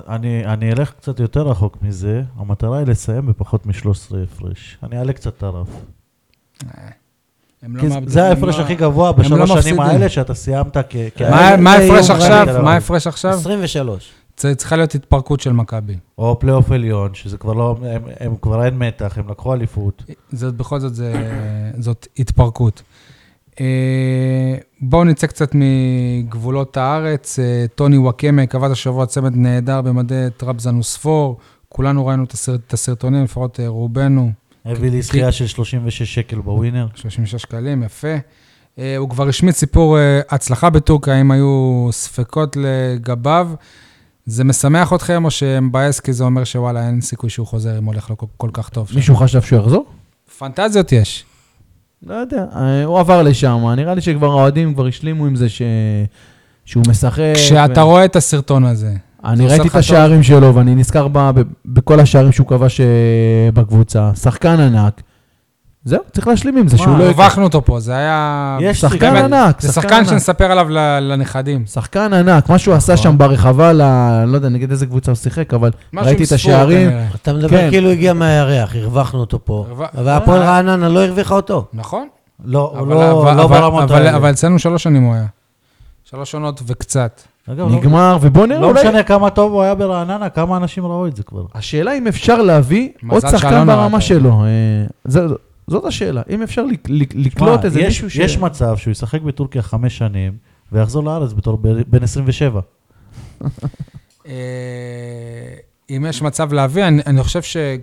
[SPEAKER 2] אני, אני אלך קצת יותר רחוק מזה, המטרה היא לסיים בפחות מ-13 הפרש. אני אעלה קצת את הרף.
[SPEAKER 1] הם לא
[SPEAKER 2] כי
[SPEAKER 1] מאבדים-
[SPEAKER 2] זה
[SPEAKER 1] הם
[SPEAKER 2] ההפרש
[SPEAKER 1] לא-
[SPEAKER 2] הכי גבוה
[SPEAKER 1] הם לא
[SPEAKER 2] בשלוש השנים
[SPEAKER 1] מפסידים.
[SPEAKER 2] האלה שאתה סיימת כ... כ-
[SPEAKER 1] מה- מה ההפרש
[SPEAKER 2] יום
[SPEAKER 1] עכשיו?
[SPEAKER 2] רביעי.
[SPEAKER 1] מה ההפרש עכשיו?
[SPEAKER 3] 23.
[SPEAKER 1] צ- צריכה להיות התפרקות של מכבי.
[SPEAKER 2] או פלייאוף עליון, שזה כבר לא... הם, הם כבר אין מתח, הם לקחו אליפות.
[SPEAKER 1] זאת בכל זאת, זה, זאת התפרקות. אה, בואו נצא קצת מגבולות הארץ. אה, טוני וואקמה קבע את השבוע צמד נהדר במדי טראבזן וספור. כולנו ראינו את הסרט- את הסרטונים, לפחות אה, רובנו,
[SPEAKER 2] הביא
[SPEAKER 4] כן,
[SPEAKER 2] לי זכייה של 36 שקל בווינר.
[SPEAKER 1] 36 שקלים, יפה. אה, הוא כבר השמיט סיפור אה, הצלחה בטורקיה, אם היו ספקות לגביו. זה משמח אתכם או שמבאס כי זה אומר שוואלה, אין סיכוי שהוא חוזר אם הולך לו כל- כל כך טוב?
[SPEAKER 4] מישהו חשב שהוא יחזור?
[SPEAKER 1] פנטזיות יש.
[SPEAKER 4] לא יודע, אה, הוא עבר לשם, נראה לי שכבר האוהדים כבר השלימו עם זה ש... שהוא משחק.
[SPEAKER 1] כשאתה
[SPEAKER 4] ו-
[SPEAKER 1] רואה את הסרטון הזה,
[SPEAKER 4] אני
[SPEAKER 1] עושה
[SPEAKER 4] ראיתי
[SPEAKER 1] לך
[SPEAKER 4] את
[SPEAKER 1] טוב.
[SPEAKER 4] השערים שלו, ואני נזכר ב- ב- בכל השערים שהוא כבש אה, בקבוצה. שחקן ענק. זהו, צריך להשלים עם זה,
[SPEAKER 2] מה,
[SPEAKER 4] שהוא לא... יקרה.
[SPEAKER 1] אה, הרווחנו אותו פה, זה היה...
[SPEAKER 2] יש
[SPEAKER 4] שחקן
[SPEAKER 1] באמת,
[SPEAKER 4] ענק,
[SPEAKER 1] זה
[SPEAKER 4] שחקן
[SPEAKER 1] שחקן
[SPEAKER 4] ענק.
[SPEAKER 1] שנספר עליו ל- לנכדים.
[SPEAKER 4] שחקן ענק, מה שהוא עשה
[SPEAKER 2] נכון.
[SPEAKER 4] שם ברחבה, ל... לא יודע נגד איזה קבוצה הוא שיחק, אבל
[SPEAKER 1] משהו
[SPEAKER 4] ראיתי
[SPEAKER 1] עם
[SPEAKER 4] את
[SPEAKER 1] ספורט
[SPEAKER 4] השערים.
[SPEAKER 1] כנראה.
[SPEAKER 3] אתה
[SPEAKER 4] כן.
[SPEAKER 3] מדבר כאילו הוא הגיע מהירח, הרווחנו אותו פה.
[SPEAKER 1] הרוווח-
[SPEAKER 3] והפועל רעננה לא הרוויחה אותו.
[SPEAKER 1] נכון.
[SPEAKER 2] לא, הוא
[SPEAKER 1] אבל-
[SPEAKER 2] לא
[SPEAKER 1] אבל-
[SPEAKER 2] לא
[SPEAKER 1] אבל-
[SPEAKER 2] ברמות
[SPEAKER 1] אבל-
[SPEAKER 2] האלה.
[SPEAKER 1] אבל אצלנו שלוש שנים הוא היה. שלוש עונות וקצת.
[SPEAKER 2] אגב, לא-
[SPEAKER 4] נגמר, ובוא נראה,
[SPEAKER 2] לא
[SPEAKER 4] אולי...
[SPEAKER 2] משנה כמה טוב הוא היה ברעננה, כמה אנשים ראו את זה כבר.
[SPEAKER 4] השאלה אם אפשר להביא
[SPEAKER 1] מזל
[SPEAKER 4] עוד
[SPEAKER 1] שאלונה
[SPEAKER 4] שחקן
[SPEAKER 1] ראה פה.
[SPEAKER 4] ברמה שלו. אה, זה- זאת השאלה, אם אפשר לק- לק- לקלוט
[SPEAKER 2] מה,
[SPEAKER 4] איזה
[SPEAKER 2] יש-
[SPEAKER 4] מישהו ש...
[SPEAKER 2] יש מצב שהוא ישחק בטורקיה חמש שנים, ויחזור לארץ בתור ב- בן 27.
[SPEAKER 1] אה, אם יש מצב להביא, אני אני חושב ש...
[SPEAKER 4] אה,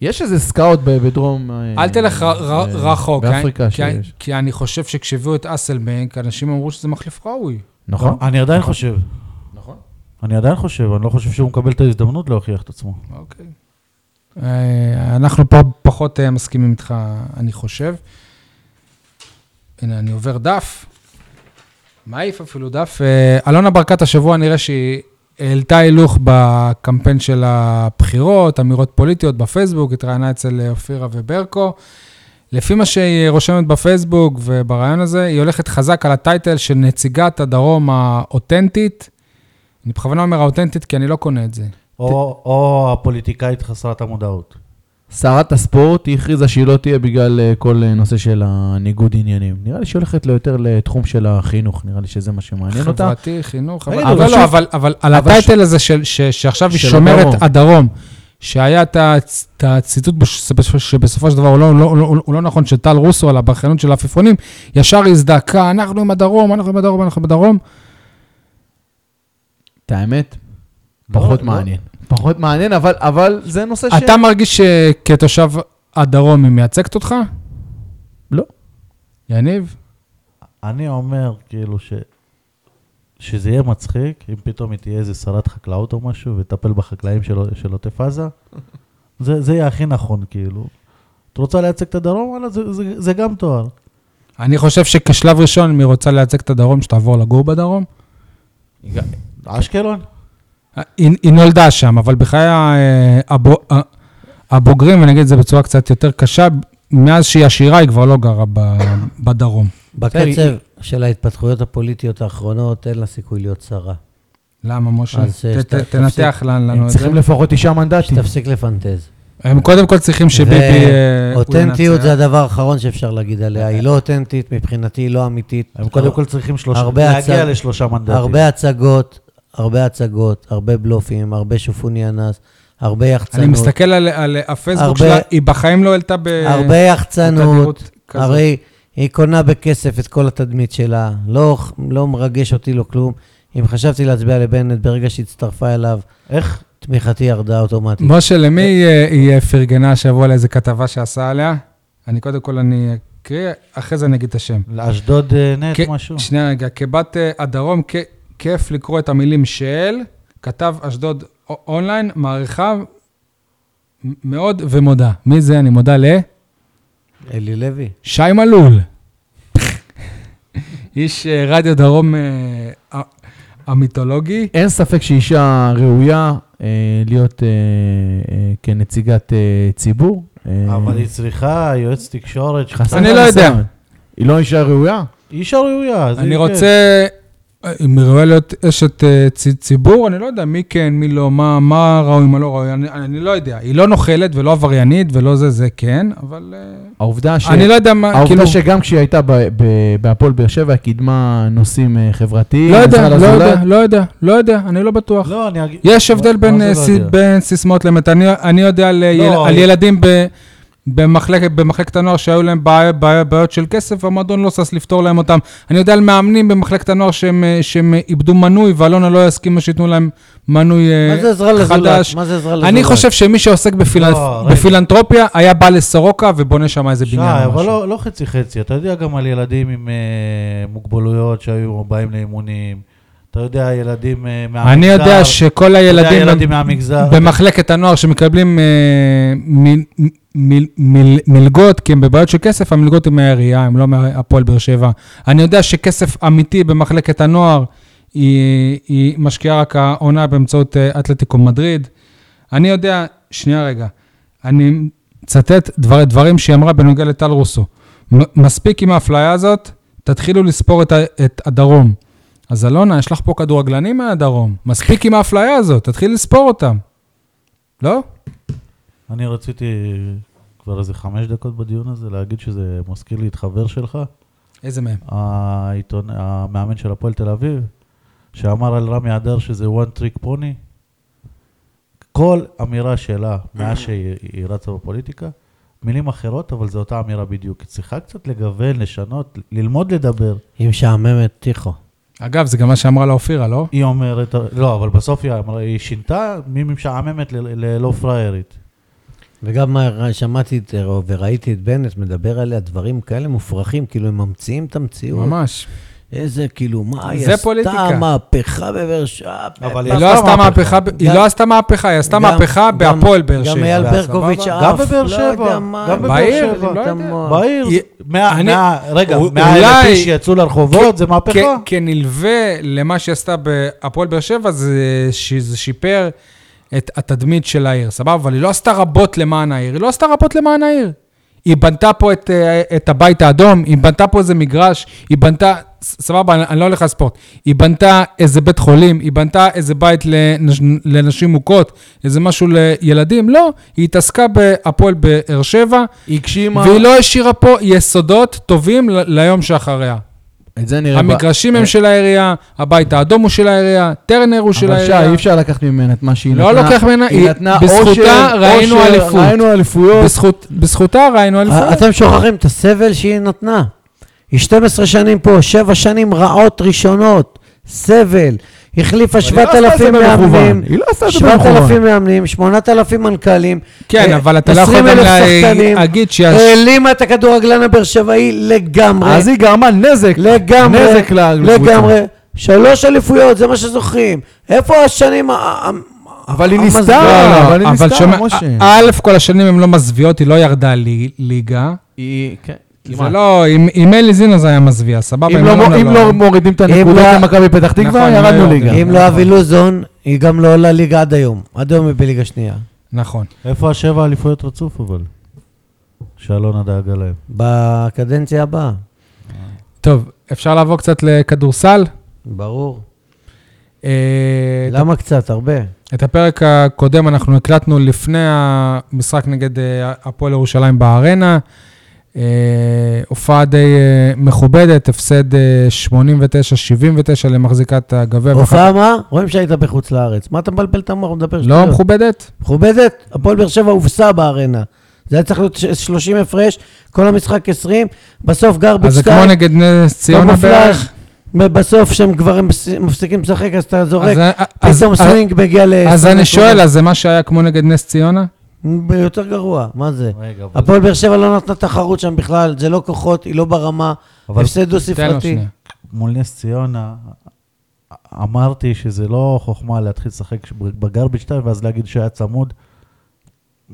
[SPEAKER 4] יש איזה סקאוט ב- בדרום... אה,
[SPEAKER 1] אל תלך ר- ר-
[SPEAKER 4] אה,
[SPEAKER 1] רחוק. כן?
[SPEAKER 4] באפריקה
[SPEAKER 1] כי- כי-
[SPEAKER 4] שיש.
[SPEAKER 1] כי אני חושב שכשהביאו את אסלבנק, אנשים אמרו שזה מחליף ראוי.
[SPEAKER 4] נכון.
[SPEAKER 2] אני עדיין חושב.
[SPEAKER 4] נכון.
[SPEAKER 2] אני עדיין חושב, אני לא חושב שהוא מקבל את ההזדמנות להוכיח את עצמו.
[SPEAKER 1] אוקיי. אה, אנחנו פה פחות אה, מסכימים איתך, אני חושב. הנה, אני עובר דף. מעיף אפילו דף. אה, אלונה ברקת השבוע נראה שהיא העלתה הילוך בקמפיין של הבחירות, אמירות פוליטיות בפייסבוק, התראיינה אצל אה, אופירה וברקו. לפי מה שהיא רושמת בפייסבוק וברעיון הזה, היא הולכת חזק על הטייטל של נציגת הדרום האותנטית. אני בכוונה אומר האותנטית, כי אני לא קונה את זה.
[SPEAKER 2] או או הפוליטיקאית חסרת המודעות.
[SPEAKER 4] שרת הספורט, היא הכריזה שהיא לא תהיה בגלל אה, כל אה, נושא של הניגוד עניינים. נראה לי שהיא הולכת לו יותר לתחום של החינוך, נראה לי שזה מה שמעניין אותה.
[SPEAKER 1] חברתי, חינוך,
[SPEAKER 4] תגידו,
[SPEAKER 1] אבל, אבל,
[SPEAKER 4] אבל
[SPEAKER 1] לא,
[SPEAKER 4] שוב-
[SPEAKER 1] אבל, אבל על
[SPEAKER 4] אבל
[SPEAKER 1] הטייטל הזה של, ש, שעכשיו היא
[SPEAKER 4] של
[SPEAKER 1] שומרת
[SPEAKER 4] הדרום.
[SPEAKER 1] הדרום, שהיה את הצ- את הציטוט בש- שבס- שבסופו של דבר הוא לא, לא, לא, הוא לא נכון, של טל רוסו על הבכיינות של העפיפונים, ישר היא הזדעקה, אנחנו עם הדרום, אנחנו עם הדרום, אנחנו עם הדרום.
[SPEAKER 4] את האמת, פחות
[SPEAKER 2] לא.
[SPEAKER 4] מעניין. פחות מעניין, אבל- אבל זה נושא ש...
[SPEAKER 1] אתה מרגיש שכתושב הדרום היא מייצגת אותך?
[SPEAKER 4] לא.
[SPEAKER 1] יניב?
[SPEAKER 2] אני אומר, כאילו, ש... שזה יהיה מצחיק, אם פתאום היא תהיה איזה שרת חקלאות או משהו, ותטפל בחקלאים של- של עוטף עזה, זה, זה יהיה הכי נכון, כאילו. את רוצה לייצג את הדרום? וואלה, זה, זה, זה גם תואר.
[SPEAKER 1] אני חושב שכשלב ראשון, אם היא רוצה לייצג את הדרום, שתעבור לגור בדרום.
[SPEAKER 2] אשקלון?
[SPEAKER 1] היא, היא נולדה שם, אבל בחיי אה, הבו, אה, הבוגרים, ואני אגיד את זה בצורה קצת יותר קשה, מאז שהיא עשירה, היא כבר לא גרה ב, בדרום.
[SPEAKER 3] בקצב של ההתפתחויות הפוליטיות האחרונות, אין לה סיכוי להיות שרה.
[SPEAKER 1] למה, משה?
[SPEAKER 3] אז, אה,
[SPEAKER 1] ת- ת-
[SPEAKER 3] שת-
[SPEAKER 1] תנתח לנו
[SPEAKER 4] הם
[SPEAKER 1] את זה.
[SPEAKER 4] צריכים לפחות תשעה מנדטים.
[SPEAKER 3] שתפסיק לפנטז.
[SPEAKER 1] הם קודם כל צריכים שביבי... אה, הוא
[SPEAKER 3] אותנטיות
[SPEAKER 1] ינצח.
[SPEAKER 3] זה הדבר האחרון שאפשר להגיד עליה. היא לא אותנטית, מבחינתי היא לא אמיתית.
[SPEAKER 2] הם קודם כל צריכים שלושה,
[SPEAKER 3] הרבה
[SPEAKER 2] להגיע
[SPEAKER 3] הצ-
[SPEAKER 2] לשלושה מנדטים.
[SPEAKER 3] הרבה הצגות, הרבה הצגות, הרבה בלופים, הרבה שופוני אנס, הרבה יחצנות.
[SPEAKER 1] אני מסתכל על- על הפייסבוק
[SPEAKER 3] הרבה-
[SPEAKER 1] שלה, היא בחיים לא העלתה ב...
[SPEAKER 3] הרבה יחצנות.
[SPEAKER 1] בתדירות כזאת.
[SPEAKER 3] הרי היא קונה בכסף את כל התדמית שלה. לא, לא מרגש אותי לא כלום. אם חשבתי להצביע לבנט, ברגע שהצטרפה אליו,
[SPEAKER 2] איך?
[SPEAKER 3] תמיכתי ירדה אוטומטית.
[SPEAKER 1] משה, למי היא- היא אה, פרגנה השבוע לאיזה כתבה שעשה עליה? אני קודם כל, אני אקריא, אחרי זה אני אגיד את השם.
[SPEAKER 2] לאשדוד אה, נט
[SPEAKER 1] כ-
[SPEAKER 2] משהו?
[SPEAKER 1] שנייה רגע, כבת אה, הדרום, כ- כיף לקרוא את המילים של, כתב אשדוד א- אונליין, מעריכה מ- מאוד ומודה. מי זה? אני מודה ל...
[SPEAKER 3] אלי לוי.
[SPEAKER 1] שי מלול. איש אה, רדיו דרום אה, א- המיתולוגי.
[SPEAKER 5] אין ספק שאישה ראויה אה, להיות אה, אה, כנציגת אה, ציבור. אה,
[SPEAKER 2] אבל היא צריכה יועץ תקשורת.
[SPEAKER 5] חסר
[SPEAKER 1] אני
[SPEAKER 5] לה
[SPEAKER 1] לא יודע.
[SPEAKER 5] ניסיון. היא לא אישה ראויה?
[SPEAKER 2] היא אישה ראויה. זה
[SPEAKER 1] אני
[SPEAKER 2] כן.
[SPEAKER 1] רוצה, אה, אם ראוי להיות אשת אה, צי- ציבור, אני לא יודע מי כן, מי לא, מה, מה ראוי, מה לא ראוי, אני, אני לא יודע. היא לא נוכלת ולא עבריינית ולא זה, זה כן, אבל אה,
[SPEAKER 5] העובדה ש...
[SPEAKER 1] אני לא יודע מה,
[SPEAKER 5] העובדה
[SPEAKER 1] כאילו,
[SPEAKER 5] שגם כשהיא הייתה ב- ב- בהפועל באר שבע, היא קידמה נושאים אה, חברתיים.
[SPEAKER 1] לא יודע,
[SPEAKER 5] עזרה
[SPEAKER 1] לא
[SPEAKER 5] לזולת.
[SPEAKER 1] יודע, לא יודע, לא יודע, אני לא בטוח.
[SPEAKER 2] לא, אני אגיד...
[SPEAKER 1] יש הבדל
[SPEAKER 2] מה-
[SPEAKER 1] בין,
[SPEAKER 2] מה זה
[SPEAKER 1] אה,
[SPEAKER 2] לא
[SPEAKER 1] סי-
[SPEAKER 2] יודע?
[SPEAKER 1] בין סיסמאות לאמת. אני, אני יודע על, אה, יל,
[SPEAKER 2] לא,
[SPEAKER 1] על
[SPEAKER 2] אבל-
[SPEAKER 1] ילדים ב, במחלק, במחלקת הנוער שהיו להם בעי, בעי, בעיות של כסף, המועדון לא שש לפתור להם אותם. אני יודע על מאמנים במחלקת הנוער שהם, אה, שהם אה, איבדו מנוי, ואלונה לא יסכימה שייתנו להם מנוי אה,
[SPEAKER 3] מה זה עזרה לזולת?
[SPEAKER 1] חדש.
[SPEAKER 3] מה זה עזרה לזולת?
[SPEAKER 1] אני חושב שמי שעוסק בפילנ...
[SPEAKER 2] לא, רגע.
[SPEAKER 1] בפילנטרופיה היה בא לסורוקה ובונה שם איזה
[SPEAKER 2] שי,
[SPEAKER 1] בניין או
[SPEAKER 2] אבל
[SPEAKER 1] משהו.
[SPEAKER 2] לא, לא חצי חצי, אתה יודע גם על ילדים עם אה, מוגבלויות שהיו באים לאימונים, אתה יודע, ילדים אה, מהמגזר,
[SPEAKER 1] אני יודע שכל
[SPEAKER 2] אתה יודע,
[SPEAKER 1] הילדים
[SPEAKER 2] ילדים מהמגזר,
[SPEAKER 1] במחלקת הנוער שמקבלים אה, מ- מ- מ- מ- מלגות, כי הם בבעיות של כסף, המלגות הן מהעירייה, הן לא מהפועל באר שבע. אני יודע שכסף אמיתי במחלקת הנוער, היא, היא משקיעה רק העונה באמצעות אה, אתלטיקו מדריד. אני יודע, שנייה רגע, אני מצטט דבר, דברים שהיא אמרה בנוגע לטל רוסו. מ- מספיק עם האפליה הזאת, תתחילו לספור את, ה- את הדרום. אז אלונה, יש לך פה כדורגלנים מהדרום. מספיק עם האפליה הזאת, תתחיל לספור אותם. לא?
[SPEAKER 2] אני רציתי כבר איזה חמש דקות בדיון הזה להגיד שזה מזכיר לי את חבר שלך,
[SPEAKER 1] איזה מהם?
[SPEAKER 2] העיתון, המאמן של הפועל תל אביב, שאמר על רמי אדר שזה one trick pony. כל אמירה שלה מאז שהיא היא רצה בפוליטיקה, מילים אחרות, אבל זו אותה אמירה בדיוק. היא צריכה קצת לגוון, לשנות, ללמוד לדבר.
[SPEAKER 3] היא משעממת, טיחו.
[SPEAKER 1] אגב, זה גם מה שאמרה לה אופירה, לא?
[SPEAKER 2] היא אומרת, לא, אבל בסוף היא אמרה, היא שינתה ממשעממת ל- ללא פראיירית.
[SPEAKER 3] וגם מה- שמעתי את, אה, וראיתי את בנט מדבר עליה דברים כאלה מופרכים, כאילו הם ממציאים את המציאות.
[SPEAKER 1] ממש.
[SPEAKER 3] איזה, כאילו, מה, היא
[SPEAKER 1] זה
[SPEAKER 3] עשתה
[SPEAKER 1] פוליטיקה.
[SPEAKER 3] מהפכה בבאר שבע.
[SPEAKER 2] אבל
[SPEAKER 1] היא לא עשתה מהפכה, ב- היא
[SPEAKER 3] גם-
[SPEAKER 1] לא עשתה מהפכה, היא עשתה
[SPEAKER 3] גם-
[SPEAKER 1] מהפכה
[SPEAKER 3] גם-
[SPEAKER 1] בהפועל באר שבע.
[SPEAKER 3] גם אייל
[SPEAKER 1] סבבה?
[SPEAKER 3] ברקוביץ
[SPEAKER 1] הוא-
[SPEAKER 3] עף.
[SPEAKER 2] גם בבאר
[SPEAKER 3] לא
[SPEAKER 2] שבע,
[SPEAKER 3] יודע מה,
[SPEAKER 2] גם
[SPEAKER 1] בבאר
[SPEAKER 3] בעיר,
[SPEAKER 1] שבע.
[SPEAKER 3] את
[SPEAKER 1] לא יודע.
[SPEAKER 3] המוח.
[SPEAKER 2] בעיר,
[SPEAKER 1] היא-
[SPEAKER 2] מה-
[SPEAKER 1] אני-
[SPEAKER 2] מה- רגע,
[SPEAKER 1] הוא-
[SPEAKER 2] מאה אלף
[SPEAKER 1] אולי-
[SPEAKER 2] איש שיצאו לרחובות, זה מהפכה.
[SPEAKER 1] כ- כנלווה למה שעשתה בהפועל באר שבע, זה ש- זה שיפר את התדמית של העיר, סבבה? אבל היא לא עשתה רבות למען העיר, היא לא עשתה רבות למען העיר. היא בנתה פה את, אה, את הבית האדום, היא בנתה פה איזה מגרש, היא בנתה, ס- סבבה, אני, אני לא הולך לספורט, היא בנתה איזה בית חולים, היא בנתה איזה בית לנש, לנשים מוכות, איזה משהו לילדים, לא, היא התעסקה בהפועל באר שבע,
[SPEAKER 5] היא הגשימה...
[SPEAKER 1] והיא לא השאירה פה יסודות טובים ל- ליום שאחריה.
[SPEAKER 5] את זה נראה... ב-
[SPEAKER 1] המגרשים הם של העירייה, הבית האדום הוא של העירייה, טרנר הוא של
[SPEAKER 5] אבל שי, אי
[SPEAKER 1] העירייה.
[SPEAKER 5] אפשר לקחת ממנה את מה שהיא
[SPEAKER 1] לא
[SPEAKER 5] נתנה.
[SPEAKER 1] לוקח ממנה,
[SPEAKER 5] היא
[SPEAKER 1] היא-
[SPEAKER 5] נתנה
[SPEAKER 1] בזכותה
[SPEAKER 5] אושר,
[SPEAKER 1] ראינו
[SPEAKER 5] אושר,
[SPEAKER 1] אליפות.
[SPEAKER 5] ראינו אה, אליפויות.
[SPEAKER 1] בזכות- בזכותה ראינו אליפות.
[SPEAKER 3] אה, אתם שוכחים את הסבל שהיא נתנה. היא 12 שנים פה, 7 שנים רעות ראשונות, סבל. החליפה
[SPEAKER 5] אבל היא לא עשתה את זה
[SPEAKER 3] 7,000 מאמנים,
[SPEAKER 5] במכוון. היא לא עשתה את זה במכוון.
[SPEAKER 3] 7,000 מאמנים, 8,000 מנכ"לים.
[SPEAKER 1] כן,
[SPEAKER 3] אה,
[SPEAKER 1] אבל אתה לא יכול גם
[SPEAKER 3] 20,000 שחקנים.
[SPEAKER 1] להגיד שה...
[SPEAKER 3] העלימה את הכדורגלן הבאר שבעי לגמרי.
[SPEAKER 5] אז היא גרמה נזק.
[SPEAKER 3] לגמרי,
[SPEAKER 5] נזק לקבוצה.
[SPEAKER 3] לגמרי. שלוש אליפויות, זה מה שזוכרים. איפה השנים ה- ה-
[SPEAKER 5] אבל היא
[SPEAKER 3] המזל.
[SPEAKER 5] ניסתה, אה, אבל היא
[SPEAKER 1] לא, אבל
[SPEAKER 5] ניסתה,
[SPEAKER 1] שומע,
[SPEAKER 5] משה.
[SPEAKER 1] א', כל השנים הן לא מזוויעות, היא לא ירדה לי- ליגה.
[SPEAKER 5] היא- כן,
[SPEAKER 1] זה
[SPEAKER 5] כמעט.
[SPEAKER 1] לא, אם- אם אלי זינה זה היה מזוויע, סבבה?
[SPEAKER 5] אם לא מור-
[SPEAKER 1] אילונה
[SPEAKER 5] אם לא מורידים את
[SPEAKER 3] אם
[SPEAKER 5] הנקודות
[SPEAKER 3] לא-
[SPEAKER 5] למכבי פתח תקווה,
[SPEAKER 1] נכון, היא לא
[SPEAKER 5] ירדנו
[SPEAKER 1] יורדת.
[SPEAKER 5] ליגה.
[SPEAKER 3] אם לא אבי לוזון, היא גם לא עולה ליגה עד היום. עד היום היא בליגה שנייה.
[SPEAKER 1] נכון.
[SPEAKER 2] איפה השבע אליפויות רצוף אבל? שאלונה דאגה להם.
[SPEAKER 3] בקדנציה הבאה,
[SPEAKER 1] טוב, אפשר לעבור קצת לכדורסל?
[SPEAKER 3] ברור.
[SPEAKER 1] אה,
[SPEAKER 3] למה קצת? הרבה.
[SPEAKER 1] את הפרק הקודם אנחנו הקלטנו לפני המשחק נגד אה, הפועל ירושלים בארנה. אה, הופעה די אה, מכובדת, הפסד אה, 89-79 למחזיקת הגביע. ואחר-
[SPEAKER 3] הופעה מה? רואים שהיית בחוץ לארץ. מה אתה מבלבל את המוח? מדבר
[SPEAKER 1] לא מכובדת?
[SPEAKER 3] מכובדת? הפועל באר שבע הובסה בארנה. זה היה צריך להיות ש- 30 הפרש, כל המשחק 20, בסוף גרביץ'
[SPEAKER 1] אז זה כמו נגד נס
[SPEAKER 3] לא
[SPEAKER 1] ציונה בערך?
[SPEAKER 3] בסוף שהם כבר מפס- מפסיקים לשחק, אז אתה זורק,
[SPEAKER 1] אז- אז-
[SPEAKER 3] לא, פתאום אה,
[SPEAKER 1] אז-
[SPEAKER 3] סווינג מגיע ל...
[SPEAKER 1] אז אני שואל, אז זה מה שהיה כמו נגד נס ציונה?
[SPEAKER 3] ב- יותר גרוע, מה זה?
[SPEAKER 2] רגע, אבל-
[SPEAKER 3] הפועל באר שבע לא נתנה תחרות שם בכלל, זה לא כוחות, היא לא ברמה,
[SPEAKER 2] אבל-
[SPEAKER 3] הפסד דו
[SPEAKER 1] תן לו
[SPEAKER 3] ספרתי.
[SPEAKER 1] שנייה.
[SPEAKER 2] מול נס ציונה, אמרתי שזה לא חוכמה להתחיל לשחק בגרביץ' 2 ואז להגיד שהיה צמוד.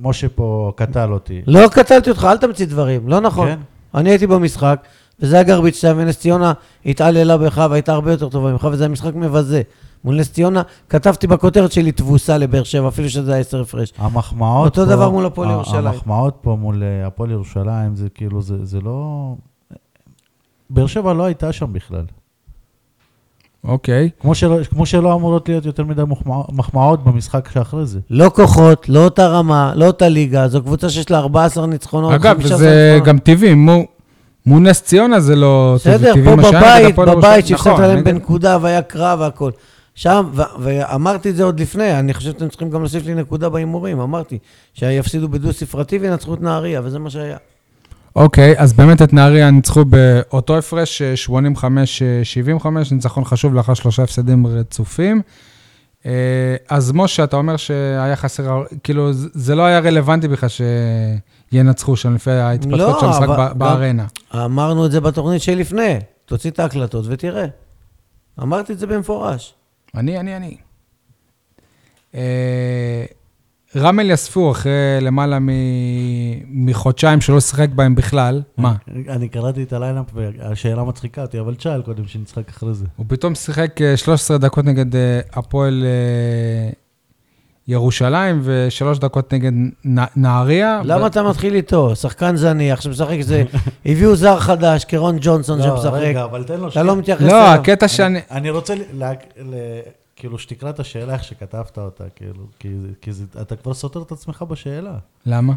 [SPEAKER 2] משה פה קטל אותי.
[SPEAKER 3] לא קטלתי אותך, אל תמציא דברים, לא נכון.
[SPEAKER 2] כן.
[SPEAKER 3] אני הייתי במשחק, וזה היה גרביץ' שם, ונס ציונה התעללה בך והייתה הרבה יותר טובה ממך, וזה היה משחק מבזה. מול נס ציונה, כתבתי בכותרת שלי תבוסה לבאר שבע, אפילו שזה היה עשר הפרש.
[SPEAKER 2] המחמאות
[SPEAKER 3] אותו
[SPEAKER 2] פה-
[SPEAKER 3] דבר מול הפועל
[SPEAKER 2] ה-
[SPEAKER 3] ירושלים.
[SPEAKER 2] המחמאות פה מול אה, הפועל ירושלים, זה כאילו, זה, זה לא... באר שבע לא הייתה שם בכלל.
[SPEAKER 1] אוקיי.
[SPEAKER 2] כמו שלא, כמו שלא אמורות להיות יותר מדי מחמא- מחמאות במשחק שאחרי זה.
[SPEAKER 3] לא כוחות, לא אותה רמה, לא אותה ליגה, זו קבוצה שיש לה 14 ניצחונות,
[SPEAKER 1] אגב,
[SPEAKER 3] 15
[SPEAKER 1] זה
[SPEAKER 3] ניצחונות.
[SPEAKER 1] גם טבעי, מו- מול נס ציונה זה לא טבעי,
[SPEAKER 3] בסדר,
[SPEAKER 1] טבעי
[SPEAKER 3] פה
[SPEAKER 1] מה שהיה נגד
[SPEAKER 3] בבית,
[SPEAKER 1] הפועל ירושלים.
[SPEAKER 3] בבית, שהפסדת
[SPEAKER 1] נכון,
[SPEAKER 3] להם
[SPEAKER 1] נגד-
[SPEAKER 3] בנקודה והיה קרב והכל. שם, ו- ואמרתי את זה עוד לפני, אני חושב שאתם צריכים גם להוסיף לי נקודה בהימורים, אמרתי, שיפסידו בדו ספרתי וינצחו את נהריה, וזה מה שהיה.
[SPEAKER 1] אוקיי, אז באמת את נהריה ניצחו באותו הפרש, אה, 85-75, ניצחון חשוב לאחר שלושה הפסדים רצופים. אה, אז משה, אתה אומר שהיה חסר, כאילו, זה- זה לא היה רלוונטי בכלל שינצחו שם לפי ההתפתחות
[SPEAKER 3] לא,
[SPEAKER 1] של המשחק
[SPEAKER 3] אבל-
[SPEAKER 1] ב-
[SPEAKER 3] גם-
[SPEAKER 1] בארנה.
[SPEAKER 3] אמרנו את זה בתוכנית שלפני, תוציא את ההקלטות ותראה. אמרתי את זה במפורש.
[SPEAKER 1] אני, אני, אני. אה, רמל יספו אחרי למעלה מ- מחודשיים שלא שיחק בהם בכלל,
[SPEAKER 3] אה.
[SPEAKER 1] מה?
[SPEAKER 2] אני קראתי את הליינאפ והשאלה מצחיקה אותי, אבל תשאל קודם שנשחק אחרי זה.
[SPEAKER 1] הוא פתאום שיחק אה, 13 דקות נגד אה, הפועל אה, ירושלים ושלוש דקות נגד נ- נהריה.
[SPEAKER 3] למה אתה מתחיל איתו? שחקן זניח שמשחק איזה... הביאו זר חדש, קרון ג'ונסון שמשחק.
[SPEAKER 2] לא, רגע, אבל תן לו
[SPEAKER 3] אתה לא מתייחס
[SPEAKER 1] לא,
[SPEAKER 3] אליו.
[SPEAKER 1] הקטע שאני...
[SPEAKER 2] אני רוצה, ל- להק- ל- כאילו, שתקרא את השאלה איך שכתבת אותה, כאילו, כי זה- כי זה- אתה כבר סותר את עצמך בשאלה.
[SPEAKER 1] למה?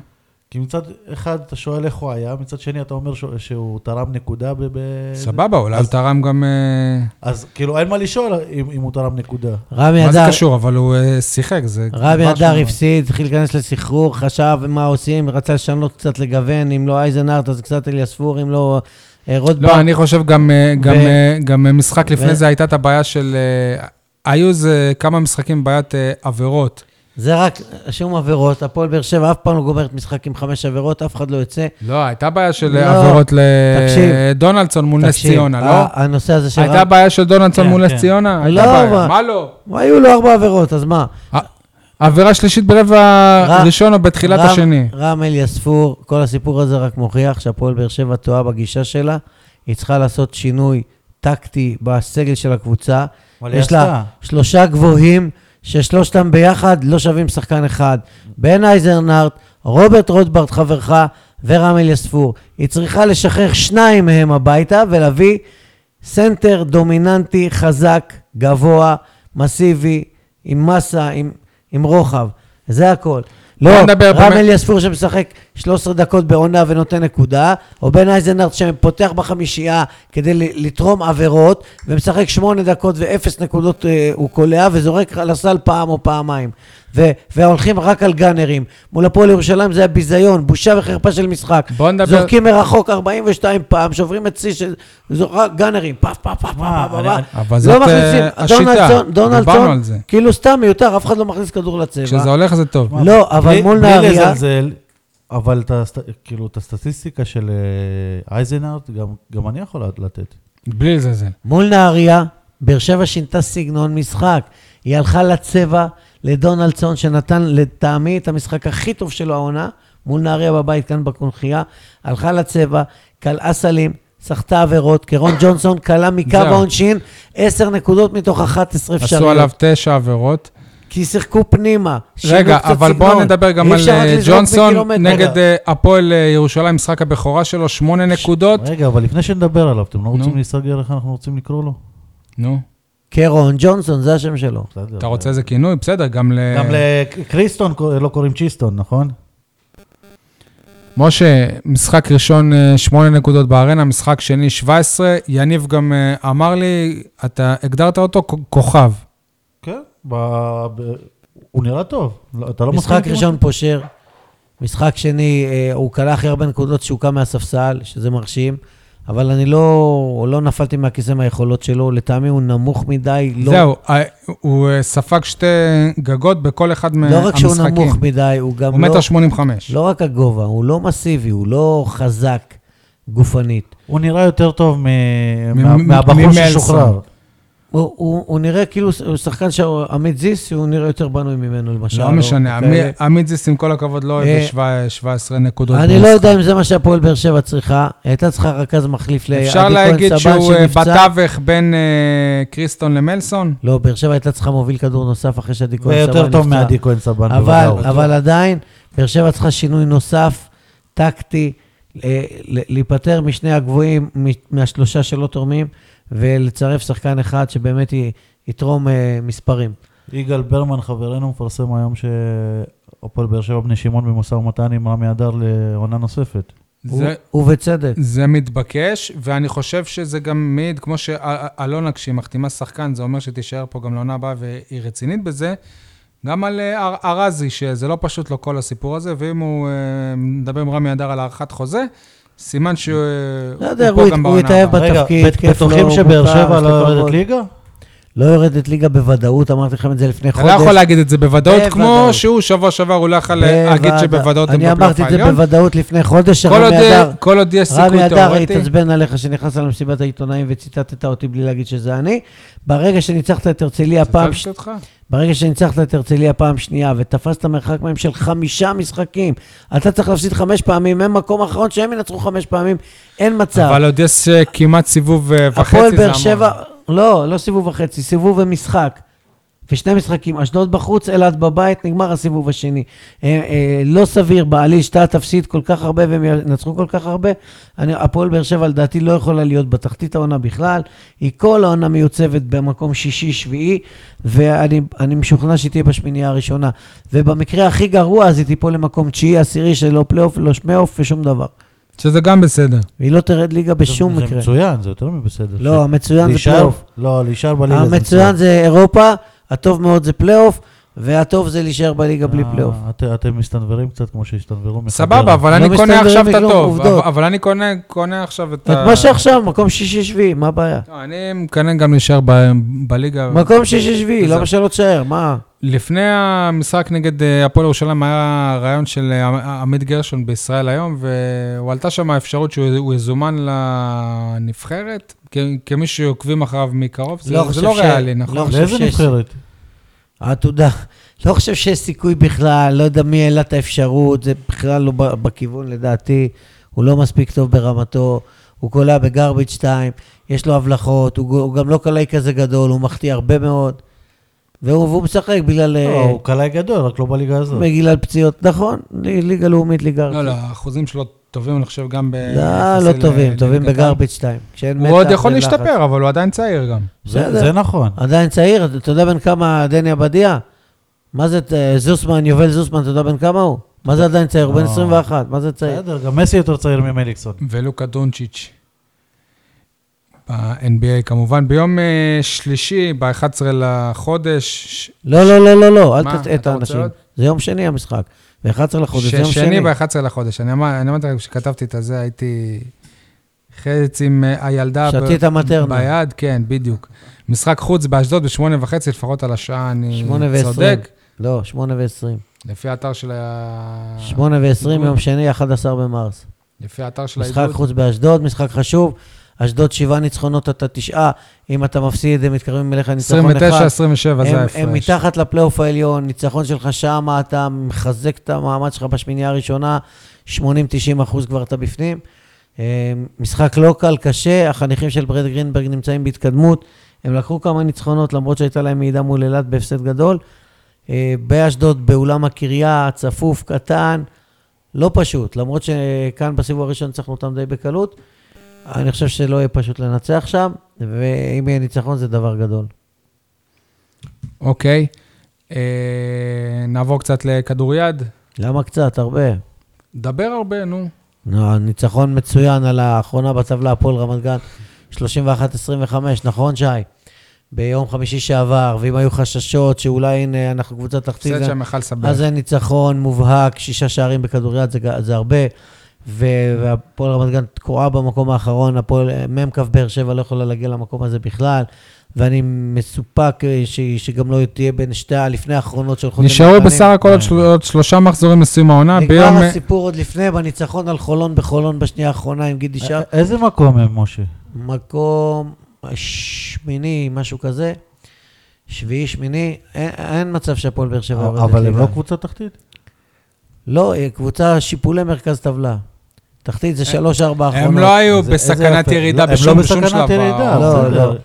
[SPEAKER 2] כי מצד אחד אתה שואל איך הוא היה, מצד שני אתה אומר שהוא- שהוא תרם נקודה ב...
[SPEAKER 3] אה,
[SPEAKER 2] ב-
[SPEAKER 1] סבבה, אולי הוא
[SPEAKER 2] אז-
[SPEAKER 1] תרם גם... אה,
[SPEAKER 2] אז כאילו אין מה לשאול אם אם הוא תרם נקודה.
[SPEAKER 3] רמי
[SPEAKER 1] מה זה
[SPEAKER 3] אדר,
[SPEAKER 1] קשור? אבל הוא אה, שיחק, זה...
[SPEAKER 3] רמי
[SPEAKER 1] דבר
[SPEAKER 3] אדר
[SPEAKER 1] שהוא-
[SPEAKER 3] הפסיד, התחיל להיכנס לסחרור, חשב מה עושים, רצה לשנות קצת לגוון, אם לא אייזנארט אז קצת אליספור, אם לא אה, רוטבאום.
[SPEAKER 1] לא, אני חושב גם, אה, גם,
[SPEAKER 3] ו-
[SPEAKER 1] אה, גם אה, משחק לפני
[SPEAKER 3] ו-
[SPEAKER 1] זה הייתה את הבעיה של... אה, היו איזה כמה משחקים בעיית אה, עבירות.
[SPEAKER 3] זה רק שום עבירות, הפועל באר שבע אף פעם לא גומרת משחק עם חמש עבירות, אף אחד לא יוצא.
[SPEAKER 1] לא, הייתה בעיה של
[SPEAKER 3] לא,
[SPEAKER 1] עבירות
[SPEAKER 3] תקשיב.
[SPEAKER 1] לדונלדסון מול נס
[SPEAKER 3] תקשיב, אה,
[SPEAKER 1] ציונה, לא?
[SPEAKER 3] ה- הנושא הזה של...
[SPEAKER 1] הייתה בעיה של דונלדסון
[SPEAKER 2] כן,
[SPEAKER 1] מול
[SPEAKER 2] כן.
[SPEAKER 1] נס ציונה? הייתה
[SPEAKER 3] לא,
[SPEAKER 1] בעיה.
[SPEAKER 3] אבל-
[SPEAKER 1] מה לא?
[SPEAKER 3] היו לו ארבע עבירות, אז מה?
[SPEAKER 1] עבירה שלישית ברבע
[SPEAKER 3] רם-
[SPEAKER 1] אה, ראשון או בתחילת
[SPEAKER 3] רם-
[SPEAKER 1] השני.
[SPEAKER 3] רם אליספור, כל הסיפור הזה רק מוכיח שהפועל באר שבע טועה בגישה שלה. היא צריכה לעשות שינוי טקטי בסגל של הקבוצה.
[SPEAKER 2] אבל היא
[SPEAKER 3] יש לה
[SPEAKER 2] עשתה.
[SPEAKER 3] שלושה גבוהים, ששלושתם ביחד לא שווים שחקן אחד. בן אייזרנארט, רוברט רוטברט חברך ורם אליספור. היא צריכה לשחרר שניים מהם הביתה ולהביא סנטר דומיננטי, חזק, גבוה, מסיבי, עם מסה, עם, עם רוחב. זה הכל. לא,
[SPEAKER 1] בוא נדבר
[SPEAKER 3] רם
[SPEAKER 1] באמת-
[SPEAKER 3] אליספור שמשחק 13 דקות בעונה ונותן נקודה, או בן אייזנארט שפותח בחמישייה כדי ל- לתרום עבירות, ומשחק 8 דקות ואפס נקודות אה, הוא קולע, וזורק לסל פעם או פעמיים. ו- והולכים רק על גאנרים. מול הפועל ירושלים זה היה ביזיון, בושה וחרפה של משחק.
[SPEAKER 1] בוא נדבר-
[SPEAKER 3] זורקים מרחוק 42 פעם, שוברים את שיא של... זו- רק גאנרים, פאף פאף פאף פאף
[SPEAKER 2] מה,
[SPEAKER 3] פאף
[SPEAKER 2] אני-
[SPEAKER 3] פאף.
[SPEAKER 1] אה, אבל זאת
[SPEAKER 3] לא מכניסים.
[SPEAKER 1] אה, השיטה,
[SPEAKER 3] דונלדסון-
[SPEAKER 1] דיברנו
[SPEAKER 3] דונלדסון,
[SPEAKER 1] על זה.
[SPEAKER 3] כאילו סתם מיותר, אף אחד לא מכניס כדור
[SPEAKER 1] כשזה
[SPEAKER 3] לצבע.
[SPEAKER 1] הולך זה טוב.
[SPEAKER 3] לא, אבל
[SPEAKER 2] בלי-
[SPEAKER 3] מול
[SPEAKER 2] בלי
[SPEAKER 3] נהריה...
[SPEAKER 2] לזלזל, אבל את הסט- כאילו, את הסטטיסטיקה של אה, אייזנארט, גם- גם אני יכול לתת.
[SPEAKER 1] בלי לזלזל.
[SPEAKER 3] מול נהריה, באר שבע שינתה סגנון משחק. היא הלכה לצבע לדונלדסון, שנתן לטעמי את המשחק הכי טוב שלו העונה, מול נהריה בבית כאן בקונכייה. הלכה לצבע, כלאה סלים, סחטה עבירות, קרון ג'ונסון כלא מקו
[SPEAKER 1] זהו.
[SPEAKER 3] העונשין 10 נקודות מתוך 11 אפשריות.
[SPEAKER 1] עשו עליו תשע עבירות.
[SPEAKER 3] כי שיחקו פנימה. שינו
[SPEAKER 1] רגע,
[SPEAKER 3] קצת
[SPEAKER 1] אבל
[SPEAKER 3] סגנון.
[SPEAKER 1] בואו נדבר גם
[SPEAKER 3] אי
[SPEAKER 1] על
[SPEAKER 3] אפשר רק
[SPEAKER 1] אה,
[SPEAKER 3] לזרוק
[SPEAKER 1] ג'ונסון
[SPEAKER 3] מקילומטר.
[SPEAKER 1] נגד אה, הפועל אה, ירושלים, משחק הבכורה שלו, שמונה נקודות.
[SPEAKER 2] רגע, אבל לפני שנדבר עליו, אתם לא
[SPEAKER 1] נו.
[SPEAKER 2] רוצים להיסגר איך אנחנו רוצים לקרוא לו?
[SPEAKER 1] נו,
[SPEAKER 3] קרון ג'ונסון, זה השם שלו.
[SPEAKER 2] בסדר.
[SPEAKER 1] אתה רוצה איזה כינוי?
[SPEAKER 3] אה.
[SPEAKER 1] בסדר, גם ל...
[SPEAKER 2] גם לקריסטון לא קוראים צ'יסטון, נכון?
[SPEAKER 1] משה, משחק ראשון, אה, שמונה נקודות בארנה, משחק שני, 17. יניב גם אה, אמר לי, אתה הגדרת אותו כ- כוכב.
[SPEAKER 2] כן, ב... ב... הוא נראה טוב. לא- אתה לא מסכים?
[SPEAKER 3] משחק
[SPEAKER 2] איתי?
[SPEAKER 3] ראשון פושר, משחק שני, אה, הוא כלה הכי הרבה נקודות שהוא קם מהספסל, שזה מרשים, אבל אני לא, לא נפלתי מהכיסא מהיכולות שלו, לטעמי הוא נמוך מדי, לא,
[SPEAKER 1] זהו, אה, הוא אה, ספג שתי גגות בכל אחד
[SPEAKER 3] לא רק שהוא
[SPEAKER 1] מהמשחקים.
[SPEAKER 3] נמוך מדי, הוא גם
[SPEAKER 1] הוא
[SPEAKER 3] לא,
[SPEAKER 1] מטר 85.
[SPEAKER 3] לא רק הגובה, הוא לא מסיבי, הוא לא חזק גופנית.
[SPEAKER 2] הוא נראה יותר טוב מ...
[SPEAKER 1] מ-
[SPEAKER 2] מה...
[SPEAKER 1] מ-
[SPEAKER 2] מהבחור
[SPEAKER 1] ממלסון.
[SPEAKER 2] ששוחרר.
[SPEAKER 3] הוא, הוא, הוא נראה כאילו, הוא שחקן שעמית זיס, הוא נראה יותר בנוי ממנו למשל. אוקיי.
[SPEAKER 1] לא
[SPEAKER 3] או
[SPEAKER 1] משנה,
[SPEAKER 3] כאלה.
[SPEAKER 1] עמי- עמית זיס, עם כל הכבוד, לא
[SPEAKER 3] אה,
[SPEAKER 1] הביא שבע- 17 נקודות.
[SPEAKER 3] אני לא
[SPEAKER 1] במשחק.
[SPEAKER 3] יודע אם זה מה שהפועל באר שבע צריכה. הייתה צריכה רכז מחליף לעדי
[SPEAKER 1] אפשר להגיד
[SPEAKER 3] כהן סבן
[SPEAKER 1] שהוא אה,
[SPEAKER 3] שנפצע.
[SPEAKER 1] בתווך בין אה, קריסטון למלסון?
[SPEAKER 3] לא, באר שבע הייתה צריכה מוביל כדור נוסף אחרי שעדי כהן סבן נפצע.
[SPEAKER 2] ויותר טוב מעדי כהן סבן.
[SPEAKER 3] אבל,
[SPEAKER 2] בוודאות.
[SPEAKER 3] אבל עדיין, באר שבע צריכה שינוי נוסף, טקטי, אה, ל- להיפטר משני הגבוהים, מ- מהשלושה שלא תורמים, ולצרף שחקן אחד שבאמת י- יתרום אה, מספרים.
[SPEAKER 2] יגאל ברמן, חברנו, מפרסם היום שהפועל באר שבע בני שמעון במשא ומתן עם רמי אדר לעונה נוספת.
[SPEAKER 1] זה-
[SPEAKER 3] ו- ובצדק.
[SPEAKER 1] זה מתבקש, ואני חושב שזה גם מעיד, כמו שאלונה, כשהיא מחתימה שחקן, זה אומר שתישאר פה גם לעונה הבאה, והיא רצינית בזה. גם על אה, אר- ארזי, שזה לא פשוט לו כל הסיפור הזה, ואם הוא אה, מדבר עם רמי אדר על הארכת חוזה, סימן שהוא אה,
[SPEAKER 3] לא יודע,
[SPEAKER 1] פה
[SPEAKER 3] הוא
[SPEAKER 1] גם
[SPEAKER 3] הת- הוא
[SPEAKER 1] בעונה
[SPEAKER 3] התאהב
[SPEAKER 1] הבאה.
[SPEAKER 3] בת- בתפקיד,
[SPEAKER 2] בט-
[SPEAKER 3] כיף
[SPEAKER 2] בטוחים
[SPEAKER 3] לו,
[SPEAKER 2] שבאר
[SPEAKER 3] מוכר,
[SPEAKER 2] שבע
[SPEAKER 3] יש לו
[SPEAKER 2] לא יורדת
[SPEAKER 3] כבוד.
[SPEAKER 2] ליגה?
[SPEAKER 3] לא יורדת ליגה בוודאות, אמרתי לכם את זה לפני
[SPEAKER 1] אתה
[SPEAKER 3] חודש.
[SPEAKER 1] לא יכול להגיד את זה בוודאות,
[SPEAKER 3] בוודאות.
[SPEAKER 1] כמו שהוא שבוע שעבר, הוא לא יכול להגיד
[SPEAKER 3] בוודא-
[SPEAKER 1] שבוודאות הם
[SPEAKER 3] אני
[SPEAKER 1] בפלייאוף
[SPEAKER 3] אמרתי את זה
[SPEAKER 1] העליון.
[SPEAKER 3] בוודאות לפני חודש,
[SPEAKER 1] כל עוד- אה,
[SPEAKER 3] שרמי אדר...
[SPEAKER 1] כל עוד יש
[SPEAKER 3] רמי
[SPEAKER 1] סיכוי
[SPEAKER 3] אדר
[SPEAKER 1] תיאורטי.
[SPEAKER 3] התעצבן עליך שנכנסת למסיבת העיתונאים וציטטת אותי בלי להגיד שזה אני. ברגע שניצחת את הרצליה פעם, ש...
[SPEAKER 1] צלצלתי אותך?
[SPEAKER 3] ברגע שניצחת את הרצליה פעם שנייה ותפסת מרחק מהם של חמישה משחקים, אתה צריך להפסיד חמש פעמים, הם מקום אחרון שהם ינצחו חמש פעמים, אין מצב.
[SPEAKER 1] אבל עוד יש אה, כמעט סיבוב אה, וחצי, זה
[SPEAKER 3] הפועל באר
[SPEAKER 1] המון.
[SPEAKER 3] שבע, לא, לא סיבוב וחצי, סיבוב ומשחק. ושני משחקים, אשדוד בחוץ, אילת בבית, נגמר הסיבוב השני. אה, אה, לא סביר בעליל שאתה תפסיד כל כך הרבה והם ינצחו כל כך הרבה. אני, הפועל באר שבע לדעתי לא יכולה להיות בתחתית העונה בכלל. היא כל העונה מיוצבת במקום שישי-שביעי, ואני אני משוכנע שהיא תהיה בשמינייה הראשונה. ובמקרה הכי גרוע, אז היא תיפול למקום תשיעי-עשירי שלא פלייאוף, לא שמייאוף ושום דבר.
[SPEAKER 1] שזה גם בסדר.
[SPEAKER 3] היא לא תרד ליגה בשום
[SPEAKER 2] זה
[SPEAKER 3] מקרה.
[SPEAKER 2] מצוין, זה יותר מבסדר.
[SPEAKER 3] לא, המצוין זה
[SPEAKER 2] להישאר-
[SPEAKER 3] פלייאוף.
[SPEAKER 2] לא, להישאר בליגה. זה
[SPEAKER 3] המצוין זה אירופה, הטוב מאוד זה פלייאוף, והטוב זה להישאר בליגה בלי
[SPEAKER 2] אה,
[SPEAKER 3] פלייאוף.
[SPEAKER 2] את- אתם מסתנוורים קצת כמו שהסתנוורו מחדרה.
[SPEAKER 1] סבבה, אבל
[SPEAKER 3] לא
[SPEAKER 1] אני קונה
[SPEAKER 3] מסתדרים
[SPEAKER 1] עכשיו את
[SPEAKER 3] מכלום,
[SPEAKER 1] הטוב.
[SPEAKER 3] עובדות.
[SPEAKER 1] אבל- אבל אני קונה- קונה עכשיו את
[SPEAKER 3] את
[SPEAKER 2] אה,
[SPEAKER 1] ה...
[SPEAKER 3] מה שעכשיו, מקום שישי-שביעי, מה הבעיה?
[SPEAKER 1] לא, אני מקנא גם להישאר ב- בליגה.
[SPEAKER 2] אה,
[SPEAKER 3] מקום שישי-שביעי,
[SPEAKER 1] זה-
[SPEAKER 3] למה שלא תשאר? מה?
[SPEAKER 1] לפני המשחק נגד אה, הפועל ירושלים היה רעיון של אה, עמית גרשון בישראל היום, והוא עלתה שם האפשרות שהוא הוא יזומן לנבחרת, כ- כמי שעוקבים אחריו מקרוב. זה
[SPEAKER 3] לא
[SPEAKER 1] זה
[SPEAKER 3] חושב
[SPEAKER 1] לא
[SPEAKER 3] ש-
[SPEAKER 1] ריאלי,
[SPEAKER 3] לא
[SPEAKER 1] נכון?
[SPEAKER 3] חושב
[SPEAKER 2] לאיזה
[SPEAKER 3] שיש-
[SPEAKER 2] נבחרת?
[SPEAKER 3] העתודה. אה, לא חושב שיש סיכוי בכלל, לא יודע מי העלה את האפשרות, זה בכלל לא ב- בכיוון לדעתי. הוא לא מספיק טוב ברמתו, הוא קולע בגרביץ' 2, יש לו הבלחות, הוא, ג- הוא גם לא קלעי כזה גדול, הוא מחטיא הרבה מאוד. והוא, והוא משחק בגלל...
[SPEAKER 2] לא,
[SPEAKER 3] אה,
[SPEAKER 2] הוא קלעי גדול, רק לא בליגה הזאת.
[SPEAKER 3] בגלל פציעות, נכון, ל- ליגה לאומית, ליגה
[SPEAKER 1] לא, לא,
[SPEAKER 3] ארצית.
[SPEAKER 1] האחוזים שלו טובים, אני חושב, גם ב...
[SPEAKER 3] לא,
[SPEAKER 1] אה, יחסי
[SPEAKER 3] לא
[SPEAKER 1] ל-
[SPEAKER 3] טובים,
[SPEAKER 1] לליגת
[SPEAKER 3] טובים
[SPEAKER 1] העל.
[SPEAKER 3] בגרביץ' 2. כשאין
[SPEAKER 1] הוא עוד
[SPEAKER 3] מתח,
[SPEAKER 1] יכול
[SPEAKER 3] אין לחץ.
[SPEAKER 1] להשתפר, אבל הוא עדיין צעיר גם.
[SPEAKER 2] זה
[SPEAKER 3] בסדר. אה,
[SPEAKER 2] זה נכון.
[SPEAKER 3] עדיין צעיר, אתה יודע בן כמה דני עבדיה? מה זה אה, זוסמן, יובל זוסמן, אתה יודע בן כמה הוא? מה זה עדיין צעיר? הוא בן
[SPEAKER 1] לא.
[SPEAKER 2] אה.
[SPEAKER 3] 21, מה זה צעיר?
[SPEAKER 2] בסדר, גם מסי יותר צעיר ממליקסון.
[SPEAKER 1] ולוקה דונצ'יץ' ב-NBA כמובן. ביום אה, שלישי, ב-11 לחודש, ש-
[SPEAKER 3] לא, לא, לא, לא, לא, אל
[SPEAKER 1] מה,
[SPEAKER 3] תטעה את
[SPEAKER 1] אתה רוצה
[SPEAKER 3] האנשים.
[SPEAKER 1] עוד?
[SPEAKER 3] זה יום שני המשחק. ב-11 לחודש, זה יום
[SPEAKER 1] שני
[SPEAKER 3] שני.
[SPEAKER 1] ב-11 לחודש. אני אמר- אני אמרתי לכם, כשכתבתי את הזה, הייתי חץ עם אה, הילדה ב-
[SPEAKER 3] שתית מטרנה.
[SPEAKER 1] ביד, כן, בדיוק. משחק חוץ באשדוד בשמונה וחצי, לפחות על השעה אני
[SPEAKER 3] שמונה ועשרים.
[SPEAKER 1] צודק.
[SPEAKER 3] לא, 8 ו-20.
[SPEAKER 1] לפי האתר של ה...
[SPEAKER 3] 8 ו-20
[SPEAKER 1] איגוד.
[SPEAKER 3] יום שני, 11 במרס.
[SPEAKER 1] לפי האתר של
[SPEAKER 3] משחק
[SPEAKER 1] האיגוד.
[SPEAKER 3] חוץ באשדוד, משחק חשוב. אשדוד שבעה ניצחונות, אתה תשעה. אם אתה מפסיד, הם מתקרבים אליך ניצחון אחד.
[SPEAKER 1] 29, 27, זה
[SPEAKER 3] הם,
[SPEAKER 1] ההפרש.
[SPEAKER 3] הם מתחת לפלייאוף העליון, ניצחון שלך שמה, אתה מחזק את המעמד שלך בשמינייה הראשונה, 80-90 אחוז כבר אתה בפנים. אה, משחק לא קל, קשה, החניכים של ברד גרינברג נמצאים בהתקדמות. הם לקחו כמה ניצחונות, למרות שהייתה להם מעידה מול אילת בהפסד גדול. אה, באשדוד, באולם הקריה, צפוף, קטן, לא פשוט. למרות שכאן בסיבוב הראשון ניצחנו אותם די בקלות, אני חושב שלא יהיה פשוט לנצח שם, ואם יהיה ניצחון זה דבר גדול.
[SPEAKER 1] אוקיי. אה, נעבור קצת לכדוריד.
[SPEAKER 3] למה קצת? הרבה.
[SPEAKER 1] דבר הרבה, נו.
[SPEAKER 3] נו, ניצחון מצוין על האחרונה בטבלה, הפועל רמת גן, 31-25, נכון, שי? ביום חמישי שעבר, ואם היו חששות שאולי הנה, אנחנו קבוצת תחתית,
[SPEAKER 1] הפסד
[SPEAKER 3] גם-
[SPEAKER 1] של מיכל סבן.
[SPEAKER 3] אז אה, זה ניצחון מובהק, שישה שערים בכדוריד, זה, ג- זה הרבה. ו- והפועל רמת גן תקועה במקום האחרון, הפועל מ"כ באר שבע לא יכולה להגיע למקום הזה בכלל, ואני מסופק אה, ש- שגם לא תהיה בין שתי הלפני האחרונות של חוץ
[SPEAKER 1] נשארו בסך הכל עוד של- עוד שלושה מחזורים לסיום העונה. אה, ביום...
[SPEAKER 3] נגמר הסיפור עוד לפני, בניצחון על חולון בחולון בשנייה האחרונה עם
[SPEAKER 1] אה,
[SPEAKER 3] גידי שעה.
[SPEAKER 2] א- איזה מקום הם, משה?
[SPEAKER 3] מקום שמיני, משהו כזה, שביעי, שמיני, אין, אין מצב שהפועל באר
[SPEAKER 1] אה,
[SPEAKER 3] שבע יורדת
[SPEAKER 2] אבל הם
[SPEAKER 3] ליגה.
[SPEAKER 2] לא קבוצה תחתית?
[SPEAKER 3] לא, אה, קבוצה שיפולי מרכז טבלה. תחתית זה שלוש, ארבע האחרונות.
[SPEAKER 1] אה, הם לא היו
[SPEAKER 2] זה- איזה
[SPEAKER 1] בסכנת
[SPEAKER 2] יפה.
[SPEAKER 1] ירידה
[SPEAKER 2] לא, הם לא
[SPEAKER 1] בשום בשום
[SPEAKER 2] בסכנת
[SPEAKER 1] שלב.
[SPEAKER 2] ירידה,
[SPEAKER 1] ב-
[SPEAKER 3] לא,
[SPEAKER 2] בסדר.
[SPEAKER 3] לא.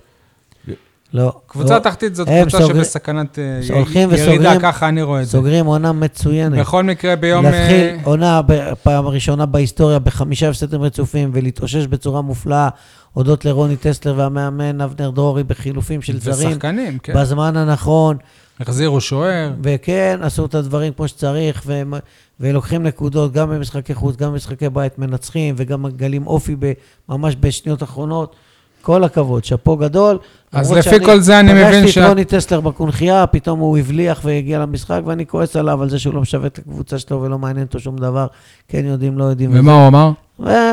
[SPEAKER 3] לא.
[SPEAKER 1] קבוצה
[SPEAKER 3] לא.
[SPEAKER 1] תחתית זאת
[SPEAKER 3] הם
[SPEAKER 1] קבוצה
[SPEAKER 3] סוגר-
[SPEAKER 1] שבסכנת אה,
[SPEAKER 3] הולכים
[SPEAKER 1] ירידה,
[SPEAKER 3] וסוגרים-
[SPEAKER 1] ככה אני רואה את זה.
[SPEAKER 3] סוגרים עונה מצוינת.
[SPEAKER 1] בכל מקרה, ביום... אה,
[SPEAKER 3] להתחיל עונה בפעם הראשונה בהיסטוריה בחמישה הפסדים רצופים ולהתאושש בצורה מופלאה הודות לרוני טסלר והמאמן אבנר דרורי בחילופים של זרים
[SPEAKER 1] ושחקנים, כן.
[SPEAKER 3] בזמן הנכון,
[SPEAKER 1] החזירו שוער.
[SPEAKER 3] וכן, עשו את הדברים כמו שצריך, והם, ולוקחים נקודות גם במשחקי חוץ, גם במשחקי בית מנצחים, וגם מגלים אופי ב, ממש בשניות אחרונות. כל הכבוד, שאפו גדול.
[SPEAKER 1] אז
[SPEAKER 3] למרות
[SPEAKER 1] לפי
[SPEAKER 3] שאני-
[SPEAKER 1] כל זה אני מבין
[SPEAKER 3] פגשתי
[SPEAKER 1] שאת-
[SPEAKER 3] את רוני טסלר בקונכייה, פתאום הוא הבליח והגיע למשחק, ואני כועס עליו על זה שהוא לא משווה את הקבוצה שלו ולא מעניין אותו שום דבר. כן יודעים, לא יודעים.
[SPEAKER 1] ומה הוא אמר?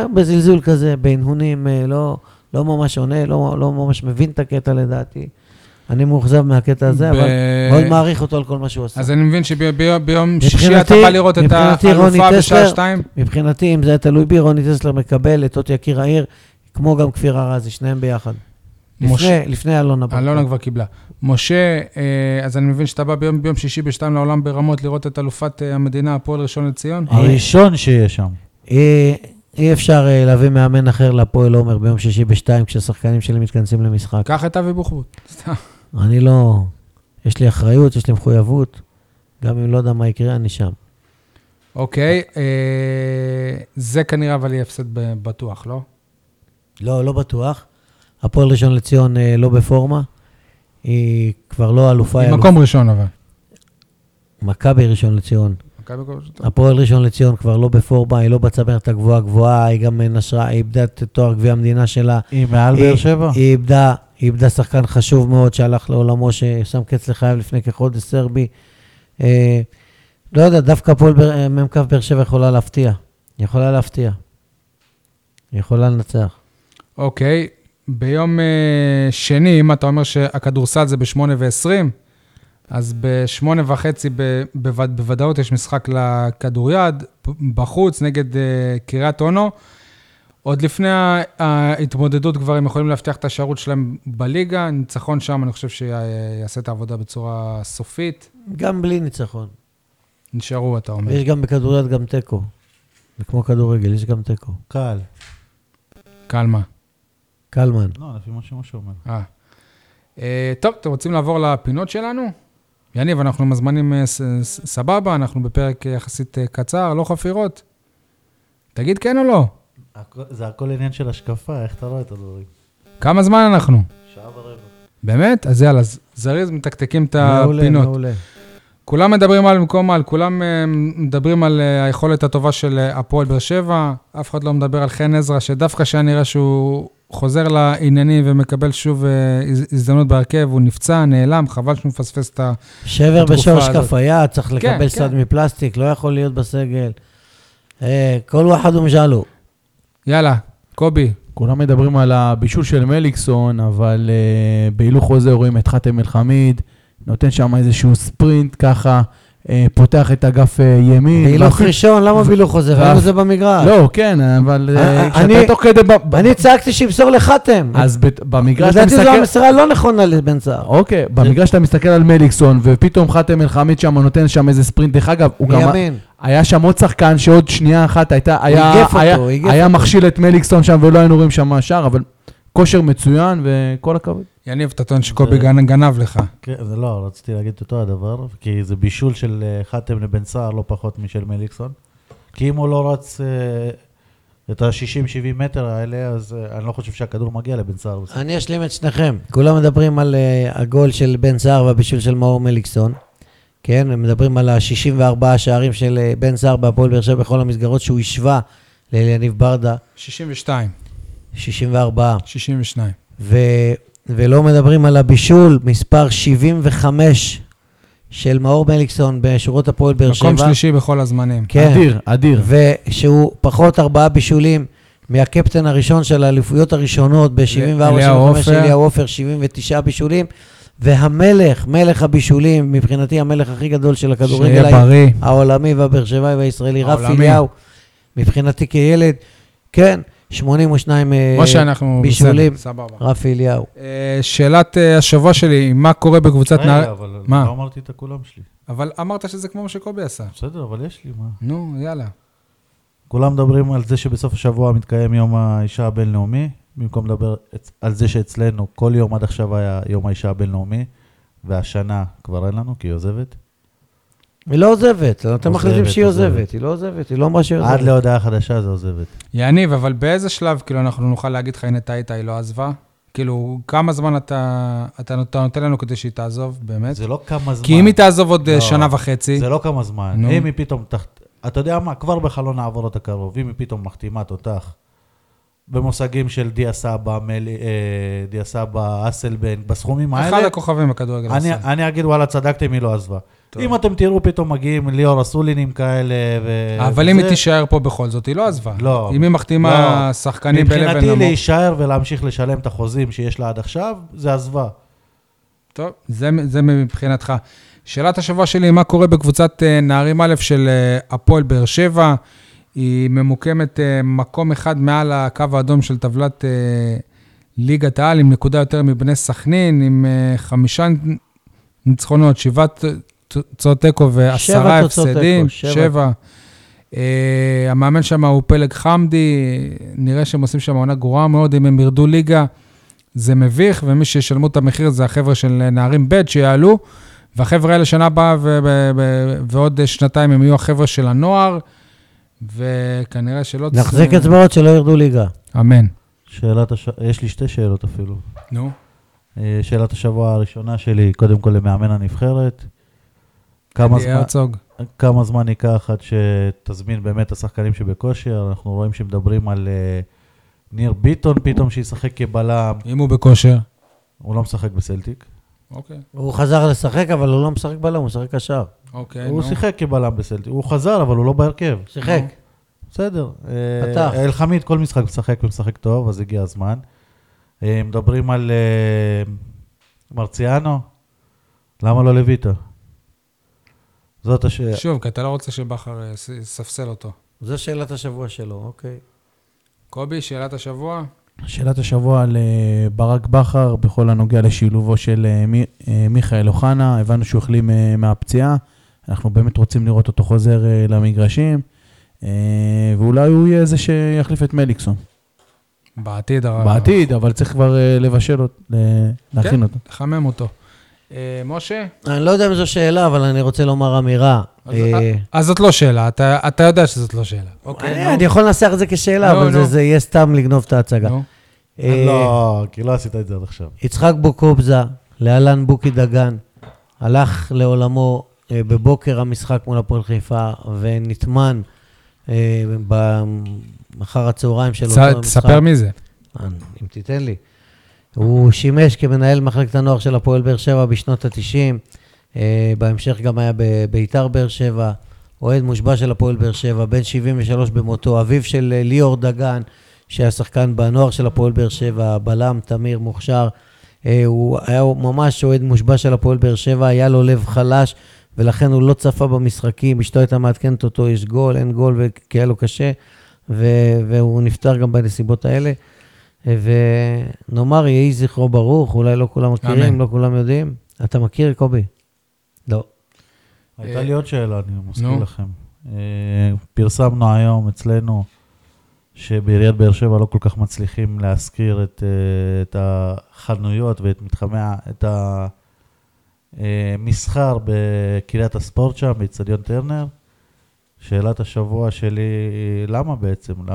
[SPEAKER 3] ובזלזול כזה, בהנהונים, אה, לא, לא ממש עונה, לא, לא ממש מבין את הקטע לדעתי. אני מאוכזב מהקטע הזה,
[SPEAKER 1] ב-
[SPEAKER 3] אבל מאוד מעריך אותו על כל מה שהוא עשה.
[SPEAKER 1] אז אני מבין שביום שישי אתה
[SPEAKER 3] מבחינתי-
[SPEAKER 1] בא לראות את
[SPEAKER 3] מבחינתי רוני
[SPEAKER 1] האלופה בשעה
[SPEAKER 3] טסלר-
[SPEAKER 1] שתיים?
[SPEAKER 3] מבחינתי, אם זה היה תלוי בי, רוני טסלר מקבל את אותי יקיר העיר, כמו גם כפיר ארזי, שניהם ביחד.
[SPEAKER 1] משה-
[SPEAKER 3] לפני, לפני אלונה. ברקת.
[SPEAKER 1] אלונה כבר קיבלה. משה, אה, אז אני מבין שאתה בא ביום, ביום שישי בשתיים לעולם ברמות לראות את אלופת אה, המדינה, הפועל ראשון לציון?
[SPEAKER 2] אה, הראשון שיש שם.
[SPEAKER 3] אי, אי אפשר אה, להביא מאמן אחר להפועל עומר ביום שישי בשתיים, כשהשחקנים שלי מתכנסים למשחק.
[SPEAKER 1] קח את אבי בוחבוט. סתם.
[SPEAKER 3] אני לא... יש לי אחריות, יש לי מחויבות. גם אם לא יודע מה יקרה, אני שם.
[SPEAKER 1] אוקיי, אה, זה כנראה אבל יהיה הפסד ב- בטוח, לא?
[SPEAKER 3] לא, לא בטוח. הפועל ראשון לציון אה, לא בפורמה. היא כבר לא אלופה. היא
[SPEAKER 1] היא מקום ראשון אבל.
[SPEAKER 3] אלופ- מכבי ראשון לציון.
[SPEAKER 1] מכבי מקום ראשון. טוב.
[SPEAKER 3] הפועל ראשון לציון כבר לא בפורמה, היא לא בצמרת הגבוהה גבוהה, היא גם אה, נשרה, היא איבדה את תואר גביע המדינה שלה.
[SPEAKER 2] היא מעל
[SPEAKER 3] היא-
[SPEAKER 2] באר שבע?
[SPEAKER 3] היא איבדה, היא איבדה שחקן חשוב מאוד שהלך לעולמו, ששם קץ לחייו לפני כחודש סרבי. אה, לא יודע, דווקא הפועל באר- אה, מ"כ באר שבע יכולה להפתיע. יכולה להפתיע. יכולה לנצח.
[SPEAKER 1] אוקיי, ביום אה, שני, אם אתה אומר שהכדורסל זה ב-8 ו-20, אז ב-8 וחצי ב- בווד- בוודאות יש משחק לכדוריד, ב- בחוץ, נגד אה, קריית אונו. עוד לפני ה- ההתמודדות כבר הם יכולים להבטיח את השערות שלהם בליגה, ניצחון שם אני חושב שיעשה את העבודה בצורה סופית.
[SPEAKER 3] גם בלי ניצחון.
[SPEAKER 1] נשארו, אתה אומר.
[SPEAKER 3] יש גם בכדוריד גם תיקו. זה כמו כדורגל, יש גם תיקו.
[SPEAKER 2] קל.
[SPEAKER 1] קלמה.
[SPEAKER 3] קלמן.
[SPEAKER 2] לא, לפי מה שמשה אומר.
[SPEAKER 1] אה. אה, טוב, אתם רוצים לעבור לפינות שלנו? יניב, אנחנו מזמנים אה, ס- ס- סבבה, אנחנו בפרק אה, יחסית אה, קצר, לא חפירות. תגיד כן או לא.
[SPEAKER 2] הכ- זה הכל עניין של השקפה, איך אתה רואה את הדברים?
[SPEAKER 1] כמה זמן אנחנו?
[SPEAKER 2] שעה ורבע.
[SPEAKER 1] באמת? אז יאללה, ז- זריז מתקתקים את
[SPEAKER 3] מעולה,
[SPEAKER 1] הפינות.
[SPEAKER 3] מעולה.
[SPEAKER 1] כולם מדברים על במקום על, כולם אה, מדברים על אה, היכולת הטובה של אה, הפועל באר שבע, אף אחד לא מדבר על חן עזרא, שדווקא שהיה נראה שהוא חוזר לעניינים ומקבל שוב אה, הז- הזדמנות בהרכב, הוא נפצע, נעלם, חבל שהוא מפספס את ה...
[SPEAKER 3] שבר
[SPEAKER 1] בתקופה
[SPEAKER 3] בשורש
[SPEAKER 1] הזאת.
[SPEAKER 3] כף היד, צריך
[SPEAKER 1] כן.
[SPEAKER 3] לקבל סד מפלסטיק, לא יכול להיות בסגל. אה, כל ואחד ומשאלו.
[SPEAKER 1] יאללה, קובי,
[SPEAKER 5] כולם מדברים על הבישול של מליקסון, אבל uh, בהילוך חוזר רואים את חאתם אל-חמיד, נותן שם איזשהו ספרינט ככה, uh, פותח את אגף uh,
[SPEAKER 4] נכון.
[SPEAKER 5] ימין.
[SPEAKER 3] בהילוך
[SPEAKER 5] ואפילו-
[SPEAKER 3] ראשון, למה בהילוך חוזר?
[SPEAKER 5] ואף-
[SPEAKER 3] ראינו זה במגרש.
[SPEAKER 5] לא, כן, אבל
[SPEAKER 3] אה,
[SPEAKER 5] uh,
[SPEAKER 3] אני-
[SPEAKER 5] כשאתה תוך כדי... ב-
[SPEAKER 4] לא,
[SPEAKER 5] ב-
[SPEAKER 3] אני צעקתי שימסור לחתם.
[SPEAKER 5] אז בת- במגרש אתה
[SPEAKER 3] לדעתי זו
[SPEAKER 5] מסתכל...
[SPEAKER 3] המסירה הלא נכונה לבן סער.
[SPEAKER 5] אוקיי, במגרש אתה מסתכל על מליקסון, ופתאום חאתם אל-חמיד שם נותן שם איזה ספרינט. דרך אגב, הוא גם...
[SPEAKER 3] מימין.
[SPEAKER 5] היה שם עוד שחקן שעוד שנייה אחת הייתה, היה,
[SPEAKER 3] איגף אותו,
[SPEAKER 5] היה,
[SPEAKER 3] הוא איגף
[SPEAKER 5] היה מכשיל את מליקסון שם ולא היינו רואים שם שער, אבל כושר מצוין וכל הכבוד.
[SPEAKER 1] יניב, אתה טוען שקובי גנ- גנב לך.
[SPEAKER 2] כן, זה לא, רציתי להגיד את אותו הדבר, כי זה בישול של אה, חתם לבן סער לא פחות משל מליקסון. כי אם הוא לא רץ אה, את ה-60-70 מטר האלה, אז אה, אני לא חושב שהכדור מגיע לבן סער. בסוף.
[SPEAKER 3] אני אשלים את שניכם. כולם מדברים על אה, הגול של בן סער והבישול של מאור מליקסון. כן, הם מדברים על ה-64 השערים של אה, בן סער בהפועל באר שבע בכל המסגרות שהוא השווה לאליניב ברדה,
[SPEAKER 1] 62,
[SPEAKER 3] 64.
[SPEAKER 1] 62.
[SPEAKER 3] ו, ולא מדברים על הבישול, מספר 75 של מאור מליקסון בשורות הפועל באר שבע.
[SPEAKER 1] מקום שלישי בכל הזמנים.
[SPEAKER 3] כן.
[SPEAKER 5] אדיר, אדיר.
[SPEAKER 1] כן.
[SPEAKER 3] ושהוא פחות ארבעה בישולים מהקפטן הראשון של האליפויות הראשונות
[SPEAKER 1] אליהו
[SPEAKER 3] ב-74-75
[SPEAKER 1] עופר.
[SPEAKER 3] אליהו עופר, 79 בישולים, והמלך, מלך הבישולים, מבחינתי המלך הכי גדול של הכדורגל
[SPEAKER 1] שיהיה
[SPEAKER 3] ה-
[SPEAKER 1] בריא.
[SPEAKER 3] העולמי והבאר שבעי והישראלי, רפי
[SPEAKER 1] העולמי.
[SPEAKER 3] אליהו, מבחינתי כילד, כן, 82 אה,
[SPEAKER 1] כמו שאנחנו...
[SPEAKER 3] בישולים.
[SPEAKER 1] בסדר, סבבה.
[SPEAKER 3] רפי אליהו.
[SPEAKER 1] אה, שאלת אה, השבוע שלי, מה קורה בקבוצת נער...
[SPEAKER 2] רגע, אבל
[SPEAKER 1] מה?
[SPEAKER 2] לא אמרתי את הכולם שלי.
[SPEAKER 1] אבל אמרת שזה כמו מה שקובי עשה.
[SPEAKER 2] בסדר, אבל יש לי מה.
[SPEAKER 1] נו, יאללה.
[SPEAKER 2] כולם מדברים על זה שבסוף השבוע מתקיים יום האישה הבינלאומי, במקום לדבר אצ- על זה שאצלנו כל יום עד עכשיו היה יום האישה הבינלאומי, והשנה כבר אין לנו, כי היא עוזבת.
[SPEAKER 3] היא לא עוזבת, אתם מחליטים
[SPEAKER 2] עוזבת,
[SPEAKER 3] שהיא עוזבת,
[SPEAKER 2] עוזבת.
[SPEAKER 3] היא לא עוזבת, היא לא אמרה שהיא
[SPEAKER 2] עד
[SPEAKER 3] עוזבת.
[SPEAKER 2] להודעה חדשה זה עוזבת.
[SPEAKER 1] יניב, אבל באיזה שלב, כאילו, אנחנו נוכל להגיד לך, הנה, טעית, היא לא עזבה? כאילו, כמה זמן אתה, אתה, נות- אתה נותן לנו כדי שהיא תעזוב, באמת?
[SPEAKER 2] זה לא כמה זמן.
[SPEAKER 1] כי אם היא תעזוב עוד אה,
[SPEAKER 2] לא,
[SPEAKER 1] שנה וחצי,
[SPEAKER 2] זה לא כמה זמן.
[SPEAKER 1] נו.
[SPEAKER 2] אם היא פתאום תחת... אתה יודע מה, כבר בחלון העברות הקרוב, אם היא פתאום מחתימה תותח במושגים של דיה סבא, מל... אה, דיה סבא, אסלבן, בסכומים האלה,
[SPEAKER 1] אחד הכוכבים בכדורגל
[SPEAKER 2] לא- אני,
[SPEAKER 1] הישראלי.
[SPEAKER 2] אני אגיד, וואלה, צדקתם, היא לא עזבה.
[SPEAKER 1] טוב.
[SPEAKER 2] אם אתם תראו, פתאום מגיעים ליאור אסולינים כאלה, ו...
[SPEAKER 1] אבל אם
[SPEAKER 2] אה, וזה,
[SPEAKER 1] היא תישאר פה בכל זאת, היא לא עזבה.
[SPEAKER 2] לא.
[SPEAKER 1] אם היא מחתימה
[SPEAKER 2] לא.
[SPEAKER 1] שחקנים בלבן
[SPEAKER 2] מבחינתי
[SPEAKER 1] נמוך.
[SPEAKER 2] להישאר ולהמשיך לשלם את החוזים שיש לה עד עכשיו, זה עזבה.
[SPEAKER 1] טוב, זה, זה מבחינתך. שאלת השבוע שלי, מה קורה בקבוצת אה, נערים א' של אה, הפועל באר שבע? היא ממוקמת אה, מקום אחד מעל הקו האדום של טבלת אה, ליגת העל, עם נקודה יותר מבני סכנין, עם אה, חמישה ניצחונות, שבעה ת- ת- תוצאות תיקו ועשרה
[SPEAKER 3] שבע תוצאות
[SPEAKER 1] הפסדים.
[SPEAKER 3] תיקו, שבע.
[SPEAKER 1] שבע. אה, המאמן שם הוא פלג חמדי, נראה שהם עושים שם עונה גרועה מאוד, אם הם ירדו ליגה. זה מביך, ומי שישלמו את המחיר זה החבר'ה של נערים ב' שיעלו, והחבר'ה האלה שנה הבאה ו- ו- ו- ועוד שנתיים הם יהיו החבר'ה של הנוער, וכנראה שלא... תס-
[SPEAKER 3] נחזיק אצבעות שלא ירדו ליגה.
[SPEAKER 1] אמן.
[SPEAKER 2] שאלת הש... יש לי שתי שאלות אפילו.
[SPEAKER 1] נו.
[SPEAKER 2] אה, שאלת השבוע הראשונה שלי, קודם כל למאמן הנבחרת. כמה
[SPEAKER 1] אלי
[SPEAKER 2] זמן,
[SPEAKER 1] הרצוג.
[SPEAKER 2] כמה זמן ייקח עד שתזמין באמת את השחקנים שבכושר? אנחנו רואים שמדברים על אה, ניר ביטון פתאום שישחק כבלם,
[SPEAKER 1] אם הוא בכושר.
[SPEAKER 2] הוא לא משחק בסלטיק.
[SPEAKER 1] אוקיי.
[SPEAKER 3] הוא חזר לשחק, אבל הוא לא משחק בלם, הוא משחק קשר.
[SPEAKER 1] אוקיי, נו.
[SPEAKER 2] הוא שיחק כבלם בסלטיק, הוא חזר אבל הוא לא בהרכב.
[SPEAKER 3] שיחק.
[SPEAKER 2] בסדר. אה,
[SPEAKER 3] פתח.
[SPEAKER 2] אלחמיד כל משחק משחק ומשחק טוב, אז הגיע הזמן. אה, מדברים על אה, מרציאנו, למה לא לויטה? זאת השאלה.
[SPEAKER 1] שוב, כי אתה לא רוצה שבכר אה, ס- יספסל אותו.
[SPEAKER 3] זו שאלת השבוע שלו, אוקיי.
[SPEAKER 1] קובי, שאלת השבוע?
[SPEAKER 5] שאלת השבוע לברק בכר בכל הנוגע לשילובו של אה, מי- אה, מיכאל אוחנה, הבנו שהוא החלים אה, מהפציעה, אנחנו באמת רוצים לראות אותו חוזר אה, למגרשים, אה, ואולי הוא יהיה זה שיחליף את מליקסון.
[SPEAKER 1] בעתיד. ה-
[SPEAKER 5] בעתיד, אבל צריך כבר אה, לבשל אותו, ל- להכין אותו.
[SPEAKER 1] לחמם אותו. אה, משה?
[SPEAKER 3] אני לא יודע אם זו שאלה, אבל אני רוצה לומר אמירה.
[SPEAKER 1] אז-
[SPEAKER 3] אה,
[SPEAKER 1] אז זאת לא שאלה, אתה אתה יודע שזאת לא שאלה.
[SPEAKER 3] אני-
[SPEAKER 1] אוקיי, נו.
[SPEAKER 3] אני יכול לנסח את זה כשאלה,
[SPEAKER 1] נו,
[SPEAKER 3] אבל זה-
[SPEAKER 1] נו.
[SPEAKER 3] זה יהיה סתם לגנוב את ההצגה.
[SPEAKER 1] נו.
[SPEAKER 3] אה,
[SPEAKER 2] לא, כי לא עשית את זה עד עכשיו.
[SPEAKER 3] יצחק בוקובזה, להלן בוקי דגן, הלך לעולמו אה, בבוקר המשחק מול הפועל חיפה, ונטמן אה, ב- אחר הצהריים של
[SPEAKER 1] צ-
[SPEAKER 3] אותו המשחק.
[SPEAKER 1] תספר מי זה.
[SPEAKER 3] אה, אם תיתן לי. הוא שימש כמנהל מחלקת הנוער של הפועל באר שבע בשנות ה-90, בהמשך גם היה בביתר באר שבע, אוהד מושבע של הפועל באר שבע, בן 73 במותו, אביו של אה, ליאור דגן, שהיה שחקן בנוער של הפועל באר שבע, בלם תמיר מוכשר. אה, הוא היה ממש אוהד מושבע של הפועל באר שבע, היה לו לב חלש, ולכן הוא לא צפה במשחקים, אשתו הייתה מעדכנת אותו, יש גול, אין גול, ו- כי היה לו קשה, ו- והוא נפטר גם בנסיבות האלה. ונאמר, יהי זכרו ברוך, אולי לא כולם מכירים,
[SPEAKER 1] אמן.
[SPEAKER 3] לא כולם יודעים. אתה מכיר, קובי? לא.
[SPEAKER 2] הייתה לי עוד שאלה, אני מזכיר
[SPEAKER 1] נו.
[SPEAKER 2] לכם. אה, פרסמנו היום אצלנו שבעיריית באר שבע לא כל כך מצליחים להשכיר את, אה, את החנויות ואת מתחמי, ה- את המסחר בקריית הספורט שם, באיצטדיון טרנר. שאלת השבוע שלי, למה בעצם? לא-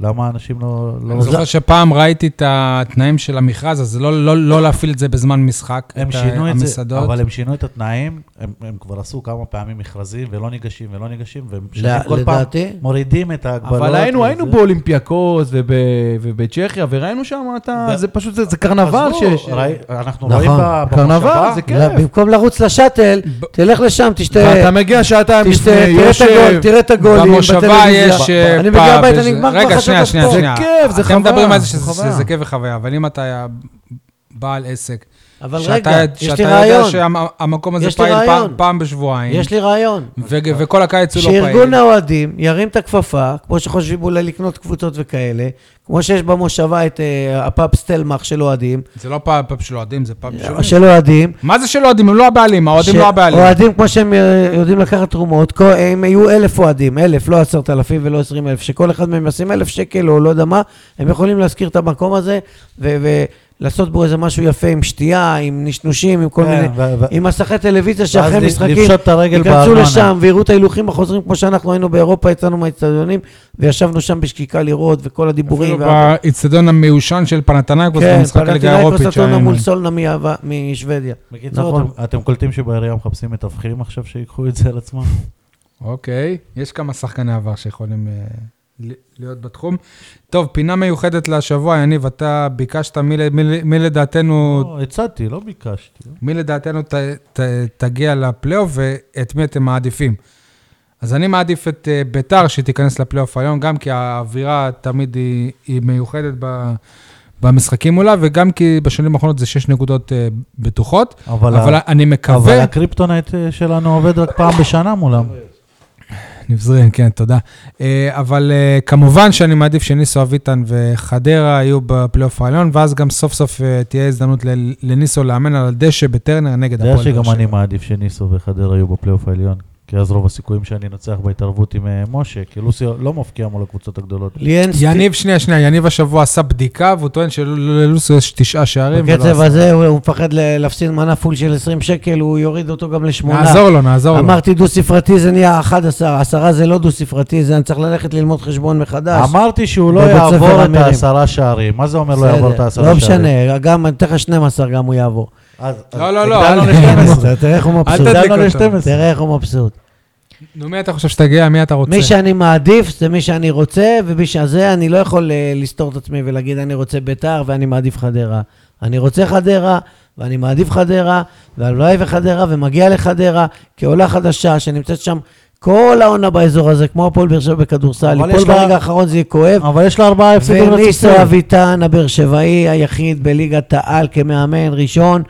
[SPEAKER 2] למה אנשים לא... לא
[SPEAKER 1] אני זוכר שפעם ראיתי את התנאים של המכרז, אז לא- לא לא להפעיל את זה בזמן משחק,
[SPEAKER 2] הם
[SPEAKER 1] את ה-
[SPEAKER 2] שינו את זה,
[SPEAKER 1] המסעדות.
[SPEAKER 2] אבל הם שינו את התנאים, הם, הם כבר עשו כמה פעמים מכרזים ולא ניגשים ולא ניגשים, והם משנים
[SPEAKER 3] ל-
[SPEAKER 2] כל פעם,
[SPEAKER 3] לדעתי,
[SPEAKER 2] מורידים את ההגבלות.
[SPEAKER 3] לא
[SPEAKER 4] אבל היינו,
[SPEAKER 2] וזה.
[SPEAKER 4] היינו באולימפיאקוס וב- ובצ'כיה, וראינו שם אתה,
[SPEAKER 2] ו-
[SPEAKER 4] זה פשוט, זה זה קרנבל
[SPEAKER 2] עזבו,
[SPEAKER 4] שיש.
[SPEAKER 2] ראי- אנחנו
[SPEAKER 3] נכון.
[SPEAKER 2] רואים ב-
[SPEAKER 4] קרנבל,
[SPEAKER 2] במחשבה,
[SPEAKER 4] זה
[SPEAKER 5] כן.
[SPEAKER 1] כן.
[SPEAKER 4] כיף.
[SPEAKER 3] לא, במקום לרוץ לשאטל, תלך לשם, תשתה...
[SPEAKER 4] ואתה מגיע שעתיים
[SPEAKER 3] תשתה,
[SPEAKER 4] לפני,
[SPEAKER 3] תראה את הגול,
[SPEAKER 4] יושב.
[SPEAKER 3] תראה את הגולים
[SPEAKER 1] במושבה יש אה,
[SPEAKER 3] אני מגיע הביתה,
[SPEAKER 1] וזה-
[SPEAKER 3] נגמר כבר
[SPEAKER 1] רגע,
[SPEAKER 3] חדשות
[SPEAKER 1] שנייה, שנייה,
[SPEAKER 3] הספורט.
[SPEAKER 1] שנייה.
[SPEAKER 4] זה כיף, זה חוויה,
[SPEAKER 1] אתם מדברים על זה
[SPEAKER 4] זה
[SPEAKER 1] שזה
[SPEAKER 4] חוויה.
[SPEAKER 1] שזה כיף וחוויה, אבל אם אתה בעל עסק,
[SPEAKER 3] אבל
[SPEAKER 1] שאתה
[SPEAKER 3] רגע, יש
[SPEAKER 1] שאתה
[SPEAKER 3] לי
[SPEAKER 1] יודע
[SPEAKER 3] רעיון,
[SPEAKER 1] שהמקום הזה
[SPEAKER 3] יש לי
[SPEAKER 1] פעיל פעם-
[SPEAKER 3] רעיון.
[SPEAKER 1] פעם בשבועיים,
[SPEAKER 3] יש לי רעיון.
[SPEAKER 1] ו- וכל הקיץ הוא לא פעיל.
[SPEAKER 3] שארגון האוהדים ירים את הכפפה, כמו שחושבים אולי לקנות קבוצות וכאלה, כמו שיש במושבה את אה, הפאב סטלמך של אוהדים,
[SPEAKER 1] זה לא פעם פאב של אוהדים, זה פאב של...
[SPEAKER 3] של אוהדים.
[SPEAKER 1] מה זה של אוהדים? הם לא הבעלים, האוהדים לא הבעלים.
[SPEAKER 3] אוהדים, כמו שהם אה, יודעים לקחת תרומות, כל- הם יהיו אלף אוהדים, אלף, לא עשרת אלפים ולא עשרים אלף, שכל אחד מהם ישים אלף שקל או לא יודע מה, הם יכולים להשכיר את המקום הזה ו- ולעשות בו איזה משהו יפה עם שתייה, עם נשנושים, עם כל
[SPEAKER 2] כן,
[SPEAKER 3] מיני...
[SPEAKER 2] ו- ו-
[SPEAKER 3] עם מסכי טלוויזיה
[SPEAKER 2] ואז
[SPEAKER 3] שאחרי
[SPEAKER 2] ל-
[SPEAKER 3] משחקים,
[SPEAKER 2] לפשוט את הרגל
[SPEAKER 3] ייכנסו
[SPEAKER 2] בארנונה.
[SPEAKER 3] לשם ויראו את ההילוכים החוזרים כמו שאנחנו היינו באירופה, יצאנו מהאיצטדיונים וישבנו שם בשקיקה לראות וכל
[SPEAKER 1] אפילו
[SPEAKER 3] הדיבורים. וה-
[SPEAKER 1] באיצטדיון המיושן של פנתנאיקוס,
[SPEAKER 3] כן,
[SPEAKER 1] במשחק הליגה
[SPEAKER 3] פנטינאיקוס
[SPEAKER 1] האירופית
[SPEAKER 3] אתונה
[SPEAKER 1] שהיינו.
[SPEAKER 3] מול סולנה מיהווה- משוודיה.
[SPEAKER 2] בקיצור,
[SPEAKER 3] נכון.
[SPEAKER 2] אתם, אתם קולטים שבעירייה מחפשים מתווכים עכשיו שיקחו את זה על עצמם?
[SPEAKER 1] אוקיי, יש כמה שחקני עבר שיכולים אה, ל- להיות בתחום. טוב, פינה מיוחדת להשבוע, יניב, אתה ביקשת מי ל- מי ל- מי לדעתנו
[SPEAKER 2] לא, הצעתי, לא ביקשתי.
[SPEAKER 1] מי לדעתנו ת, ת, תגיע לפלייאוף ואת מי אתם מעדיפים. אז אני מעדיף את אה, ביתר שתיכנס לפלייאוף היום, גם כי האווירה תמיד היא, היא מיוחדת ב, במשחקים מולה, וגם כי בשנים האחרונות זה שש נקודות אה, בטוחות.
[SPEAKER 2] אבל,
[SPEAKER 1] אבל
[SPEAKER 2] ה-
[SPEAKER 1] אני
[SPEAKER 2] אבל
[SPEAKER 1] מקווה...
[SPEAKER 2] הקריפטונייט אה, שלנו עובד רק פעם בשנה מולם.
[SPEAKER 1] נבזרין, כן, תודה. אה, אבל אה, כמובן שאני מעדיף שניסו אביטן וחדרה יהיו בפלייאוף העליון, ואז גם סוף סוף אה, תהיה הזדמנות ל- לניסו לאמן על הדשא בטרנר נגד
[SPEAKER 2] אתה יודע
[SPEAKER 1] הפועל באר
[SPEAKER 2] שגם אני
[SPEAKER 1] שבע.
[SPEAKER 2] מעדיף שניסו וחדרה יהיו בפלייאוף העליון, כי אז רוב הסיכויים שאני אנצח בהתערבות עם אה, משה, כי לוסי לא מפקיע מול הקבוצות הגדולות.
[SPEAKER 3] לי אין סטי-
[SPEAKER 1] יניב, שנייה, שנייה, יניב השבוע עשה בדיקה, והוא טוען שללוסו יש תשעה שערים. ולא
[SPEAKER 3] בקצב
[SPEAKER 1] עשה.
[SPEAKER 3] הזה הוא הוא מפחד ל- להפסיד מנה פול של 20 שקל, הוא יוריד אותו גם לשמונה.
[SPEAKER 1] נעזור לו, נעזור לו.
[SPEAKER 3] אמרתי דו-ספרתי זה נהיה 11, 10 זה לא דו-ספרתי, זה אני צריך ללכת ללמוד חשבון מחדש.
[SPEAKER 2] אמרתי שהוא לא
[SPEAKER 3] בבית ספר
[SPEAKER 2] יעבור את
[SPEAKER 3] אמירים.
[SPEAKER 2] העשרה שערים. מה זה אומר לא
[SPEAKER 3] בסדר,
[SPEAKER 2] יעבור את העשרה
[SPEAKER 3] לא
[SPEAKER 2] שערים?
[SPEAKER 3] משנה, גם אני אתן לך 12 גם הוא יעבור.
[SPEAKER 2] אז- אז
[SPEAKER 1] לא, לא, לא,
[SPEAKER 2] הגדלנו
[SPEAKER 1] אל-
[SPEAKER 2] ל-12.
[SPEAKER 3] אתה תראה איך הוא מבסוט.
[SPEAKER 1] תדליק
[SPEAKER 3] הגענו
[SPEAKER 1] אותו.
[SPEAKER 3] ל-12. תראה איך הוא מבסוט.
[SPEAKER 1] נו, מי אתה חושב שתגיע? מי אתה רוצה?
[SPEAKER 3] מי שאני מעדיף זה מי שאני רוצה, ומי שזה, אני לא יכול אה, לסתור את עצמי ולהגיד אני רוצה ביתר ואני מעדיף חדרה. אני רוצה חדרה, ואני מעדיף חדרה, והלוואי וחדרה, ומגיע לחדרה כעולה חדשה שנמצאת שם כל העונה באזור הזה, כמו הפועל באר שבע בכדורסל,
[SPEAKER 2] אבל
[SPEAKER 3] ליפול
[SPEAKER 2] יש לה-
[SPEAKER 3] ברגע האחרון זה יהיה
[SPEAKER 4] אה,
[SPEAKER 3] כואב.
[SPEAKER 2] אבל יש לו ארבעה הפסדים
[SPEAKER 3] וניסו
[SPEAKER 2] רצופים.
[SPEAKER 3] אביטן, הבאר שבעי היחיד בליגת העל כמאמן ראשון,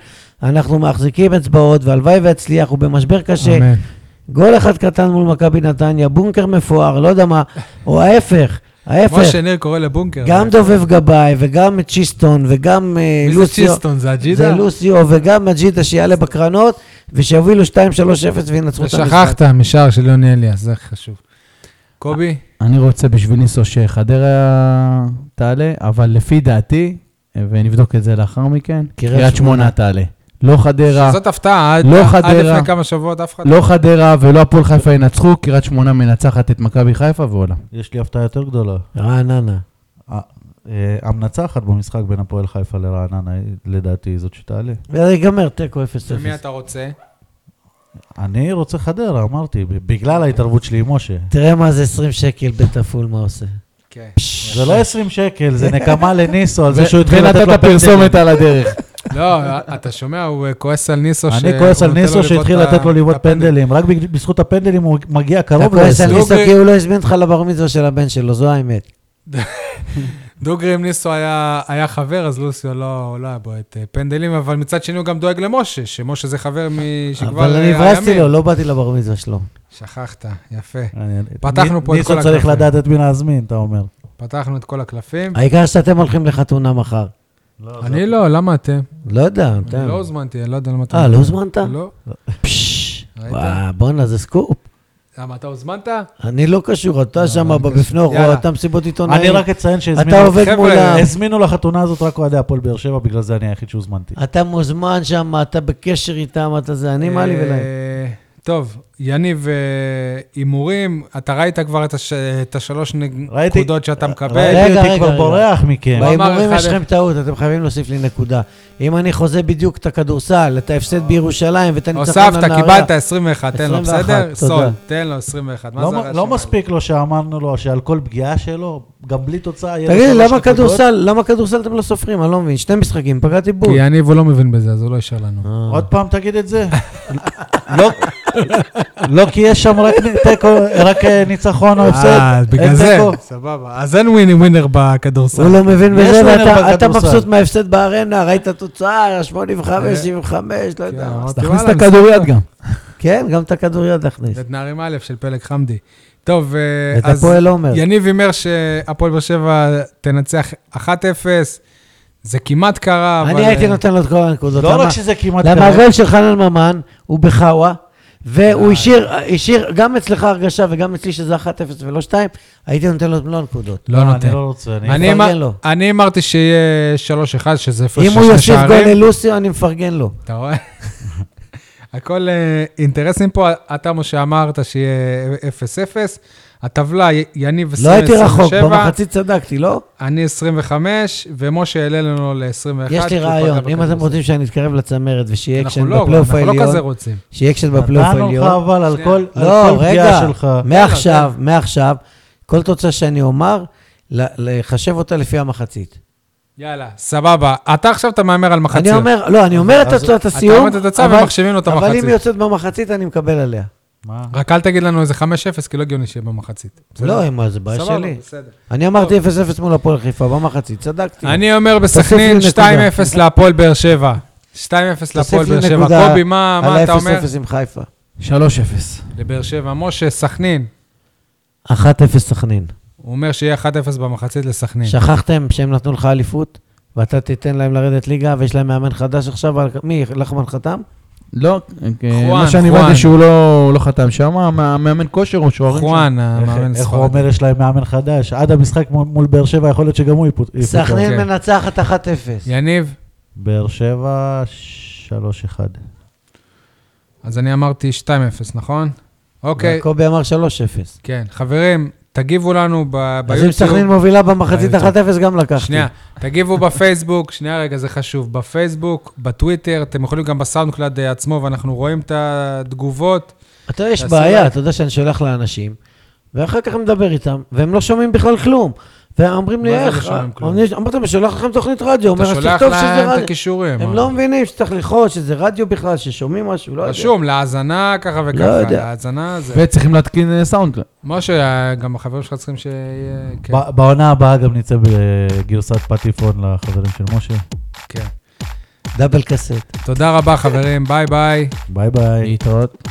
[SPEAKER 3] אנחנו מחזיקים אצבעות, והלוואי ויצליח, הוא במשבר קשה.
[SPEAKER 1] אמן.
[SPEAKER 3] גול אחד קטן מול מכבי נתניה, בונקר מפואר, לא יודע מה, או ההפך, ההפך,
[SPEAKER 1] משה ניר קורא לבונקר.
[SPEAKER 3] גם דובב גבאי וגם צ'יסטון וגם אה,
[SPEAKER 1] מי זה
[SPEAKER 3] לוסיו,
[SPEAKER 1] צ'יסטון? זה
[SPEAKER 3] זה
[SPEAKER 1] הג'ידה?
[SPEAKER 3] לוסיו וגם מג'ידה שיעלה בקרנות, ושיובילו 2-3-0 וינצחו את המשחק.
[SPEAKER 1] שכחת משער של יוני אליאס, זה חשוב. קובי?
[SPEAKER 5] אני רוצה בשביל ניסו שחדרה תעלה, אבל לפי דעתי, ונבדוק את זה לאחר מכן,
[SPEAKER 3] קריית
[SPEAKER 5] קריית
[SPEAKER 3] שמונה.
[SPEAKER 5] שמונה תעלה. לא חדרה,
[SPEAKER 1] זאת הפתעה, עד
[SPEAKER 5] לא
[SPEAKER 1] עד
[SPEAKER 5] חדרה.
[SPEAKER 1] לפני כמה שבועות אף אחד...
[SPEAKER 5] לא חדרה ולא הפועל חיפה ינצחו, קריית שמונה מנצחת את מכבי חיפה ועולה.
[SPEAKER 2] יש לי הפתעה יותר גדולה.
[SPEAKER 3] רעננה.
[SPEAKER 2] אה, אה, המנצחת במשחק בין הפועל חיפה לרעננה, היא, לדעתי, היא זאת שתעלה.
[SPEAKER 3] וזה ייגמר תיקו 0-0.
[SPEAKER 1] ומי אתה רוצה?
[SPEAKER 2] אני רוצה חדרה, אמרתי, ב- בגלל ההתערבות שלי עם משה.
[SPEAKER 3] תראה מה זה 20 שקל בית עפול, מה עושה.
[SPEAKER 1] כן.
[SPEAKER 2] זה לא 20 שקל, זה נקמה לניסו על זה שהוא התחיל לתת לו
[SPEAKER 5] ונתת פרסומת על הדרך.
[SPEAKER 1] לא, אתה שומע, הוא אה, כועס על ניסו ש...
[SPEAKER 2] אני כועס
[SPEAKER 1] הוא
[SPEAKER 2] על
[SPEAKER 1] נותן לו
[SPEAKER 2] ניסו
[SPEAKER 1] לבעוט
[SPEAKER 2] שהתחיל
[SPEAKER 1] את ה-
[SPEAKER 2] לתת לו לבעוט
[SPEAKER 1] את הפנדלים.
[SPEAKER 2] פנדלים, רק בג- בזכות הפנדלים הוא מגיע
[SPEAKER 3] אתה
[SPEAKER 2] קרוב
[SPEAKER 3] כועס על
[SPEAKER 2] ל-20.
[SPEAKER 3] ניסו
[SPEAKER 1] דוגרי-
[SPEAKER 3] כי הוא לא הזמין אותך לבר מצווה של הבן שלו, זו האמת.
[SPEAKER 1] דוגרי עם ניסו היה היה חבר, אז לוסיו לא לא היה בועט אה, פנדלים, אבל מצד שני הוא גם דואג למשה, שמשה זה חבר משכבר הימים.
[SPEAKER 3] אבל אני הברזתי לו, לא באתי לבר מצווה שלו.
[SPEAKER 1] כן. שכחת, יפה.
[SPEAKER 2] אני-
[SPEAKER 1] פתחנו פה את כל
[SPEAKER 2] ניסו צריך
[SPEAKER 1] הקלפים.
[SPEAKER 2] לדעת את מי להזמין, אתה אומר.
[SPEAKER 1] פתחנו את כל הקלפים.
[SPEAKER 3] העיקר שאתם הולכים לחתונה מחר.
[SPEAKER 1] אני לא, למה אתם?
[SPEAKER 3] לא יודע,
[SPEAKER 1] אני
[SPEAKER 3] אתם.
[SPEAKER 1] לא הוזמנתי, אני לא יודע למה אתה...
[SPEAKER 3] אה, לא הוזמנת?
[SPEAKER 1] לא.
[SPEAKER 3] פששש,
[SPEAKER 1] ראית?
[SPEAKER 3] וואו, בואנה, זה סקופ.
[SPEAKER 1] למה אתה הוזמנת?
[SPEAKER 3] אני לא קשור, אתה
[SPEAKER 1] לא,
[SPEAKER 3] שם
[SPEAKER 1] אני
[SPEAKER 3] בבפנוך,
[SPEAKER 1] קשור. יאללה.
[SPEAKER 3] אתה מסיבות עיתונאים.
[SPEAKER 2] אני רק אציין שהזמינו
[SPEAKER 3] אתה עובד
[SPEAKER 1] חבר'ה,
[SPEAKER 3] מולם,
[SPEAKER 2] הזמינו לחתונה הזאת רק אוהדי הפועל באר שבע, בגלל
[SPEAKER 3] אה,
[SPEAKER 2] זה אני היחיד שהוזמנתי.
[SPEAKER 3] אתה מוזמן שם, אתה בקשר איתם, אתה זה, אני מה לי ולהם.
[SPEAKER 1] אה, טוב, יניב, אה, הימורים, אתה ראית כבר את, הש... את השלוש
[SPEAKER 2] ראיתי- אה,
[SPEAKER 1] נקודות שאתה מקבל.
[SPEAKER 3] רגע,
[SPEAKER 2] ראיתי
[SPEAKER 3] רגע,
[SPEAKER 2] אותי כבר
[SPEAKER 3] רגע.
[SPEAKER 2] בורח מכם.
[SPEAKER 1] כן. אמר
[SPEAKER 3] בהימורים
[SPEAKER 1] אחד
[SPEAKER 3] יש לכם טעות, אתם חייבים להוסיף לי נקודה. אם אני חוזה בדיוק את הכדורסל, את ההפסד בירושלים ואת הניצחון על
[SPEAKER 1] אה. הוספת,
[SPEAKER 3] נהריה...
[SPEAKER 1] קיבלת 21, תן לו,
[SPEAKER 3] 21,
[SPEAKER 1] בסדר?
[SPEAKER 3] תודה.
[SPEAKER 1] סול, תן לו 21. מה
[SPEAKER 2] לא
[SPEAKER 1] זה
[SPEAKER 2] מ-
[SPEAKER 1] הרעש
[SPEAKER 2] לא
[SPEAKER 1] הזה?
[SPEAKER 2] מספיק לו שאמרנו לו שעל כל פגיעה שלו, גם בלי תוצאה, יהיה לו
[SPEAKER 3] תגיד לי,
[SPEAKER 2] שלוש
[SPEAKER 3] למה
[SPEAKER 2] נקודות?
[SPEAKER 3] כדורסל, למה כדורסל אתם לא סופרים? אני לא מבין. שני משחקים, פגעתי בול.
[SPEAKER 1] כי יניב הוא לא מבין בזה, אז הוא לא ישאר לנו.
[SPEAKER 3] אה.
[SPEAKER 2] עוד פעם תגיד את זה?
[SPEAKER 3] לא,
[SPEAKER 2] לא, כי יש שם רק נ- תיקו- רק אה,
[SPEAKER 5] נכון,
[SPEAKER 2] ניצחון או הפסד.
[SPEAKER 1] אה, בגלל
[SPEAKER 2] אין
[SPEAKER 1] זה,
[SPEAKER 2] תיקו.
[SPEAKER 1] סבבה. אז אין ווינר ווינר בכדורסל.
[SPEAKER 3] הוא לא מבין
[SPEAKER 2] יש
[SPEAKER 3] בזה,
[SPEAKER 2] לו ערב
[SPEAKER 3] ואתה אתה
[SPEAKER 2] בכדורסל.
[SPEAKER 3] מבסוט מההפסד בארנה, ראית תוצאה, 85, 75, לא
[SPEAKER 1] אה, כן,
[SPEAKER 3] יודע. מה.
[SPEAKER 1] אמרתי,
[SPEAKER 5] תכניס את
[SPEAKER 1] וואלה,
[SPEAKER 5] הכדוריד גם.
[SPEAKER 3] כן, גם את הכדוריד להכניס.
[SPEAKER 1] זה נערים א' של פלג חמדי. טוב, אה,
[SPEAKER 3] את
[SPEAKER 1] אז
[SPEAKER 3] הפועל לא עומר.
[SPEAKER 1] יניב הימר שהפועל באר שבע תנצח 1-0, זה כמעט קרה, אבל...
[SPEAKER 3] אני הייתי
[SPEAKER 1] אה,
[SPEAKER 3] נותן לו את כל הנקודות.
[SPEAKER 2] לא
[SPEAKER 3] למה-
[SPEAKER 2] רק שזה כמעט
[SPEAKER 3] למה
[SPEAKER 2] קרה.
[SPEAKER 3] הגול של חנן ממן הוא בחאווה, והוא
[SPEAKER 1] אה.
[SPEAKER 3] השאיר, השאיר גם אצלך הרגשה וגם אצלי שזה 1-0 ולא 2, הייתי נותן לו את מלוא הנקודות.
[SPEAKER 1] לא נותן.
[SPEAKER 2] אני לא רוצה. אני-
[SPEAKER 1] אני
[SPEAKER 3] מפרגן
[SPEAKER 1] אמר-
[SPEAKER 3] לו.
[SPEAKER 1] אני אמרתי שיהיה 3-1, שזה הפרש
[SPEAKER 3] אם
[SPEAKER 1] של
[SPEAKER 3] הוא
[SPEAKER 1] שני
[SPEAKER 3] יוסיף גול
[SPEAKER 1] שערים.
[SPEAKER 3] ללוסיו, אני מפרגן לו.
[SPEAKER 1] אתה רואה? הכל אה, אינטרסים פה. אתה, משה, אמרת שיהיה 0-0. הטבלה, י- יניב 20-27.
[SPEAKER 3] לא הייתי רחוק, במחצית צדקתי, לא?
[SPEAKER 1] אני 25, ומשה העלה לנו ל-21.
[SPEAKER 3] יש לי רעיון, אם אתם רוצים שאני אתקרב לצמרת ושיהיה
[SPEAKER 1] אנחנו
[SPEAKER 3] אקשן
[SPEAKER 1] לא,
[SPEAKER 3] בפלייאוף
[SPEAKER 1] אנחנו לא כזה
[SPEAKER 3] העליון,
[SPEAKER 1] רוצים.
[SPEAKER 3] שיהיה אקשן בפלייאוף
[SPEAKER 2] נתנו לך
[SPEAKER 3] העליון.
[SPEAKER 2] אבל על
[SPEAKER 1] שנייה.
[SPEAKER 2] כל על
[SPEAKER 3] לא,
[SPEAKER 2] כל
[SPEAKER 3] רגע,
[SPEAKER 2] פגיעה שלך. כן.
[SPEAKER 3] מעכשיו, מעכשיו, כל תוצאה שאני אומר, ל- לחשב אותה לפי המחצית.
[SPEAKER 1] יאללה, סבבה. אתה עכשיו אתה מהמר על מחצית.
[SPEAKER 3] אני אומר, לא, אני אומר את
[SPEAKER 2] אז-
[SPEAKER 3] תוצאת
[SPEAKER 1] אתה
[SPEAKER 3] הסיום,
[SPEAKER 1] אומר את התוצאה
[SPEAKER 3] אבל-
[SPEAKER 1] ומחשבים לו את
[SPEAKER 3] אבל אם היא
[SPEAKER 1] המחצית.
[SPEAKER 3] יוצאת במחצית, אני מקבל עליה.
[SPEAKER 2] מה?
[SPEAKER 1] רק אל תגיד לנו איזה 5-0, כי לא הגיוני שיהיה במחצית. בסדר?
[SPEAKER 3] לא, מה, זה בעיה
[SPEAKER 1] סבבה,
[SPEAKER 3] שלי.
[SPEAKER 1] בסדר.
[SPEAKER 3] אני אמרתי 0-0 מול הפועל חיפה במחצית, צדקתי.
[SPEAKER 1] כן. אני אומר בסכנין 2-0 להפועל באר שבע. 2-0 להפועל באר שבע. קובי, מה מה אתה אומר?
[SPEAKER 3] על 0-0 עם חיפה.
[SPEAKER 5] 3-0.
[SPEAKER 1] לבאר שבע. משה, סכנין.
[SPEAKER 3] 1-0 סכנין.
[SPEAKER 1] הוא אומר שיהיה 1-0 במחצית לסכנין.
[SPEAKER 3] שכחתם שהם נתנו לך אליפות, ואתה תיתן להם לרדת ליגה, ויש להם מאמן חדש עכשיו, על- מי, לחמן חתם?
[SPEAKER 5] לא, אה,
[SPEAKER 1] חואן,
[SPEAKER 5] מה שאני
[SPEAKER 1] אוקיי, חואן.
[SPEAKER 5] הבנתי שהוא לא לא חתם שם, מה- מאמן כושר או
[SPEAKER 4] אוקיי.
[SPEAKER 5] שוערים שם.
[SPEAKER 1] חואן, המאמן
[SPEAKER 2] איך- איך הוא
[SPEAKER 1] ספרד.
[SPEAKER 2] אומר יש להם מאמן חדש? עד המשחק מול- מול באר שבע יכול להיות שגם הוא יפוט- יפוטר.
[SPEAKER 3] סכנין
[SPEAKER 1] כן.
[SPEAKER 3] מנצחת 1-0.
[SPEAKER 1] יניב,
[SPEAKER 2] באר שבע, 3-1.
[SPEAKER 1] אז אני אמרתי 2-0, נכון? אוקיי,
[SPEAKER 3] קובי אמר 3-0.
[SPEAKER 1] כן. חברים, תגיבו לנו ב-
[SPEAKER 3] אז אם סכנין
[SPEAKER 1] ביוטיוב.
[SPEAKER 3] מובילה במחצית
[SPEAKER 1] ביוטיוב.
[SPEAKER 3] 1-0, גם לקחתי.
[SPEAKER 1] שנייה, תגיבו בפייסבוק, שנייה רגע, זה חשוב. בפייסבוק, בטוויטר, אתם יכולים גם בסאונדקלאד אה, עצמו, ואנחנו רואים את התגובות.
[SPEAKER 3] אתה יודע, יש
[SPEAKER 1] תעשו
[SPEAKER 3] בעיה,
[SPEAKER 1] לייק.
[SPEAKER 3] אתה יודע שאני שולח לאנשים, ואחר כך אני מדבר איתם, והם לא שומעים בכלל כלום. והם אומרים
[SPEAKER 1] מה
[SPEAKER 3] לי,
[SPEAKER 1] זה לא
[SPEAKER 3] איך? אה,
[SPEAKER 1] שומעים כלום?"
[SPEAKER 3] אני- אמרתי להם, שולח לכם תוכנית רדיו,
[SPEAKER 1] אתה
[SPEAKER 3] אומר, אז
[SPEAKER 1] שולח
[SPEAKER 3] תכתוב שזה
[SPEAKER 1] להם את
[SPEAKER 3] רדיו.
[SPEAKER 1] הכישורים. אה.
[SPEAKER 3] הם לא מבינים שצריך ללחוץ, שזה רדיו בכלל, ששומעים משהו, לא יודע.
[SPEAKER 1] רשום, להאזנה ככה
[SPEAKER 3] לא
[SPEAKER 1] וככה,
[SPEAKER 3] יודע.
[SPEAKER 1] להאזנה זה.
[SPEAKER 5] וצריכים להתקין אה, סאונד.
[SPEAKER 1] משה, גם החברים שלך צריכים שיהיה... כן,
[SPEAKER 2] ב- בעונה הבאה גם נצא בגרסת פטיפון לחברים של משה.
[SPEAKER 1] כן.
[SPEAKER 3] דאבל קסט.
[SPEAKER 1] תודה רבה, חברים, ביי ביי.
[SPEAKER 2] ביי ביי.
[SPEAKER 5] להתראות.